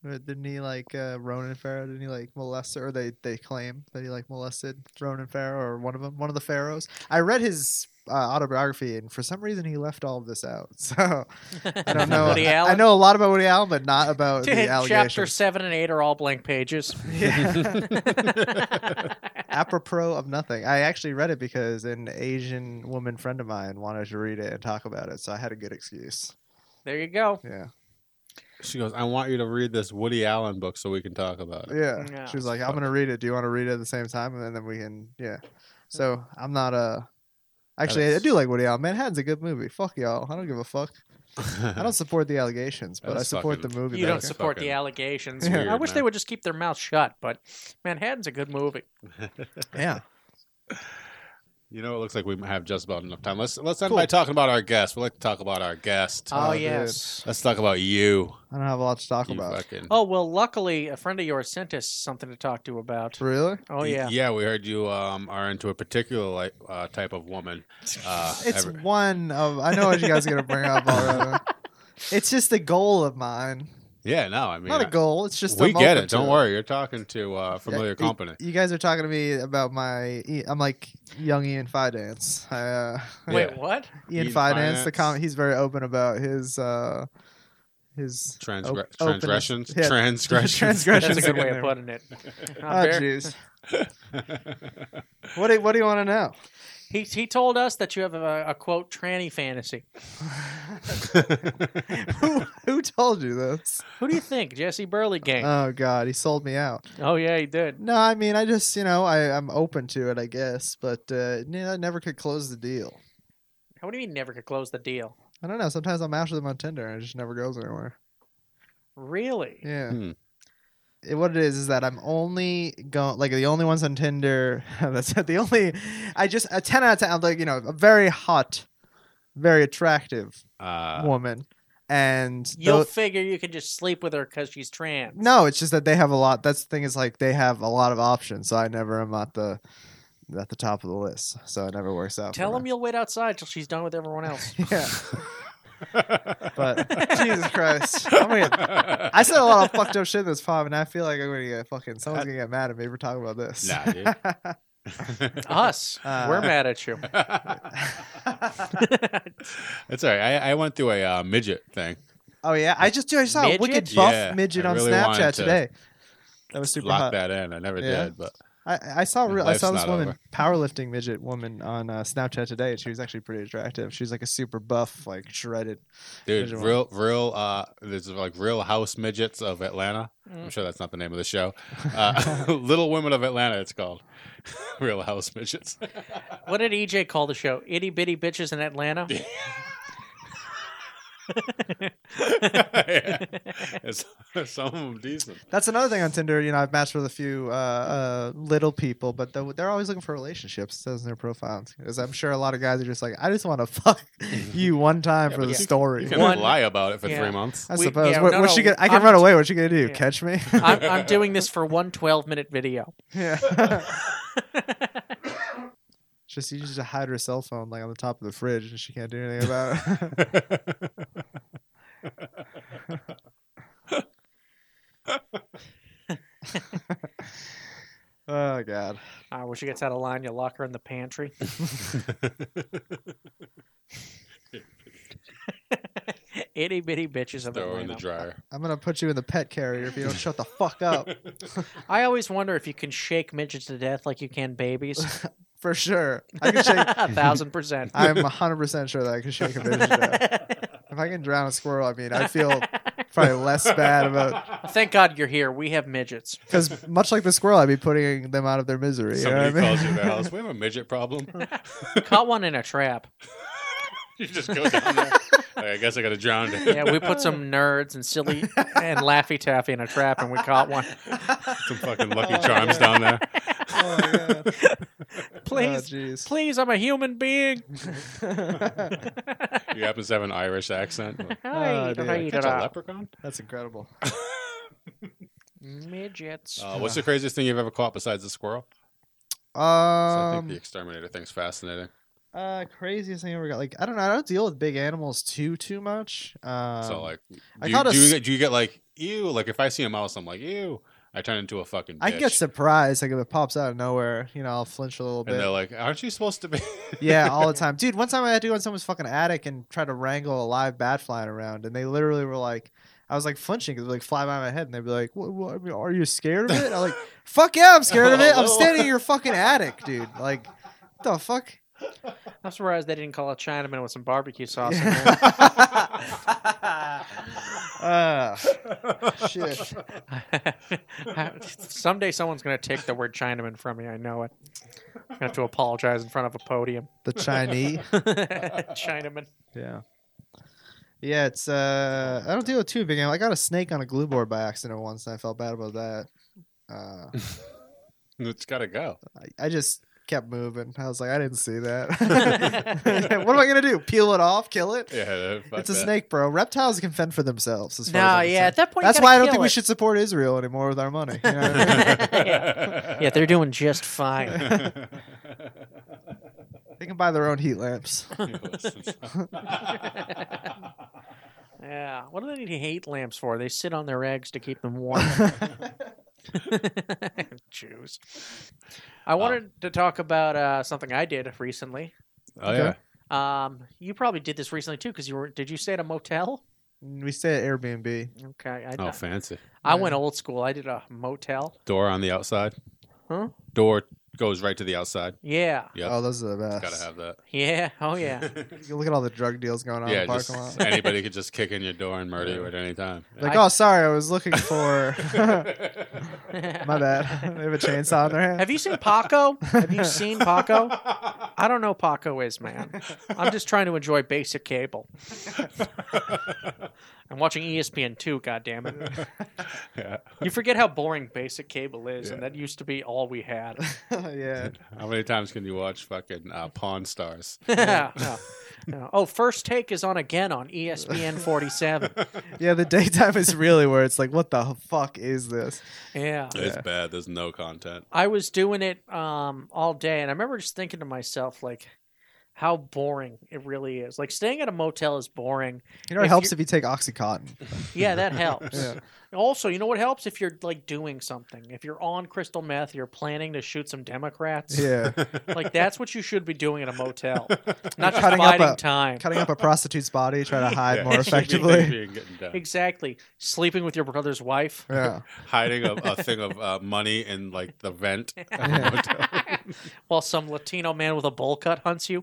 [SPEAKER 1] Uh, Didn't he like uh, Ronan Farrow? Didn't he like molest her? Or they they claim that he like molested Ronan Farrow or one of them, one of the pharaohs. I read his uh, autobiography, and for some reason he left all of this out. (laughs) So I don't
[SPEAKER 2] (laughs)
[SPEAKER 1] know.
[SPEAKER 2] Woody
[SPEAKER 1] I- I,
[SPEAKER 2] Allen?
[SPEAKER 1] know a lot about Woody Allen, but not about the
[SPEAKER 2] (laughs) Chapter
[SPEAKER 1] allegations.
[SPEAKER 2] seven and eight are all
[SPEAKER 1] (laughs)
[SPEAKER 2] blank pages.
[SPEAKER 1] Yeah. apropos of nothing. I actually read it because an Asian woman friend of mine wanted to read it and talk about it, so I had a good excuse.
[SPEAKER 2] there you go.
[SPEAKER 1] Yeah,
[SPEAKER 4] she goes. I want you to read this Woody Allen book so we can talk about it.
[SPEAKER 1] yeah.
[SPEAKER 2] Yeah.
[SPEAKER 1] She was like, "I'm gonna read it. Do you want to read it at the same time?" And then, then we can, yeah. So I'm not uh Actually, I
[SPEAKER 4] is-
[SPEAKER 1] do like Woody Allen. Manhattan's a good movie. Fuck y'all. I don't give a fuck. I don't support the allegations,
[SPEAKER 4] That
[SPEAKER 1] but I
[SPEAKER 4] is
[SPEAKER 1] support
[SPEAKER 4] fucking-
[SPEAKER 1] the movie.
[SPEAKER 2] You don't
[SPEAKER 1] maker.
[SPEAKER 4] That's
[SPEAKER 2] support the
[SPEAKER 4] fucking
[SPEAKER 2] allegations.
[SPEAKER 4] weird,
[SPEAKER 2] I wish they
[SPEAKER 4] man.
[SPEAKER 2] would just keep their mouth shut. But Manhattan's a good movie.
[SPEAKER 1] yeah.
[SPEAKER 4] (laughs) You know, it looks like we have just about enough time. Let's let's end by talking about our guest. We like to talk about our guest.
[SPEAKER 2] Oh,
[SPEAKER 1] Oh, dude.
[SPEAKER 2] yes.
[SPEAKER 4] let's talk about you.
[SPEAKER 1] I don't have a lot to talk
[SPEAKER 4] you
[SPEAKER 1] about.
[SPEAKER 4] fucking-
[SPEAKER 2] Oh well, luckily a friend of yours sent us something to talk to about.
[SPEAKER 1] Really?
[SPEAKER 2] Oh
[SPEAKER 4] Y-
[SPEAKER 2] yeah.
[SPEAKER 4] yeah. We heard you um, are into a particular like, uh, type of
[SPEAKER 1] (laughs)
[SPEAKER 4] woman. Uh,
[SPEAKER 1] It's
[SPEAKER 4] every-
[SPEAKER 1] one of. I know what you guys are gonna bring up
[SPEAKER 4] (laughs)
[SPEAKER 1] already. It's just a goal of mine.
[SPEAKER 4] yeah, no, I mean,
[SPEAKER 1] Not a
[SPEAKER 4] I-
[SPEAKER 1] goal. It's just
[SPEAKER 4] we
[SPEAKER 1] I'm
[SPEAKER 4] get
[SPEAKER 1] open
[SPEAKER 4] it.
[SPEAKER 1] to
[SPEAKER 4] Don't worry, you're talking to uh, familiar
[SPEAKER 1] Yeah, y-
[SPEAKER 4] company.
[SPEAKER 1] You guys are talking to me about my. I'm like young Ian Fidance. I, uh,
[SPEAKER 2] Wait,
[SPEAKER 1] (laughs)
[SPEAKER 4] Yeah.
[SPEAKER 2] what?
[SPEAKER 1] Ian
[SPEAKER 4] Ian
[SPEAKER 1] Fidance, the
[SPEAKER 4] Finance.
[SPEAKER 1] com He's very open about his uh, his
[SPEAKER 4] Transgre-
[SPEAKER 1] op- openness.
[SPEAKER 4] transgressions,
[SPEAKER 1] Yeah. (laughs)
[SPEAKER 4] transgressions,
[SPEAKER 1] Transgressions.
[SPEAKER 2] That's a good way of
[SPEAKER 1] There. (laughs)
[SPEAKER 2] putting it.
[SPEAKER 1] Oh,
[SPEAKER 2] Not very-
[SPEAKER 1] jeez. What do What do you want to know? (laughs)
[SPEAKER 2] He he told us that you have a, a quote tranny fantasy.
[SPEAKER 1] who Who told you this?
[SPEAKER 2] Who do you think, Jesse Burley gang?
[SPEAKER 1] Oh God, he sold me out.
[SPEAKER 2] oh yeah, he did.
[SPEAKER 1] No, I mean, I just you know, I I'm open to it, I guess, but uh, you know, I never could close the deal.
[SPEAKER 2] What do you mean never could close the deal?
[SPEAKER 1] I don't know. Sometimes I'm after them on Tinder, and it just never goes anywhere.
[SPEAKER 2] Really?
[SPEAKER 1] Yeah.
[SPEAKER 4] Hmm.
[SPEAKER 1] It- what it is is that I'm only going like the only ones on Tinder. (laughs) that's the only. I just a ten out of ten. I'm like you know a very hot, very attractive
[SPEAKER 4] (laughs)
[SPEAKER 1] (laughs)
[SPEAKER 4] uh,
[SPEAKER 1] woman, and
[SPEAKER 2] You'll
[SPEAKER 1] tho-
[SPEAKER 2] figure you can just sleep with her because she's trans.
[SPEAKER 1] no, it's just that they have a lot. That's the thing is like they have a lot of options. So I never am at the at the top of the list. So it never works out.
[SPEAKER 2] Tell
[SPEAKER 1] for
[SPEAKER 2] him
[SPEAKER 1] me.
[SPEAKER 2] you'll wait outside till she's done with
[SPEAKER 1] (laughs)
[SPEAKER 2] everyone else.
[SPEAKER 1] Yeah, but
[SPEAKER 2] (laughs)
[SPEAKER 1] Jesus Christ, I'm gonna get-
[SPEAKER 4] (laughs)
[SPEAKER 1] I said a lot of fucked up shit in this pub, and I feel like I'm gonna get fucking. Someone's gonna get mad at me for talking about this.
[SPEAKER 4] Nah, (laughs) dude.
[SPEAKER 2] Us,
[SPEAKER 1] Uh,
[SPEAKER 2] we're mad at you.
[SPEAKER 1] (laughs)
[SPEAKER 4] That's all right. I, I went through a uh, midget thing.
[SPEAKER 1] Oh yeah, I just dude, I saw a wicked
[SPEAKER 2] Midget?
[SPEAKER 1] buff
[SPEAKER 4] Yeah,
[SPEAKER 1] midget
[SPEAKER 4] I
[SPEAKER 1] on
[SPEAKER 4] really
[SPEAKER 1] Snapchat
[SPEAKER 4] wanted to
[SPEAKER 1] today. That was super
[SPEAKER 4] Lock
[SPEAKER 1] hot.
[SPEAKER 4] that in. I never
[SPEAKER 1] Yeah.
[SPEAKER 4] did, but
[SPEAKER 1] I, I saw real, I
[SPEAKER 4] Life's
[SPEAKER 1] saw this
[SPEAKER 4] not
[SPEAKER 1] woman
[SPEAKER 4] over.
[SPEAKER 1] powerlifting midget woman on uh, Snapchat today, and she was actually pretty attractive. She's like a super buff, like shredded.
[SPEAKER 4] dude,
[SPEAKER 1] Midget
[SPEAKER 4] real, real. Uh, there's like real house midgets of Atlanta. I'm
[SPEAKER 2] Mm.
[SPEAKER 4] sure that's not the name of the show. Uh, (laughs) Little Women of Atlanta. It's called (laughs) Real House Midgets. (laughs)
[SPEAKER 2] E What did EJ call the show? Itty bitty bitches in Atlanta.
[SPEAKER 4] It's- Some of them decent.
[SPEAKER 1] That's another thing on Tinder. You know, I've matched with a few uh, uh, little people, but they're, they're always looking for relationships. It says in their profiles. Because I'm sure a lot of guys are just like, I just want to
[SPEAKER 4] (laughs)
[SPEAKER 1] fuck you one time
[SPEAKER 4] Yeah,
[SPEAKER 1] for
[SPEAKER 4] but
[SPEAKER 1] the
[SPEAKER 4] you-
[SPEAKER 1] story.
[SPEAKER 4] You can
[SPEAKER 2] One-
[SPEAKER 4] lie about it for
[SPEAKER 2] yeah.
[SPEAKER 4] three months. (laughs)
[SPEAKER 1] I
[SPEAKER 2] We-
[SPEAKER 1] suppose.
[SPEAKER 2] yeah,
[SPEAKER 1] what,
[SPEAKER 2] no,
[SPEAKER 1] what she
[SPEAKER 2] no,
[SPEAKER 1] gonna, I can
[SPEAKER 2] I'm-
[SPEAKER 1] run away. What you gonna do?
[SPEAKER 2] Yeah.
[SPEAKER 1] Catch me? (laughs)
[SPEAKER 2] I'm, I'm doing this for one 12 minute video. (laughs)
[SPEAKER 1] yeah. Just she used to hide her cell phone like on the top of the fridge, and she can't do anything about it. (laughs) oh God.
[SPEAKER 2] Uh, when she gets out of line, you lock her in the pantry. (laughs) Itty bitty bitches of
[SPEAKER 4] Throw her in
[SPEAKER 2] Atlanta.
[SPEAKER 4] the dryer.
[SPEAKER 1] I'm gonna put you in the pet carrier if you don't shut the fuck
[SPEAKER 4] (laughs)
[SPEAKER 1] up.
[SPEAKER 2] I always wonder if you can shake midgets to death like you can babies.
[SPEAKER 1] For sure. I (laughs) can shake
[SPEAKER 2] A thousand percent.
[SPEAKER 1] I'm 100% sure that I can shake a bitch to death. If I can drown a squirrel, I mean, I feel probably less bad about
[SPEAKER 2] (laughs) Thank God you're here. We have midgets.
[SPEAKER 1] because much like the squirrel, I'd be putting them out of their misery.
[SPEAKER 4] Somebody
[SPEAKER 1] you know what I mean?
[SPEAKER 4] calls you in the house. We have a midget problem.
[SPEAKER 2] Caught one in a trap.
[SPEAKER 4] (laughs) you just go down there. Like, I guess I got to (laughs) drown it.
[SPEAKER 2] Yeah, we put some nerds and silly and laffy taffy in a trap, and we
[SPEAKER 1] (laughs)
[SPEAKER 2] caught one.
[SPEAKER 4] (laughs) some fucking Lucky
[SPEAKER 1] Oh, yeah.
[SPEAKER 4] Charms down there.
[SPEAKER 1] (laughs) Oh, God.
[SPEAKER 2] (laughs) Please,
[SPEAKER 1] Oh, jeez.
[SPEAKER 2] please, I'm a
[SPEAKER 1] (laughs)
[SPEAKER 2] human being.
[SPEAKER 4] (laughs) You happen to have an Irish (laughs) accent. Like,
[SPEAKER 2] Hi,
[SPEAKER 1] Oh, dear.
[SPEAKER 2] hi,
[SPEAKER 4] Catch a
[SPEAKER 2] da-da.
[SPEAKER 4] leprechaun?
[SPEAKER 1] That's incredible.
[SPEAKER 2] midgets.
[SPEAKER 1] Oh.
[SPEAKER 4] Uh, what's the craziest thing you've ever caught besides a squirrel? 'Cause I think
[SPEAKER 1] Um,
[SPEAKER 4] the exterminator thing's fascinating.
[SPEAKER 1] uh, craziest thing I ever got. Like, I don't know. I don't deal with big animals too too much. Um,
[SPEAKER 4] so like, do,
[SPEAKER 1] I
[SPEAKER 4] you,
[SPEAKER 1] caught a
[SPEAKER 4] do, you
[SPEAKER 1] s-
[SPEAKER 4] get, do you get like ew? Like if I see a mouse, I'm like ew. I turn into a fucking. Bitch.
[SPEAKER 1] I can get surprised. Like if it pops out of nowhere, you know, I'll flinch a little
[SPEAKER 4] And
[SPEAKER 1] bit.
[SPEAKER 4] they're like, aren't you supposed to be?
[SPEAKER 1] Yeah, (laughs) all the time. Dude, one time I had to go in someone's fucking attic and try to wrangle a live bat flying around, and they literally were like, I was like flinching because like fly by my head, and they'd be like, what, what, I mean, "Are you scared of it?" I'm like,
[SPEAKER 4] (laughs)
[SPEAKER 1] "Fuck yeah, I'm scared of it. I'm standing in your fucking attic, dude. Like, what the fuck."
[SPEAKER 2] I'm surprised they didn't call a Chinaman with some barbecue sauce. in there.
[SPEAKER 4] Ah,
[SPEAKER 1] uh, (laughs) shit.
[SPEAKER 2] (laughs) Someday someone's gonna take the word Chinaman from me. I know it. I'm gonna have to apologize in front of a podium. (laughs)
[SPEAKER 1] The Chinese.
[SPEAKER 2] Chinaman.
[SPEAKER 1] (laughs) Yeah. Yeah, it's uh I don't deal with too big animals. I got a snake on a glue board by accident once and I felt bad about that. Uh
[SPEAKER 4] (laughs) it's gotta go.
[SPEAKER 1] I, I just kept moving. I was like, I didn't see
[SPEAKER 2] (laughs)
[SPEAKER 1] that. (laughs) what am I gonna do? Peel it off? Kill it?
[SPEAKER 4] Yeah, (laughs) fuck
[SPEAKER 1] it's a
[SPEAKER 4] that.
[SPEAKER 1] snake, bro. Reptiles can fend for themselves. As far as
[SPEAKER 2] No,
[SPEAKER 1] I'm
[SPEAKER 2] yeah.
[SPEAKER 1] concerned.
[SPEAKER 2] At that point, you
[SPEAKER 1] That's
[SPEAKER 2] gotta
[SPEAKER 1] why I don't
[SPEAKER 2] kill
[SPEAKER 1] think we
[SPEAKER 2] it.
[SPEAKER 1] should support Israel anymore with our money. You know what I
[SPEAKER 4] (laughs)
[SPEAKER 1] mean?
[SPEAKER 2] Yeah, they're doing just fine.
[SPEAKER 1] (laughs)
[SPEAKER 4] (laughs)
[SPEAKER 1] they can buy their own heat
[SPEAKER 2] (laughs)
[SPEAKER 1] lamps.
[SPEAKER 2] Yeah. What do they need hate lamps for? They sit on their eggs to keep
[SPEAKER 1] (laughs)
[SPEAKER 2] them warm. (laughs) Jews. I wanted
[SPEAKER 1] Um,
[SPEAKER 2] to talk about uh, something I did recently.
[SPEAKER 4] oh yeah.
[SPEAKER 2] Um, you probably did this recently too, because you were. Did you stay at a motel?
[SPEAKER 1] we stay at Airbnb.
[SPEAKER 2] Okay. I,
[SPEAKER 4] Oh, fancy.
[SPEAKER 2] I went old school. I did a motel.
[SPEAKER 4] Door on the outside.
[SPEAKER 2] Huh?
[SPEAKER 4] Door goes right to the outside.
[SPEAKER 2] Yeah.
[SPEAKER 4] Yep.
[SPEAKER 1] Oh, those are the best.
[SPEAKER 4] gotta have that.
[SPEAKER 2] Yeah.
[SPEAKER 1] (laughs)
[SPEAKER 2] Oh yeah. (laughs)
[SPEAKER 1] You look at all the drug deals going on
[SPEAKER 4] (laughs) yeah,
[SPEAKER 1] in the parking
[SPEAKER 4] just,
[SPEAKER 1] lot.
[SPEAKER 4] anybody could just kick in your door and murder you at any time.
[SPEAKER 1] Like,
[SPEAKER 2] I-
[SPEAKER 1] oh, sorry, I was looking
[SPEAKER 2] (laughs)
[SPEAKER 1] for. (laughs) My bad. (laughs) they have a chainsaw in their hand.
[SPEAKER 2] Have you seen Paco? Have you seen Paco? I don't know who Paco is, man. I'm just trying to enjoy basic cable. I'm watching E ESPN two. God damn it!
[SPEAKER 4] (laughs) yeah.
[SPEAKER 2] You forget how boring basic cable is, and that used to be all we had.
[SPEAKER 1] (laughs) yeah.
[SPEAKER 4] How many times can you watch fucking uh, Pawn Stars?
[SPEAKER 2] (laughs) No, no. Oh, first take is on again on E ESPN 47.
[SPEAKER 1] Yeah, the daytime is really where it's like, what the fuck is this?
[SPEAKER 2] Yeah.
[SPEAKER 4] It's bad. There's no content.
[SPEAKER 2] I was doing it um, all day, and I remember just thinking to myself, like, how boring it really is. Like, staying at a motel is boring.
[SPEAKER 1] You know, it
[SPEAKER 2] If
[SPEAKER 1] helps
[SPEAKER 2] you-
[SPEAKER 1] if you take
[SPEAKER 4] (laughs)
[SPEAKER 1] Oxycontin.
[SPEAKER 2] Yeah, that helps.
[SPEAKER 1] Yeah.
[SPEAKER 2] Also, you know what helps if you're like doing something? If you're on crystal meth, you're planning to shoot some Democrats.
[SPEAKER 1] Yeah.
[SPEAKER 2] Like that's what you should be doing at a
[SPEAKER 1] (laughs)
[SPEAKER 2] motel, not just
[SPEAKER 1] Cutting up
[SPEAKER 2] biding
[SPEAKER 1] a-
[SPEAKER 2] time.
[SPEAKER 1] Cutting up a prostitute's body, trying to hide
[SPEAKER 4] (laughs) Yeah,
[SPEAKER 1] more
[SPEAKER 4] it should be (laughs)
[SPEAKER 1] effectively.
[SPEAKER 4] easier than getting done.
[SPEAKER 2] (laughs) Exactly. Sleeping with your
[SPEAKER 1] (laughs)
[SPEAKER 2] brother's wife.
[SPEAKER 1] Yeah.
[SPEAKER 4] Hiding a, a thing of uh, money in like
[SPEAKER 1] (laughs)
[SPEAKER 4] the vent. (laughs)
[SPEAKER 2] (laughs) While some Latino man with a bowl cut
[SPEAKER 1] (laughs)
[SPEAKER 2] hunts you.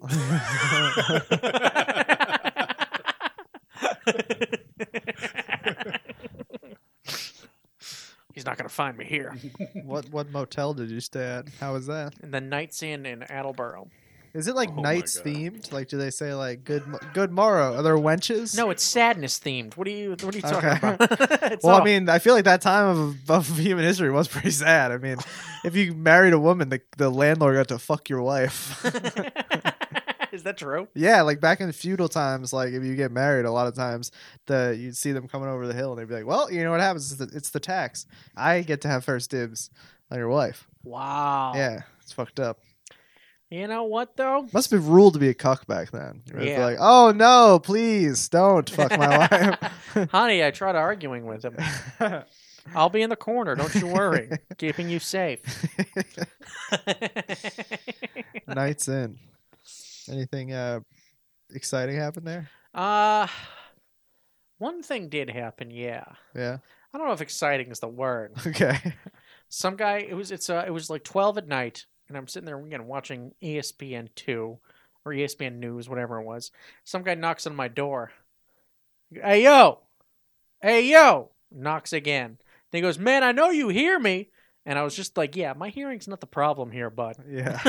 [SPEAKER 2] He's not going to find
[SPEAKER 1] (laughs)
[SPEAKER 2] me here.
[SPEAKER 1] What what motel did you stay at? How was that?
[SPEAKER 2] And the Knights Inn in Attleboro.
[SPEAKER 1] Is it like
[SPEAKER 4] Oh my
[SPEAKER 1] knights
[SPEAKER 4] God.
[SPEAKER 1] themed? Like, do they say like good mo- good morrow? Are there wenches?
[SPEAKER 2] No, it's sadness themed. What are you What are you talking
[SPEAKER 1] Okay.
[SPEAKER 2] about? (laughs) It's
[SPEAKER 1] Well, I
[SPEAKER 2] all-
[SPEAKER 1] mean, I feel like that time of, of (laughs) human history was pretty sad. I mean, if you married a woman, the, the landlord got to fuck your
[SPEAKER 2] (laughs)
[SPEAKER 1] wife.
[SPEAKER 2] is that true?
[SPEAKER 1] yeah, like back in feudal times, like if you get married, a lot of times the you'd see them coming over the hill and they'd be like, "Well, you know what happens? It's the, it's the tax. I get to have first dibs on your wife."
[SPEAKER 2] Wow.
[SPEAKER 1] Yeah, it's fucked up.
[SPEAKER 2] You know what though?
[SPEAKER 1] Must be ruled to be a cuck back then. You know,
[SPEAKER 2] Yeah.
[SPEAKER 1] Like, oh no, please don't fuck
[SPEAKER 2] (laughs)
[SPEAKER 1] my wife.
[SPEAKER 2] Honey, I tried arguing with him. I'll be in the corner. Don't you worry. Keeping you safe.
[SPEAKER 1] Nights in. Anything uh, exciting happened there?
[SPEAKER 2] uh, one thing did happen. Yeah.
[SPEAKER 1] Yeah. (laughs)
[SPEAKER 2] I don't know if exciting is the word.
[SPEAKER 1] Okay.
[SPEAKER 2] some guy it was it's uh it was like 12 at night and i'm sitting there again watching E espn 2 or E espn news whatever it was some guy knocks on my door hey yo hey yo knocks again then he goes man i know you hear me and i was just like yeah my hearing's not the problem here bud (laughs)
[SPEAKER 1] Yeah.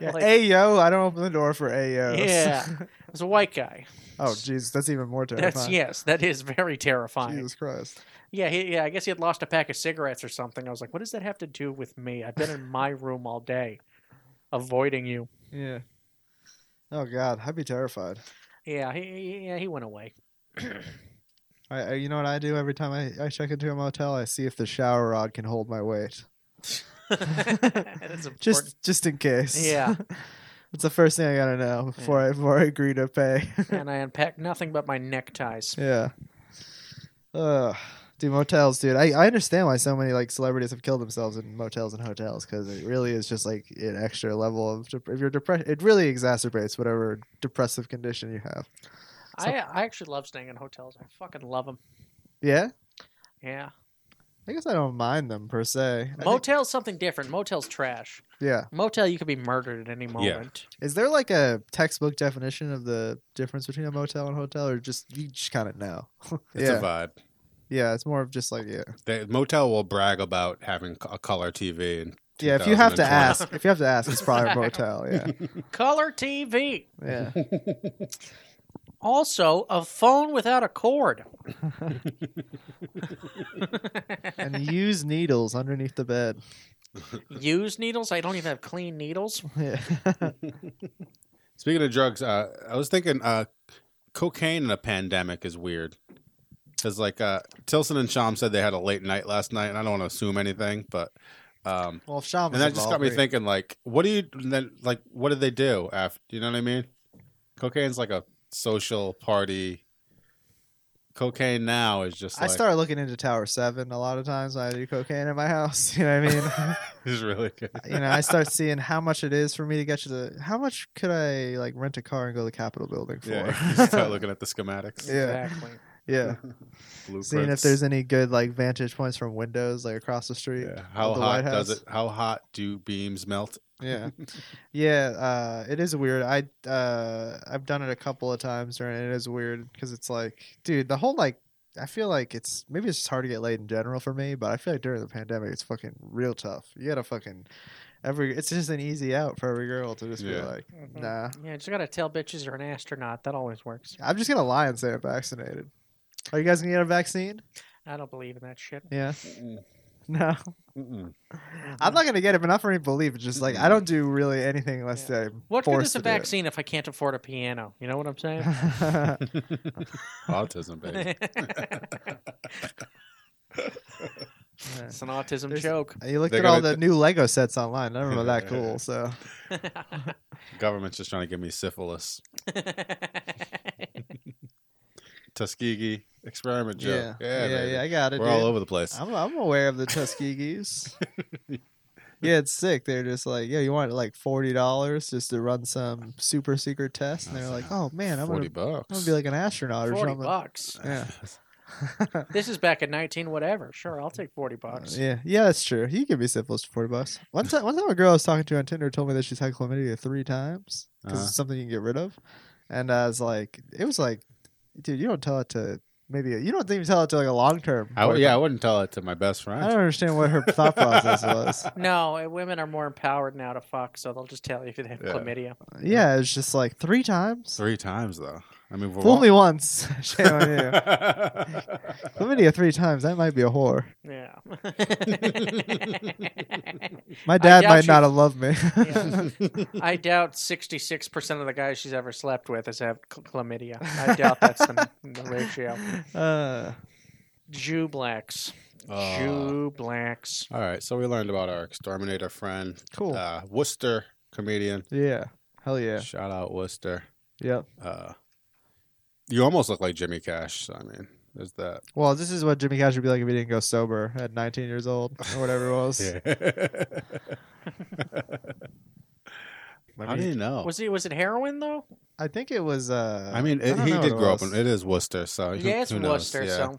[SPEAKER 1] Yeah.
[SPEAKER 2] Like,
[SPEAKER 1] Ayo, I don't open the door for Ayos.
[SPEAKER 2] Yeah. it's a white guy
[SPEAKER 1] (laughs) oh, jeez, that's even more terrifying.
[SPEAKER 2] that's yes that is very terrifying
[SPEAKER 1] Jesus Christ.
[SPEAKER 2] Yeah, he, yeah. I guess he had lost a pack of cigarettes or something. I was like, what does that have to do with me? I've been in my room all day, avoiding you.
[SPEAKER 1] Yeah. Oh God, I'd be terrified.
[SPEAKER 2] Yeah, he- he, yeah, he
[SPEAKER 1] (laughs)
[SPEAKER 2] went away.
[SPEAKER 1] I, I, you know what I do every time I, I check into a motel? I see if the shower rod can hold my weight,
[SPEAKER 2] That's important.
[SPEAKER 1] just just in case.
[SPEAKER 2] Yeah.
[SPEAKER 1] (laughs) That's the first thing I gotta know before I before I agree to pay. (laughs)
[SPEAKER 2] and I unpacked nothing but my neckties.
[SPEAKER 1] yeah. Ugh. Dude, motels, dude. I, I understand why so many like celebrities have killed themselves in motels and hotels because it really is just like an extra level of dep- if you're depressed, it really exacerbates whatever depressive condition you have.
[SPEAKER 2] I, I actually love staying in hotels. I fucking love them.
[SPEAKER 1] Yeah,
[SPEAKER 2] Yeah,
[SPEAKER 1] I guess I don't mind them per se. I think-
[SPEAKER 2] motel's something different. Motel's trash.
[SPEAKER 1] yeah,
[SPEAKER 2] Motel, you could be murdered at any moment.
[SPEAKER 1] is there like a textbook definition of the difference between a motel and hotel, or just you just kind of know? (laughs)
[SPEAKER 4] It's
[SPEAKER 1] yeah,
[SPEAKER 4] a vibe.
[SPEAKER 1] yeah, it's more of just like yeah,
[SPEAKER 4] The motel will brag about having a color TV and
[SPEAKER 1] yeah. If you have to
[SPEAKER 4] 2020.
[SPEAKER 1] ask, if you have to ask, it's probably a motel.
[SPEAKER 4] (laughs)
[SPEAKER 1] Yeah,
[SPEAKER 2] Color TV.
[SPEAKER 1] yeah.
[SPEAKER 2] Also, a phone without a cord.
[SPEAKER 1] and use needles underneath the bed. (laughs)
[SPEAKER 2] Use needles. I don't even have clean needles.
[SPEAKER 1] Yeah.
[SPEAKER 4] Speaking of drugs, uh, I was thinking uh, cocaine in a pandemic is weird. Because, like, uh, Tilson and Sham said they had a late night last night, and I don't want to assume anything, but. Um,
[SPEAKER 1] Well, if Sean was
[SPEAKER 4] and that just
[SPEAKER 1] involved,
[SPEAKER 4] got me
[SPEAKER 1] we-
[SPEAKER 4] thinking, like, what do you, then, like, what did they do after? You know what I mean? Cocaine's like a social party. Cocaine now is just
[SPEAKER 1] I
[SPEAKER 4] like,
[SPEAKER 1] start looking into Tower Seven a lot of times when I do cocaine at my house. (laughs) You know what I mean?
[SPEAKER 4] (laughs) is really
[SPEAKER 1] (laughs)
[SPEAKER 4] good.
[SPEAKER 1] you know, I start seeing how much it is for me to get to the. How much could I like rent a car and go to the Capitol building for?
[SPEAKER 4] Yeah, (laughs) you start looking at the schematics.
[SPEAKER 1] Yeah.
[SPEAKER 2] Exactly.
[SPEAKER 1] (laughs) yeah.
[SPEAKER 4] Blueprints.
[SPEAKER 1] Seeing if there's any good like vantage points from windows like across the street.
[SPEAKER 4] Yeah. How
[SPEAKER 1] of the
[SPEAKER 4] hot
[SPEAKER 1] White
[SPEAKER 4] does
[SPEAKER 1] House.
[SPEAKER 4] it? How hot do beams melt? (laughs)
[SPEAKER 1] Yeah, yeah. Uh, it is weird. I uh, I've done it a couple of times, during, and it is weird because it's like, dude, the whole like, I feel like it's maybe it's just hard to get laid in general for me, but I feel like during the pandemic, it's fucking real tough. You gotta fucking every. It's just an easy out for every girl to just be
[SPEAKER 4] Yeah.
[SPEAKER 1] like,
[SPEAKER 2] Mhm.
[SPEAKER 1] nah,
[SPEAKER 2] Yeah, just gotta tell bitches you're an astronaut. That always works.
[SPEAKER 1] I'm just gonna lie and say I'm vaccinated. Are you guys gonna get a vaccine?
[SPEAKER 2] I don't believe in that shit.
[SPEAKER 1] Yeah. (laughs) No,
[SPEAKER 4] Mm-mm.
[SPEAKER 1] I'm not gonna get it, but not for any belief. It's just like I don't do really anything unless
[SPEAKER 2] Yeah.
[SPEAKER 1] I'm
[SPEAKER 2] What good
[SPEAKER 1] forced
[SPEAKER 2] is a
[SPEAKER 1] to do it.
[SPEAKER 2] vaccine if I can't afford a piano? You know what I'm
[SPEAKER 4] (laughs)
[SPEAKER 2] saying?
[SPEAKER 1] (laughs)
[SPEAKER 4] Autism, baby.
[SPEAKER 2] (laughs) It's an autism
[SPEAKER 1] There's-
[SPEAKER 2] joke. (laughs)
[SPEAKER 4] (laughs)
[SPEAKER 1] You looked
[SPEAKER 4] They're
[SPEAKER 1] at all
[SPEAKER 4] gonna-
[SPEAKER 1] the new Lego sets online. None of them are
[SPEAKER 4] (laughs)
[SPEAKER 1] that cool. So
[SPEAKER 4] Government's just trying to give me syphilis. Tuskegee experiment
[SPEAKER 1] yeah,
[SPEAKER 4] joke.
[SPEAKER 1] yeah, yeah,
[SPEAKER 4] baby.
[SPEAKER 1] I got it. Oh,
[SPEAKER 4] We're all
[SPEAKER 1] dude.
[SPEAKER 4] over the place.
[SPEAKER 1] I'm, I'm aware of the Tuskegees.
[SPEAKER 4] (laughs)
[SPEAKER 1] yeah, it's sick. They're just like, yeah, you want like forty dollars just to run some super secret test, and they're like, oh man, I'm gonna,
[SPEAKER 4] Forty
[SPEAKER 1] I'm
[SPEAKER 4] bucks.
[SPEAKER 1] gonna be
[SPEAKER 4] (laughs)
[SPEAKER 1] like an astronaut or
[SPEAKER 2] Forty
[SPEAKER 1] something.
[SPEAKER 2] bucks.
[SPEAKER 1] Yeah,
[SPEAKER 2] This is back in nineteen whatever. Sure, I'll take forty bucks.
[SPEAKER 1] yeah, yeah. That's true. You can be syphilis for forty bucks.
[SPEAKER 4] (laughs)
[SPEAKER 1] One time, one time, a girl I was talking to on Tinder told me that she's had chlamydia three times because
[SPEAKER 4] Uh-huh.
[SPEAKER 1] it's something you can get rid of, and I was like, it was like, dude, you don't tell it to maybe you don't even tell it to like a long term.
[SPEAKER 4] I, yeah, I wouldn't tell it to my best friend.
[SPEAKER 1] I don't understand what her thought process was.
[SPEAKER 2] No, uh, women are more empowered now to fuck, so they'll just tell you if they have
[SPEAKER 4] Yeah.
[SPEAKER 2] chlamydia.
[SPEAKER 1] Yeah, it's just like three times.
[SPEAKER 4] (laughs) Three times though. I mean, we're
[SPEAKER 1] Fool
[SPEAKER 4] all-
[SPEAKER 1] me once, (laughs) shame on you.
[SPEAKER 4] (laughs)
[SPEAKER 1] (laughs) Chlamydia three times. That might be a whore.
[SPEAKER 4] (laughs)
[SPEAKER 2] Yeah.
[SPEAKER 1] My dad
[SPEAKER 2] doubt
[SPEAKER 1] might
[SPEAKER 2] you-
[SPEAKER 1] not have loved me. (laughs)
[SPEAKER 2] Yeah. I doubt 66% of the guys she's ever slept with has had chla- chlamydia. I doubt that's the, the
[SPEAKER 4] (laughs)
[SPEAKER 2] ratio.
[SPEAKER 1] uh,
[SPEAKER 2] Jew blacks.
[SPEAKER 4] Uh,
[SPEAKER 2] Jew blacks.
[SPEAKER 4] all right, so we learned about our exterminator friend,
[SPEAKER 1] cool.
[SPEAKER 4] uh, Worcester comedian.
[SPEAKER 1] yeah. Hell yeah.
[SPEAKER 4] Shout out Worcester.
[SPEAKER 1] Yep.
[SPEAKER 4] Uh, you almost look like Jimmy Cash. So, I mean, there's
[SPEAKER 1] (laughs)
[SPEAKER 4] that.
[SPEAKER 1] Well, this is what Jimmy Cash would be like if he didn't go sober at 19 years old or
[SPEAKER 4] (laughs)
[SPEAKER 1] whatever it was.
[SPEAKER 4] How
[SPEAKER 1] I,
[SPEAKER 4] do you
[SPEAKER 1] mean,
[SPEAKER 4] know?
[SPEAKER 2] Was it was it heroin though?
[SPEAKER 1] I think it was. Uh,
[SPEAKER 4] I mean,
[SPEAKER 1] I
[SPEAKER 4] it,
[SPEAKER 1] don't
[SPEAKER 4] he
[SPEAKER 1] know
[SPEAKER 4] did
[SPEAKER 1] what it
[SPEAKER 4] grow up.
[SPEAKER 1] was.
[SPEAKER 4] In, it is Worcester, so who-
[SPEAKER 2] yeah, it's
[SPEAKER 4] who knows?
[SPEAKER 2] Worcester.
[SPEAKER 4] Yeah.
[SPEAKER 1] (laughs)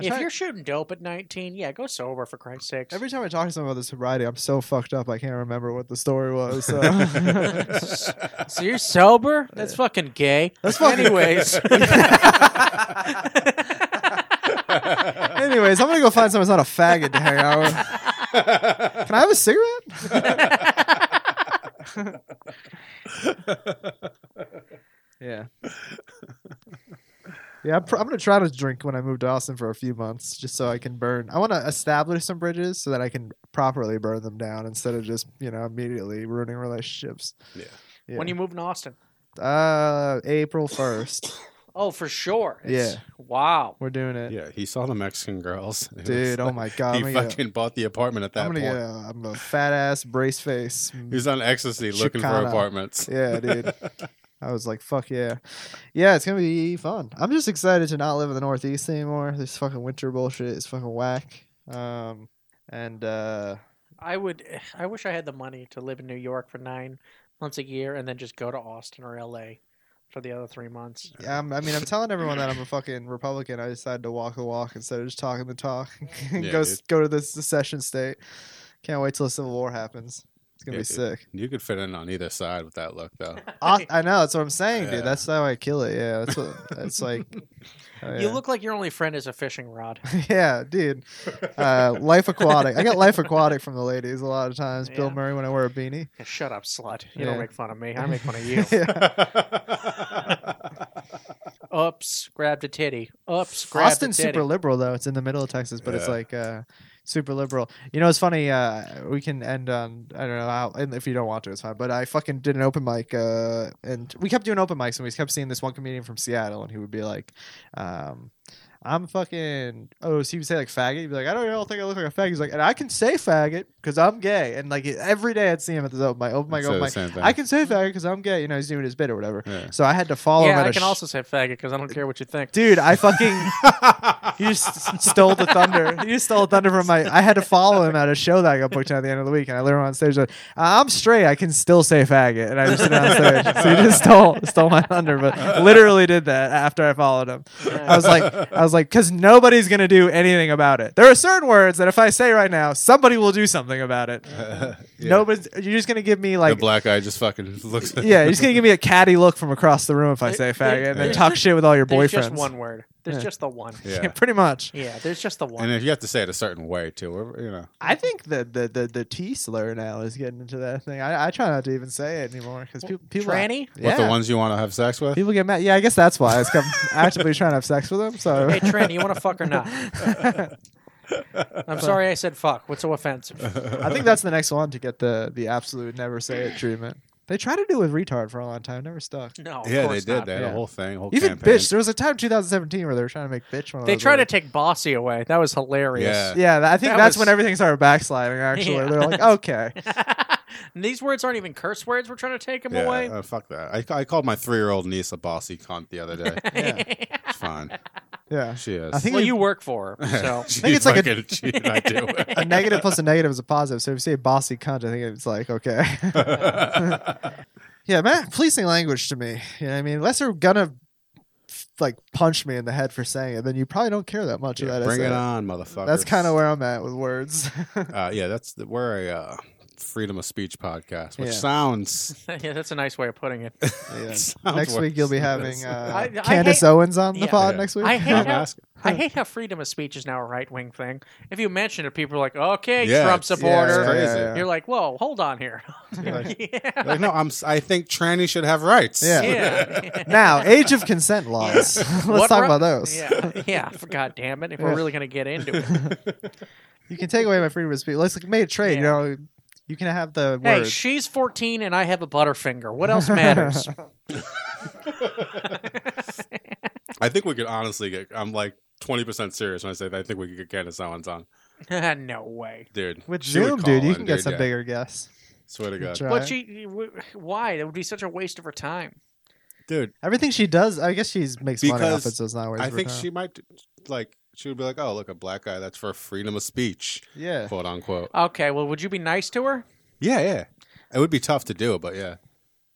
[SPEAKER 2] So
[SPEAKER 1] I
[SPEAKER 2] if
[SPEAKER 1] tried-
[SPEAKER 2] you're shooting dope at 19, yeah, go sober for Christ's sakes.
[SPEAKER 1] Every time I talk to someone about this sobriety, I'm so fucked up I can't remember what the story was.
[SPEAKER 4] (laughs)
[SPEAKER 1] So.
[SPEAKER 2] so
[SPEAKER 1] (laughs)
[SPEAKER 2] you're sober? That's fucking gay.
[SPEAKER 1] That's fucking-
[SPEAKER 2] Anyways.
[SPEAKER 1] Anyways, I'm gonna go find someone that's not a faggot to hang out with. Can I have a cigarette? (laughs) yeah. (laughs) Yeah, I'm, pr- I'm gonna try to drink when I move to Austin for a few months, just so I can burn. I want to establish some bridges so that I can properly burn them down instead of just you know immediately ruining relationships.
[SPEAKER 4] Yeah.
[SPEAKER 1] Yeah.
[SPEAKER 2] When you move to Austin.
[SPEAKER 1] uh April first,
[SPEAKER 2] Oh, for sure.
[SPEAKER 1] Yeah.
[SPEAKER 2] Wow.
[SPEAKER 1] we're doing it,
[SPEAKER 4] (laughs) (laughs) yeah, he saw the Mexican girls, (laughs) It was
[SPEAKER 1] dude. Oh
[SPEAKER 4] like-
[SPEAKER 1] my god, I'm
[SPEAKER 4] he
[SPEAKER 1] gonna, get,
[SPEAKER 4] fucking bought the apartment at
[SPEAKER 1] a- I'm
[SPEAKER 4] that
[SPEAKER 1] gonna
[SPEAKER 4] point.
[SPEAKER 1] get a, I'm a fat ass brace
[SPEAKER 4] (laughs)
[SPEAKER 1] face.
[SPEAKER 4] He's on ecstasy looking for
[SPEAKER 1] Chicana.
[SPEAKER 4] apartments.
[SPEAKER 1] Yeah,
[SPEAKER 4] (laughs)
[SPEAKER 1] dude. I was like, fuck yeah. Yeah, it's going to be fun. I'm just excited to not live in the Northeast anymore. This fucking winter bullshit is fucking whack. Um, and uh,
[SPEAKER 2] I would. I wish I had the money to live in New York for nine months a year and then just go to Austin or LA for the other three months.
[SPEAKER 1] I'm, I mean, I'm telling everyone that
[SPEAKER 4] (laughs)
[SPEAKER 1] I'm a fucking Republican. I decided to walk the walk instead of just talking the talk. (laughs)
[SPEAKER 4] Yeah,
[SPEAKER 1] go,
[SPEAKER 4] dude.
[SPEAKER 1] go to this secession state. Can't wait till the Civil War happens. It's going to
[SPEAKER 4] Yeah,
[SPEAKER 1] be
[SPEAKER 4] dude.
[SPEAKER 1] sick.
[SPEAKER 4] You could fit in on either side with that look, though.
[SPEAKER 2] (laughs)
[SPEAKER 1] Au- I know. That's what I'm saying,
[SPEAKER 4] Yeah.
[SPEAKER 1] dude. That's how I kill it. Yeah. That's what. That's
[SPEAKER 2] (laughs)
[SPEAKER 1] like. oh,
[SPEAKER 2] You
[SPEAKER 1] yeah.
[SPEAKER 2] look like your only friend is a fishing rod.
[SPEAKER 1] (laughs) yeah, dude. Uh, life aquatic. I get life aquatic from the ladies a lot of times. Bill
[SPEAKER 2] Yeah.
[SPEAKER 1] Murray when I wear a beanie.
[SPEAKER 2] Yeah, Shut up, slut. You
[SPEAKER 1] Yeah.
[SPEAKER 2] don't make fun of me. I make fun of
[SPEAKER 4] (laughs)
[SPEAKER 2] you.
[SPEAKER 1] (laughs) (laughs) yeah.
[SPEAKER 2] Oops, grabbed a titty. Oops, grabbed
[SPEAKER 1] Austin's
[SPEAKER 2] a titty.
[SPEAKER 1] super liberal though. It's in the middle of Texas, but it's
[SPEAKER 4] Yeah.
[SPEAKER 1] like uh, super liberal. You know, it's funny. Uh, we can end on I don't know how, and if you don't want to, it's fine. But I fucking did an open mic, uh, and we kept doing open mics, and we kept seeing this one comedian from Seattle, and he would be like. Um, I'm fucking. Oh, so he would say like faggot. He'd be like, I don't, I don't think I look like a faggot. He's like, and I can say faggot because I'm gay. And like every day I'd see him at this open mic. Open mic,
[SPEAKER 4] Say the
[SPEAKER 1] open mic.
[SPEAKER 4] same thing.
[SPEAKER 1] I can say faggot because I'm gay. You know, he's doing his bit or whatever.
[SPEAKER 4] Yeah.
[SPEAKER 1] So I had to follow him.
[SPEAKER 2] yeah,
[SPEAKER 1] at
[SPEAKER 2] I
[SPEAKER 1] a
[SPEAKER 2] can
[SPEAKER 1] sh-
[SPEAKER 2] also say faggot because I don't care what you think.
[SPEAKER 1] Dude, I fucking
[SPEAKER 2] (laughs)
[SPEAKER 1] you just stole the thunder. You stole thunder from my. I had to follow him at a show that I got booked at the end of the week, and I literally went on stage like, "I'm straight. I can still say faggot," and I just did it on stage. So he just stole stole my thunder, but literally did that after I followed him. I was like, I was like, because nobody's gonna do anything about it. There are certain words that if I say right now, somebody will do something about it.
[SPEAKER 4] Uh,
[SPEAKER 1] Nobody's. You're just gonna give me
[SPEAKER 4] the
[SPEAKER 1] like
[SPEAKER 4] black guy just fucking (laughs) looks.
[SPEAKER 1] yeah, you're just gonna give me a catty look from across the room if I say
[SPEAKER 2] There-
[SPEAKER 1] faggot, and then
[SPEAKER 2] there's
[SPEAKER 1] talk
[SPEAKER 2] just-
[SPEAKER 1] shit with all your
[SPEAKER 2] There's
[SPEAKER 1] boyfriends.
[SPEAKER 2] just one word. There's
[SPEAKER 1] Yeah.
[SPEAKER 2] just the one. Yeah.
[SPEAKER 1] Yeah, (laughs)
[SPEAKER 4] yeah.
[SPEAKER 1] pretty much.
[SPEAKER 2] there's just the one.
[SPEAKER 4] And if you have to say it a certain way too, or, you know.
[SPEAKER 1] I think the the the, the T slur now is getting into that thing. I, I try not to even say it anymore because people people
[SPEAKER 2] Tranny?
[SPEAKER 1] (laughs) Yeah,
[SPEAKER 4] What the ones you want to have sex (laughs) with?
[SPEAKER 1] people get mad. Yeah, I guess that's why I was come
[SPEAKER 2] (laughs)
[SPEAKER 1] actively trying to have sex with them. So
[SPEAKER 2] Hey, Trent, you want to fuck or not? I'm sorry I said fuck. What's so
[SPEAKER 4] (laughs)
[SPEAKER 2] offensive?
[SPEAKER 1] (laughs) I think that's the next one to get the the absolute never say it treatment. They tried to do it with retard for a long time, never stuck.
[SPEAKER 2] No. of
[SPEAKER 4] yeah, they
[SPEAKER 2] course
[SPEAKER 4] did.
[SPEAKER 2] not.
[SPEAKER 4] They had
[SPEAKER 1] Yeah.
[SPEAKER 4] a whole thing, whole
[SPEAKER 1] Even
[SPEAKER 4] campaign.
[SPEAKER 1] bitch. There was a time in 2017 where they were trying to make bitch one. of
[SPEAKER 2] They
[SPEAKER 1] those
[SPEAKER 2] tried to
[SPEAKER 1] words.
[SPEAKER 2] take Bossy away. That was hilarious.
[SPEAKER 4] Yeah.
[SPEAKER 1] Yeah, th- I think
[SPEAKER 2] That
[SPEAKER 1] that's
[SPEAKER 2] was-
[SPEAKER 1] when everything started backsliding. Actually,
[SPEAKER 2] Yeah.
[SPEAKER 1] they're like,
[SPEAKER 2] (laughs)
[SPEAKER 1] okay,
[SPEAKER 2] And These words aren't even curse words. We're trying to take them
[SPEAKER 4] yeah,
[SPEAKER 2] away. (laughs)
[SPEAKER 4] uh, fuck that. I, ca- I called my three-year-old niece a bossy cunt the
[SPEAKER 1] (laughs)
[SPEAKER 4] other day. It's fine.
[SPEAKER 1] yeah.
[SPEAKER 4] She is.
[SPEAKER 1] I
[SPEAKER 4] (laughs)
[SPEAKER 1] think
[SPEAKER 2] well,
[SPEAKER 1] it-
[SPEAKER 2] you work for her, so
[SPEAKER 4] She
[SPEAKER 1] think it's like a-
[SPEAKER 4] fucking- (laughs) she- I do.
[SPEAKER 1] (laughs) a negative plus a negative is a positive. So if you say bossy cunt, I think it's like okay.
[SPEAKER 4] (laughs)
[SPEAKER 1] yeah, man, policing language to me. You know what I mean? Unless they're gonna like punch me in the head for saying it, then you probably don't care that much
[SPEAKER 4] Yeah,
[SPEAKER 1] about
[SPEAKER 4] bring
[SPEAKER 1] it.
[SPEAKER 4] it on, motherfucker. (laughs)
[SPEAKER 1] That's kind of where I'm at with words. (laughs)
[SPEAKER 4] Uh, yeah, that's the, where I uh, freedom of speech podcast, which
[SPEAKER 1] Yeah.
[SPEAKER 4] sounds.
[SPEAKER 2] (laughs) yeah, that's a nice way of putting it.
[SPEAKER 1] Yeah.
[SPEAKER 4] (laughs) sounds
[SPEAKER 1] next week you'll be having uh,
[SPEAKER 2] I- I
[SPEAKER 1] Candace
[SPEAKER 2] hate-
[SPEAKER 1] Owens on the
[SPEAKER 2] Yeah.
[SPEAKER 1] pod
[SPEAKER 4] Yeah.
[SPEAKER 1] next week. (laughs)
[SPEAKER 2] I hate
[SPEAKER 4] I'm
[SPEAKER 2] how-
[SPEAKER 4] asking.
[SPEAKER 2] I hate how freedom of speech is now a right wing thing. If you mention it, people are like, "Okay,
[SPEAKER 4] Yeah,
[SPEAKER 2] Trump
[SPEAKER 4] it's-
[SPEAKER 2] supporter."
[SPEAKER 4] it's crazy.
[SPEAKER 1] yeah.
[SPEAKER 2] You're like, "Whoa, hold on here." (laughs) yeah.
[SPEAKER 4] (laughs) Like, no, I'm. s- I think tranny should have rights. (laughs)
[SPEAKER 1] Yeah.
[SPEAKER 2] (laughs) yeah.
[SPEAKER 1] Now, age of consent laws. (laughs) Let's
[SPEAKER 2] What
[SPEAKER 1] talk
[SPEAKER 2] ri-
[SPEAKER 1] about those.
[SPEAKER 2] Yeah, yeah. For God damn it, if we're
[SPEAKER 1] Yeah.
[SPEAKER 2] really gonna get into
[SPEAKER 4] (laughs)
[SPEAKER 2] it,
[SPEAKER 1] You can take away my freedom of speech. Let's like, make a trade. You
[SPEAKER 2] Yeah.
[SPEAKER 1] know, you can have the
[SPEAKER 2] hey,
[SPEAKER 1] word.
[SPEAKER 2] she's 14 and I have a butterfinger. What else
[SPEAKER 4] (laughs)
[SPEAKER 2] matters? (laughs)
[SPEAKER 4] I think we could honestly get. I'm like 20 percent serious when I say that. I think we could get Candace Owens on,
[SPEAKER 2] no way.
[SPEAKER 4] dude.
[SPEAKER 1] With
[SPEAKER 4] she would
[SPEAKER 1] Zoom,
[SPEAKER 4] call
[SPEAKER 1] dude, you
[SPEAKER 4] in,
[SPEAKER 1] can get some
[SPEAKER 4] yeah.
[SPEAKER 1] bigger guests.
[SPEAKER 4] Swear to God,
[SPEAKER 1] Try.
[SPEAKER 2] But she, w- why? That would be such a waste of her time.
[SPEAKER 4] dude.
[SPEAKER 1] Everything she does, I guess she makes money off
[SPEAKER 4] Because
[SPEAKER 1] it, so it's not worth
[SPEAKER 4] I
[SPEAKER 1] her
[SPEAKER 4] think
[SPEAKER 1] time.
[SPEAKER 4] she might like. She would be like, "Oh, look, a black guy. That's for freedom of speech,
[SPEAKER 1] Yeah.
[SPEAKER 4] quote unquote."
[SPEAKER 2] Okay, well, would you be nice to her?
[SPEAKER 4] Yeah, yeah. It would be tough to do, but yeah.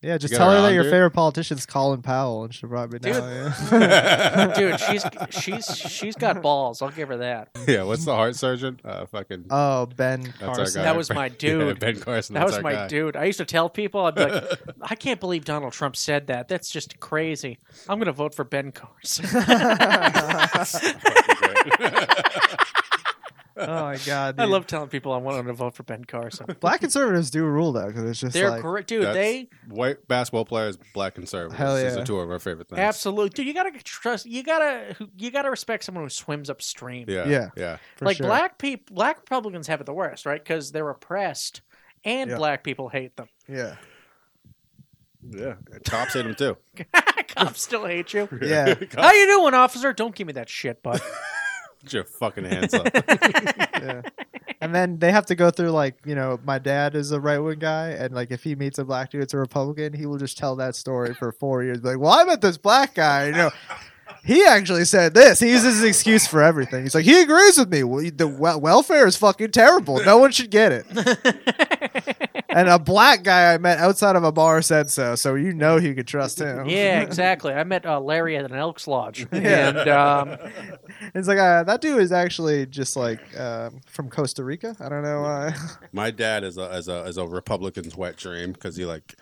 [SPEAKER 1] Yeah, just
[SPEAKER 4] get
[SPEAKER 1] tell her
[SPEAKER 4] around
[SPEAKER 1] that your
[SPEAKER 4] it.
[SPEAKER 1] favorite politician's Colin Powell and she'll probably know.
[SPEAKER 2] Dude.
[SPEAKER 1] Yeah. (laughs)
[SPEAKER 2] (laughs)
[SPEAKER 4] (laughs)
[SPEAKER 2] Dude, she's she's she's got balls. I'll give her that.
[SPEAKER 4] yeah, what's the heart surgeon? Uh, fucking.
[SPEAKER 1] oh, Ben
[SPEAKER 4] our
[SPEAKER 1] Carson.
[SPEAKER 4] guy.
[SPEAKER 2] That was my
[SPEAKER 4] (laughs) Yeah,
[SPEAKER 2] dude.
[SPEAKER 4] ben Carson.
[SPEAKER 2] That
[SPEAKER 4] that's
[SPEAKER 2] was
[SPEAKER 4] our
[SPEAKER 2] my
[SPEAKER 4] guy.
[SPEAKER 2] dude. I used to tell people, I'd be like,
[SPEAKER 4] (laughs)
[SPEAKER 2] I can't believe Donald Trump said that. That's just crazy. I'm going to vote for Ben Carson. (laughs)
[SPEAKER 1] (laughs) oh my god.
[SPEAKER 2] I
[SPEAKER 1] dude.
[SPEAKER 2] love telling people I wanted to vote for
[SPEAKER 1] (laughs)
[SPEAKER 2] Ben Carson.
[SPEAKER 1] black conservatives do rule though, because it's just
[SPEAKER 2] They're
[SPEAKER 1] like
[SPEAKER 2] great, dude.
[SPEAKER 4] That's-
[SPEAKER 2] They
[SPEAKER 4] White basketball players, black conservatives.
[SPEAKER 1] Hell
[SPEAKER 4] These
[SPEAKER 1] yeah.
[SPEAKER 4] are two of our favorite things.
[SPEAKER 2] absolutely, dude. You gotta trust. You gotta. You gotta respect someone who swims upstream.
[SPEAKER 4] Yeah.
[SPEAKER 1] Yeah.
[SPEAKER 4] Yeah. Yeah.
[SPEAKER 1] for
[SPEAKER 2] like
[SPEAKER 1] sure.
[SPEAKER 2] black people, black Republicans have it the worst, right? Because they're oppressed, and
[SPEAKER 1] Yeah.
[SPEAKER 2] black people hate them. (laughs)
[SPEAKER 4] (laughs)
[SPEAKER 1] Yeah.
[SPEAKER 4] Yeah. Cops hate him too.
[SPEAKER 2] Cops still hate
[SPEAKER 1] (laughs)
[SPEAKER 2] you.
[SPEAKER 1] Yeah.
[SPEAKER 2] How
[SPEAKER 4] Cops
[SPEAKER 2] you doing, officer? Don't give me that
[SPEAKER 1] (laughs)
[SPEAKER 2] shit, bud.
[SPEAKER 4] put your fucking
[SPEAKER 2] (laughs)
[SPEAKER 4] hands up.
[SPEAKER 1] yeah. And then they have to go through like, you know, my dad is a right wing guy, and like if he meets a black dude, it's a Republican, he will just tell that story for four years. Like, well, I met this black guy, you know. He actually said this. He uses his excuse for everything. He's like, he agrees with me. Well, the wel- welfare is fucking terrible. No one should get it. and a black guy I met outside of a bar said so. So you know you could trust him. (laughs)
[SPEAKER 2] yeah, exactly. I met uh, Larry at an Elks Lodge,
[SPEAKER 1] Yeah.
[SPEAKER 2] and um,
[SPEAKER 1] (laughs) It's like uh, that dude is actually just like um, from Costa Rica. I don't know. Uh,
[SPEAKER 4] My dad is a is a is a Republican's wet dream because he like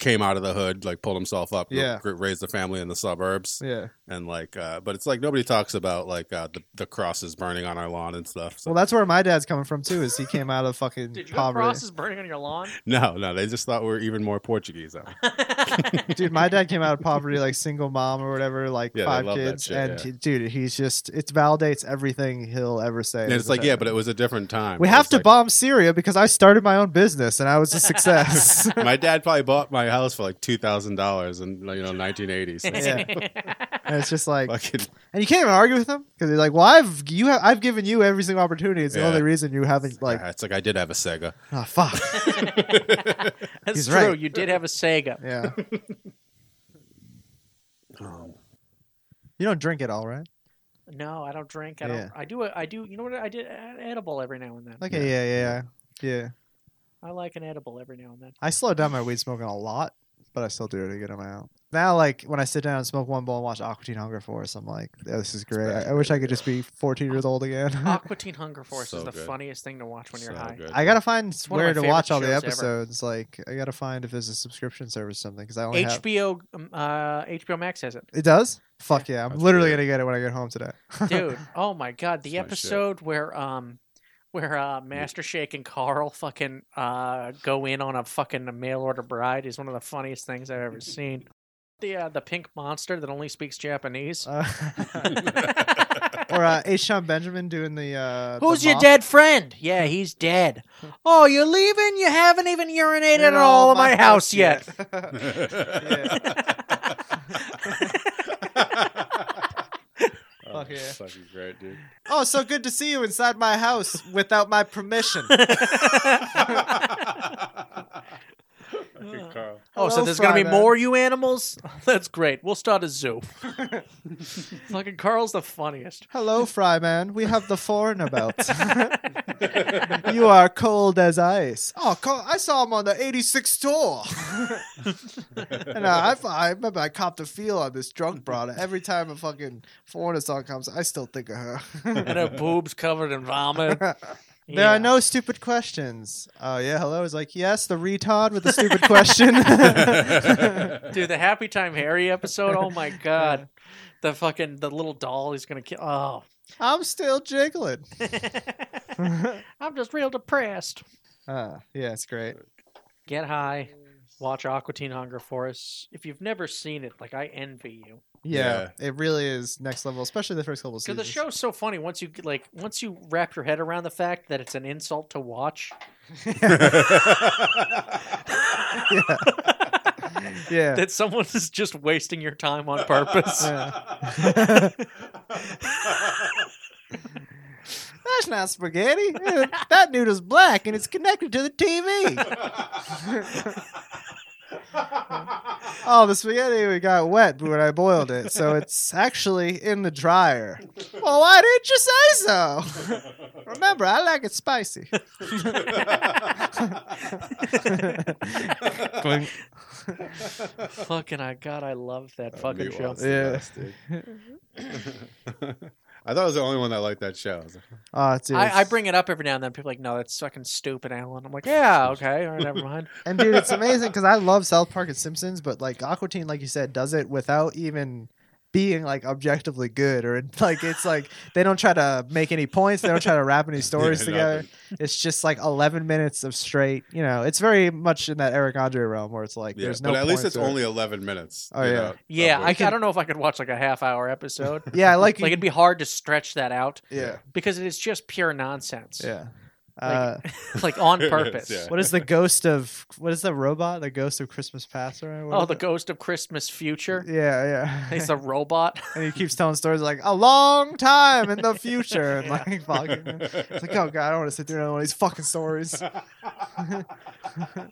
[SPEAKER 4] came out of the hood, like pulled himself up, grew-
[SPEAKER 1] Yeah.
[SPEAKER 4] grew- raised a family in the suburbs,
[SPEAKER 1] (laughs) yeah.
[SPEAKER 4] and like, uh, but it's like nobody talks about like uh, the the crosses burning on our lawn and stuff. So.
[SPEAKER 1] Well, that's where my dad's coming from too. Is he came out of
[SPEAKER 2] (laughs)
[SPEAKER 1] fucking
[SPEAKER 2] did you have
[SPEAKER 1] poverty?
[SPEAKER 2] crosses burning on your lawn?
[SPEAKER 4] no, no, they just thought we were even more Portuguese. Though.
[SPEAKER 1] (laughs) Dude, my dad came out of poverty, like single mom or whatever, like
[SPEAKER 4] Yeah, they
[SPEAKER 1] five
[SPEAKER 4] love that
[SPEAKER 1] kids.
[SPEAKER 4] shit,
[SPEAKER 1] and
[SPEAKER 4] yeah.
[SPEAKER 1] he- dude, he's just it validates everything he'll ever say.
[SPEAKER 4] and it's
[SPEAKER 1] as a
[SPEAKER 4] like,
[SPEAKER 1] dad.
[SPEAKER 4] yeah, but it was a different time.
[SPEAKER 1] we
[SPEAKER 4] It
[SPEAKER 1] have
[SPEAKER 4] was
[SPEAKER 1] to
[SPEAKER 4] like-
[SPEAKER 1] bomb Syria because I started my own business and I was a success. (laughs)
[SPEAKER 4] my dad probably bought my house for like two thousand dollars in you know nineteen eighty. So
[SPEAKER 1] (laughs)
[SPEAKER 4] it's
[SPEAKER 1] yeah. And it's just like,
[SPEAKER 4] (laughs) fucking
[SPEAKER 1] and you can't even argue with him because he's like, well, I've you have I've given you every single opportunity. It's the
[SPEAKER 4] Yeah.
[SPEAKER 1] only reason you haven't like,
[SPEAKER 4] it's like I did have a Sega.
[SPEAKER 1] oh fuck,
[SPEAKER 2] (laughs) That's
[SPEAKER 1] He's
[SPEAKER 2] true.
[SPEAKER 1] right.
[SPEAKER 2] You did have a Sega.
[SPEAKER 1] yeah.
[SPEAKER 4] Oh,
[SPEAKER 1] You don't drink it all, right?
[SPEAKER 2] No, I don't drink. I
[SPEAKER 1] Yeah.
[SPEAKER 2] don't. I do. I do. You know what? I did an edible every now and then.
[SPEAKER 1] Okay, yeah, yeah, yeah.
[SPEAKER 2] I like an edible every now and
[SPEAKER 1] (laughs)
[SPEAKER 2] then.
[SPEAKER 1] I slowed down my weed smoking a lot, but I still do it a good amount. Now, like when I sit down and smoke one bowl and watch Aqua Teen Hunger Force, I'm like, "Yeah, this is great. I, I wish I could just be 14 years old again.
[SPEAKER 2] Aqua Teen Hunger Force
[SPEAKER 4] So
[SPEAKER 2] is the
[SPEAKER 4] good.
[SPEAKER 2] funniest thing to watch when you're
[SPEAKER 4] So
[SPEAKER 2] high.
[SPEAKER 4] good.
[SPEAKER 1] I gotta find
[SPEAKER 2] one of
[SPEAKER 1] where
[SPEAKER 2] my
[SPEAKER 1] to watch
[SPEAKER 2] favorite
[SPEAKER 1] all the
[SPEAKER 2] shows ever.
[SPEAKER 1] episodes. Like, I gotta find if there's a subscription service or something because I only have.
[SPEAKER 2] HBO um, uh, HBO Max has it,
[SPEAKER 1] It does. Fuck yeah! I'm
[SPEAKER 4] That's
[SPEAKER 1] literally
[SPEAKER 4] weird.
[SPEAKER 1] gonna get it when I get home today. (laughs)
[SPEAKER 2] dude. oh my god, the
[SPEAKER 4] That's my shit.
[SPEAKER 2] episode where um where uh, Master Shake and Carl fucking uh go in on a fucking mail order bride is one of the funniest things I've ever seen. The uh, the pink monster that only speaks Japanese.
[SPEAKER 1] Uh,
[SPEAKER 4] (laughs)
[SPEAKER 2] (laughs)
[SPEAKER 1] or uh, H. Sean Benjamin doing the. Uh,
[SPEAKER 2] Who's
[SPEAKER 1] the
[SPEAKER 2] your
[SPEAKER 1] mop.
[SPEAKER 2] dead friend? Yeah, he's (laughs) dead. Oh, you're leaving? You haven't even urinated
[SPEAKER 1] In
[SPEAKER 2] at all in my house yet.
[SPEAKER 4] (laughs)
[SPEAKER 1] (laughs) yeah.
[SPEAKER 4] Oh,
[SPEAKER 1] Fuck yeah.
[SPEAKER 4] Fucking great, dude.
[SPEAKER 1] Oh, so good to see you inside my house without my permission.
[SPEAKER 4] Fucking Carl.
[SPEAKER 2] (laughs) Oh, so
[SPEAKER 1] Hello,
[SPEAKER 2] there's gonna be
[SPEAKER 1] Fryman.
[SPEAKER 2] more you animals? (laughs) That's great. We'll start a (laughs) zoo. Fucking Carl's the (laughs) funniest.
[SPEAKER 1] Hello, Fryman. We have the foreigner belt. (laughs) you are cold as ice. Oh, co- I saw him on the 86th tour. (laughs) and uh, I, I remember I copped a feel on this drunk broad. Every time a fucking foreigner song comes, I still think of her. (laughs)
[SPEAKER 2] (laughs) And her boobs covered in vomit.
[SPEAKER 1] There
[SPEAKER 2] Yeah.
[SPEAKER 1] are no stupid questions. Oh yeah, hello is like yes, the retard with the stupid question. (laughs)
[SPEAKER 2] Dude, the Happy Time Harry episode. Oh (laughs) my god, the fucking the little doll he's gonna kill. Oh,
[SPEAKER 1] I'm still jiggling. (laughs)
[SPEAKER 2] (laughs) I'm just real depressed.
[SPEAKER 1] Ah, yeah, it's great.
[SPEAKER 2] Get high, watch Aqua Teen Hunger Force. If you've never seen it, like I envy you.
[SPEAKER 1] Yeah, it really is next level, especially the first couple
[SPEAKER 2] Because
[SPEAKER 1] seasons.
[SPEAKER 2] the show's so funny once you like once you wrap your head around the fact that it's an insult to watch.
[SPEAKER 1] (laughs) yeah,
[SPEAKER 2] that someone (laughs) is just wasting your time
[SPEAKER 1] (laughs)
[SPEAKER 2] on purpose. (laughs)
[SPEAKER 1] yeah. That's not spaghetti. Eh, That noodle's black and it's connected to the
[SPEAKER 2] (laughs)
[SPEAKER 1] TV. oh, the spaghetti we got wet when I boiled it, so it's actually in the dryer. Well, why didn't you say so?
[SPEAKER 2] (laughs)
[SPEAKER 1] Remember, I like it spicy. Clink.
[SPEAKER 2] fucking I God, I love that fucking show.
[SPEAKER 4] Meatball's the
[SPEAKER 1] Yeah. (laughs)
[SPEAKER 4] best, dude. I thought I was the only one that liked that show. I was like,
[SPEAKER 1] Oh, dude.
[SPEAKER 2] I, I bring it up every now and then. People are like, no, that's fucking stupid, Alan. I'm
[SPEAKER 1] (laughs)
[SPEAKER 2] like, yeah, okay, all right, never mind.
[SPEAKER 1] (laughs) and dude, it's amazing because I love South Park and Simpsons, but like Aqua Teen, like you said, does it without even being like objectively good or like it's like they don't try to make any points, they don't try to wrap
[SPEAKER 2] (laughs)
[SPEAKER 1] any stories
[SPEAKER 4] (laughs) Yeah,
[SPEAKER 1] together.
[SPEAKER 4] nothing.
[SPEAKER 1] It's just like eleven minutes of straight. You know, it's very much in that Eric Andre realm where it's like
[SPEAKER 4] yeah,
[SPEAKER 1] there's no.
[SPEAKER 4] but at least
[SPEAKER 1] points
[SPEAKER 4] it's
[SPEAKER 1] or-
[SPEAKER 4] only 11 minutes.
[SPEAKER 1] Oh,
[SPEAKER 4] you
[SPEAKER 1] yeah.
[SPEAKER 4] know, of
[SPEAKER 2] Yeah, I, (laughs)
[SPEAKER 4] which-
[SPEAKER 2] I don't know if I could watch like a half hour episode.
[SPEAKER 1] Yeah, (laughs) I like,
[SPEAKER 2] like it'd be hard to stretch that out
[SPEAKER 1] yeah,
[SPEAKER 2] because it is just pure nonsense.
[SPEAKER 1] yeah. Uh,
[SPEAKER 2] (laughs) like on
[SPEAKER 4] (laughs) It is,
[SPEAKER 2] purpose.
[SPEAKER 4] yeah.
[SPEAKER 1] what is the ghost of what is the robot? The ghost of Christmas Past or whatever?
[SPEAKER 2] Oh, the Ghost of
[SPEAKER 1] (laughs)
[SPEAKER 2] Christmas Future. (laughs)
[SPEAKER 1] Yeah, yeah.
[SPEAKER 2] He's a robot.
[SPEAKER 1] (laughs)
[SPEAKER 2] (laughs)
[SPEAKER 1] and he keeps telling stories like a long time in the future,
[SPEAKER 2] (laughs)
[SPEAKER 1] and like fucking, (laughs) it's like oh god, I don't want to sit through another one of these fucking
[SPEAKER 4] (laughs)
[SPEAKER 1] stories.
[SPEAKER 2] oh,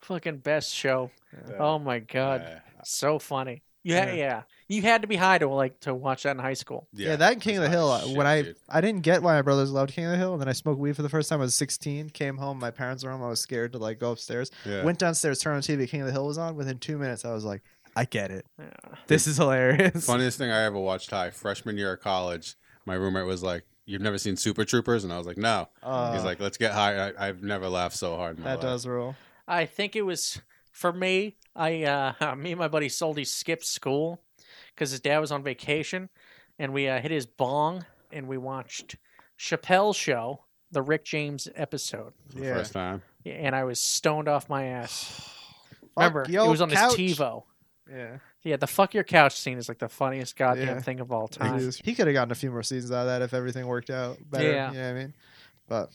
[SPEAKER 2] fucking best show.
[SPEAKER 4] Yeah.
[SPEAKER 2] (laughs) Oh my god,
[SPEAKER 4] Yeah.
[SPEAKER 2] so funny. Yeah,
[SPEAKER 1] Yeah.
[SPEAKER 2] yeah, You had to be high to like to watch that in high school.
[SPEAKER 1] Yeah, that and King of the
[SPEAKER 4] that's
[SPEAKER 1] Hill.
[SPEAKER 4] hot
[SPEAKER 1] I-
[SPEAKER 4] shit,
[SPEAKER 1] when I
[SPEAKER 4] dude.
[SPEAKER 1] I didn't get why my brothers loved King of the Hill, and then I smoked weed for the first time. I was 16. Came home, my parents were home. I was scared to like go upstairs.
[SPEAKER 4] Yeah.
[SPEAKER 1] Went downstairs, turned on TV. King of the Hill was on. Within two minutes, I was like, I get it.
[SPEAKER 2] Yeah.
[SPEAKER 1] This is hilarious.
[SPEAKER 4] Funniest thing I ever watched high freshman year of college. My roommate was like, "You've never seen Super Troopers," and I was like, "No."
[SPEAKER 1] (laughs) Uh,
[SPEAKER 4] He's like, "Let's get high." I, I've never laughed so hard. In my
[SPEAKER 1] that
[SPEAKER 4] life.
[SPEAKER 1] does rule.
[SPEAKER 2] I think it was for me. I uh, (laughs) me and my buddy Soldy skipped school because his dad was on vacation, and we uh, hit his bong and we watched Chappelle's show, the Rick James episode,
[SPEAKER 4] The
[SPEAKER 1] Yeah.
[SPEAKER 4] First time.
[SPEAKER 2] and I was stoned off my ass. Remember,
[SPEAKER 1] Fuck
[SPEAKER 2] it
[SPEAKER 1] your
[SPEAKER 2] was on
[SPEAKER 1] couch.
[SPEAKER 2] his TiVo.
[SPEAKER 1] Yeah.
[SPEAKER 2] Yeah, the fuck your couch scene is like the funniest goddamn
[SPEAKER 1] Yeah.
[SPEAKER 2] thing of all time.
[SPEAKER 1] Jesus. Uh, He could have gotten a few more seasons out of that if everything worked out better.
[SPEAKER 2] Yeah.
[SPEAKER 1] You know what I mean? But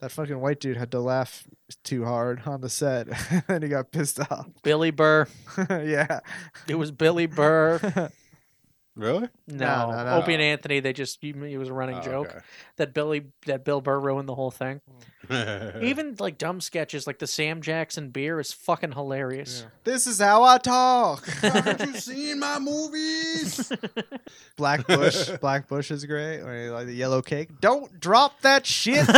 [SPEAKER 1] that fucking white dude had to laugh too hard on the set (laughs) and he got pissed off. (laughs)
[SPEAKER 2] Billy Burr.
[SPEAKER 1] yeah. (laughs)
[SPEAKER 2] It was Billy Burr.
[SPEAKER 4] Really?
[SPEAKER 2] No,
[SPEAKER 1] no, no.
[SPEAKER 2] Opie and Anthony. They just you- it was a running
[SPEAKER 4] Oh,
[SPEAKER 2] joke
[SPEAKER 4] (laughs)
[SPEAKER 2] that Billy that Bill Burr ruined the whole thing.
[SPEAKER 4] okay.
[SPEAKER 2] Even like dumb sketches like the Sam Jackson beer is fucking hilarious.
[SPEAKER 1] This is how I talk. (laughs)
[SPEAKER 5] Haven't you seen
[SPEAKER 4] (laughs)
[SPEAKER 5] my movies?
[SPEAKER 1] Black Bush. Black Bush is great. Or you like the yellow cake. Don't drop that
[SPEAKER 4] (laughs)
[SPEAKER 1] shit. (laughs)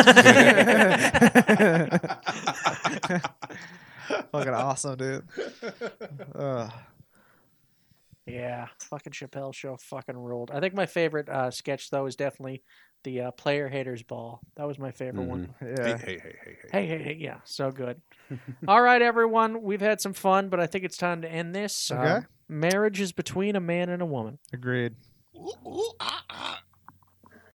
[SPEAKER 1] fucking awesome, dude. Ugh.
[SPEAKER 2] Yeah, fucking Chappelle show fucking ruled. I think my favorite uh, sketch though is definitely the uh, player haters ball. That was my favorite one.
[SPEAKER 4] Hey,
[SPEAKER 1] yeah.
[SPEAKER 4] hey, hey, hey, hey.
[SPEAKER 2] Hey, hey, hey, yeah, so good. (laughs) All right, everyone, we've had some fun, but I think it's time to end this. Um,
[SPEAKER 1] Okay.
[SPEAKER 2] marriage is between a man and a woman.
[SPEAKER 1] Agreed.
[SPEAKER 3] Ooh, ooh, ah, ah.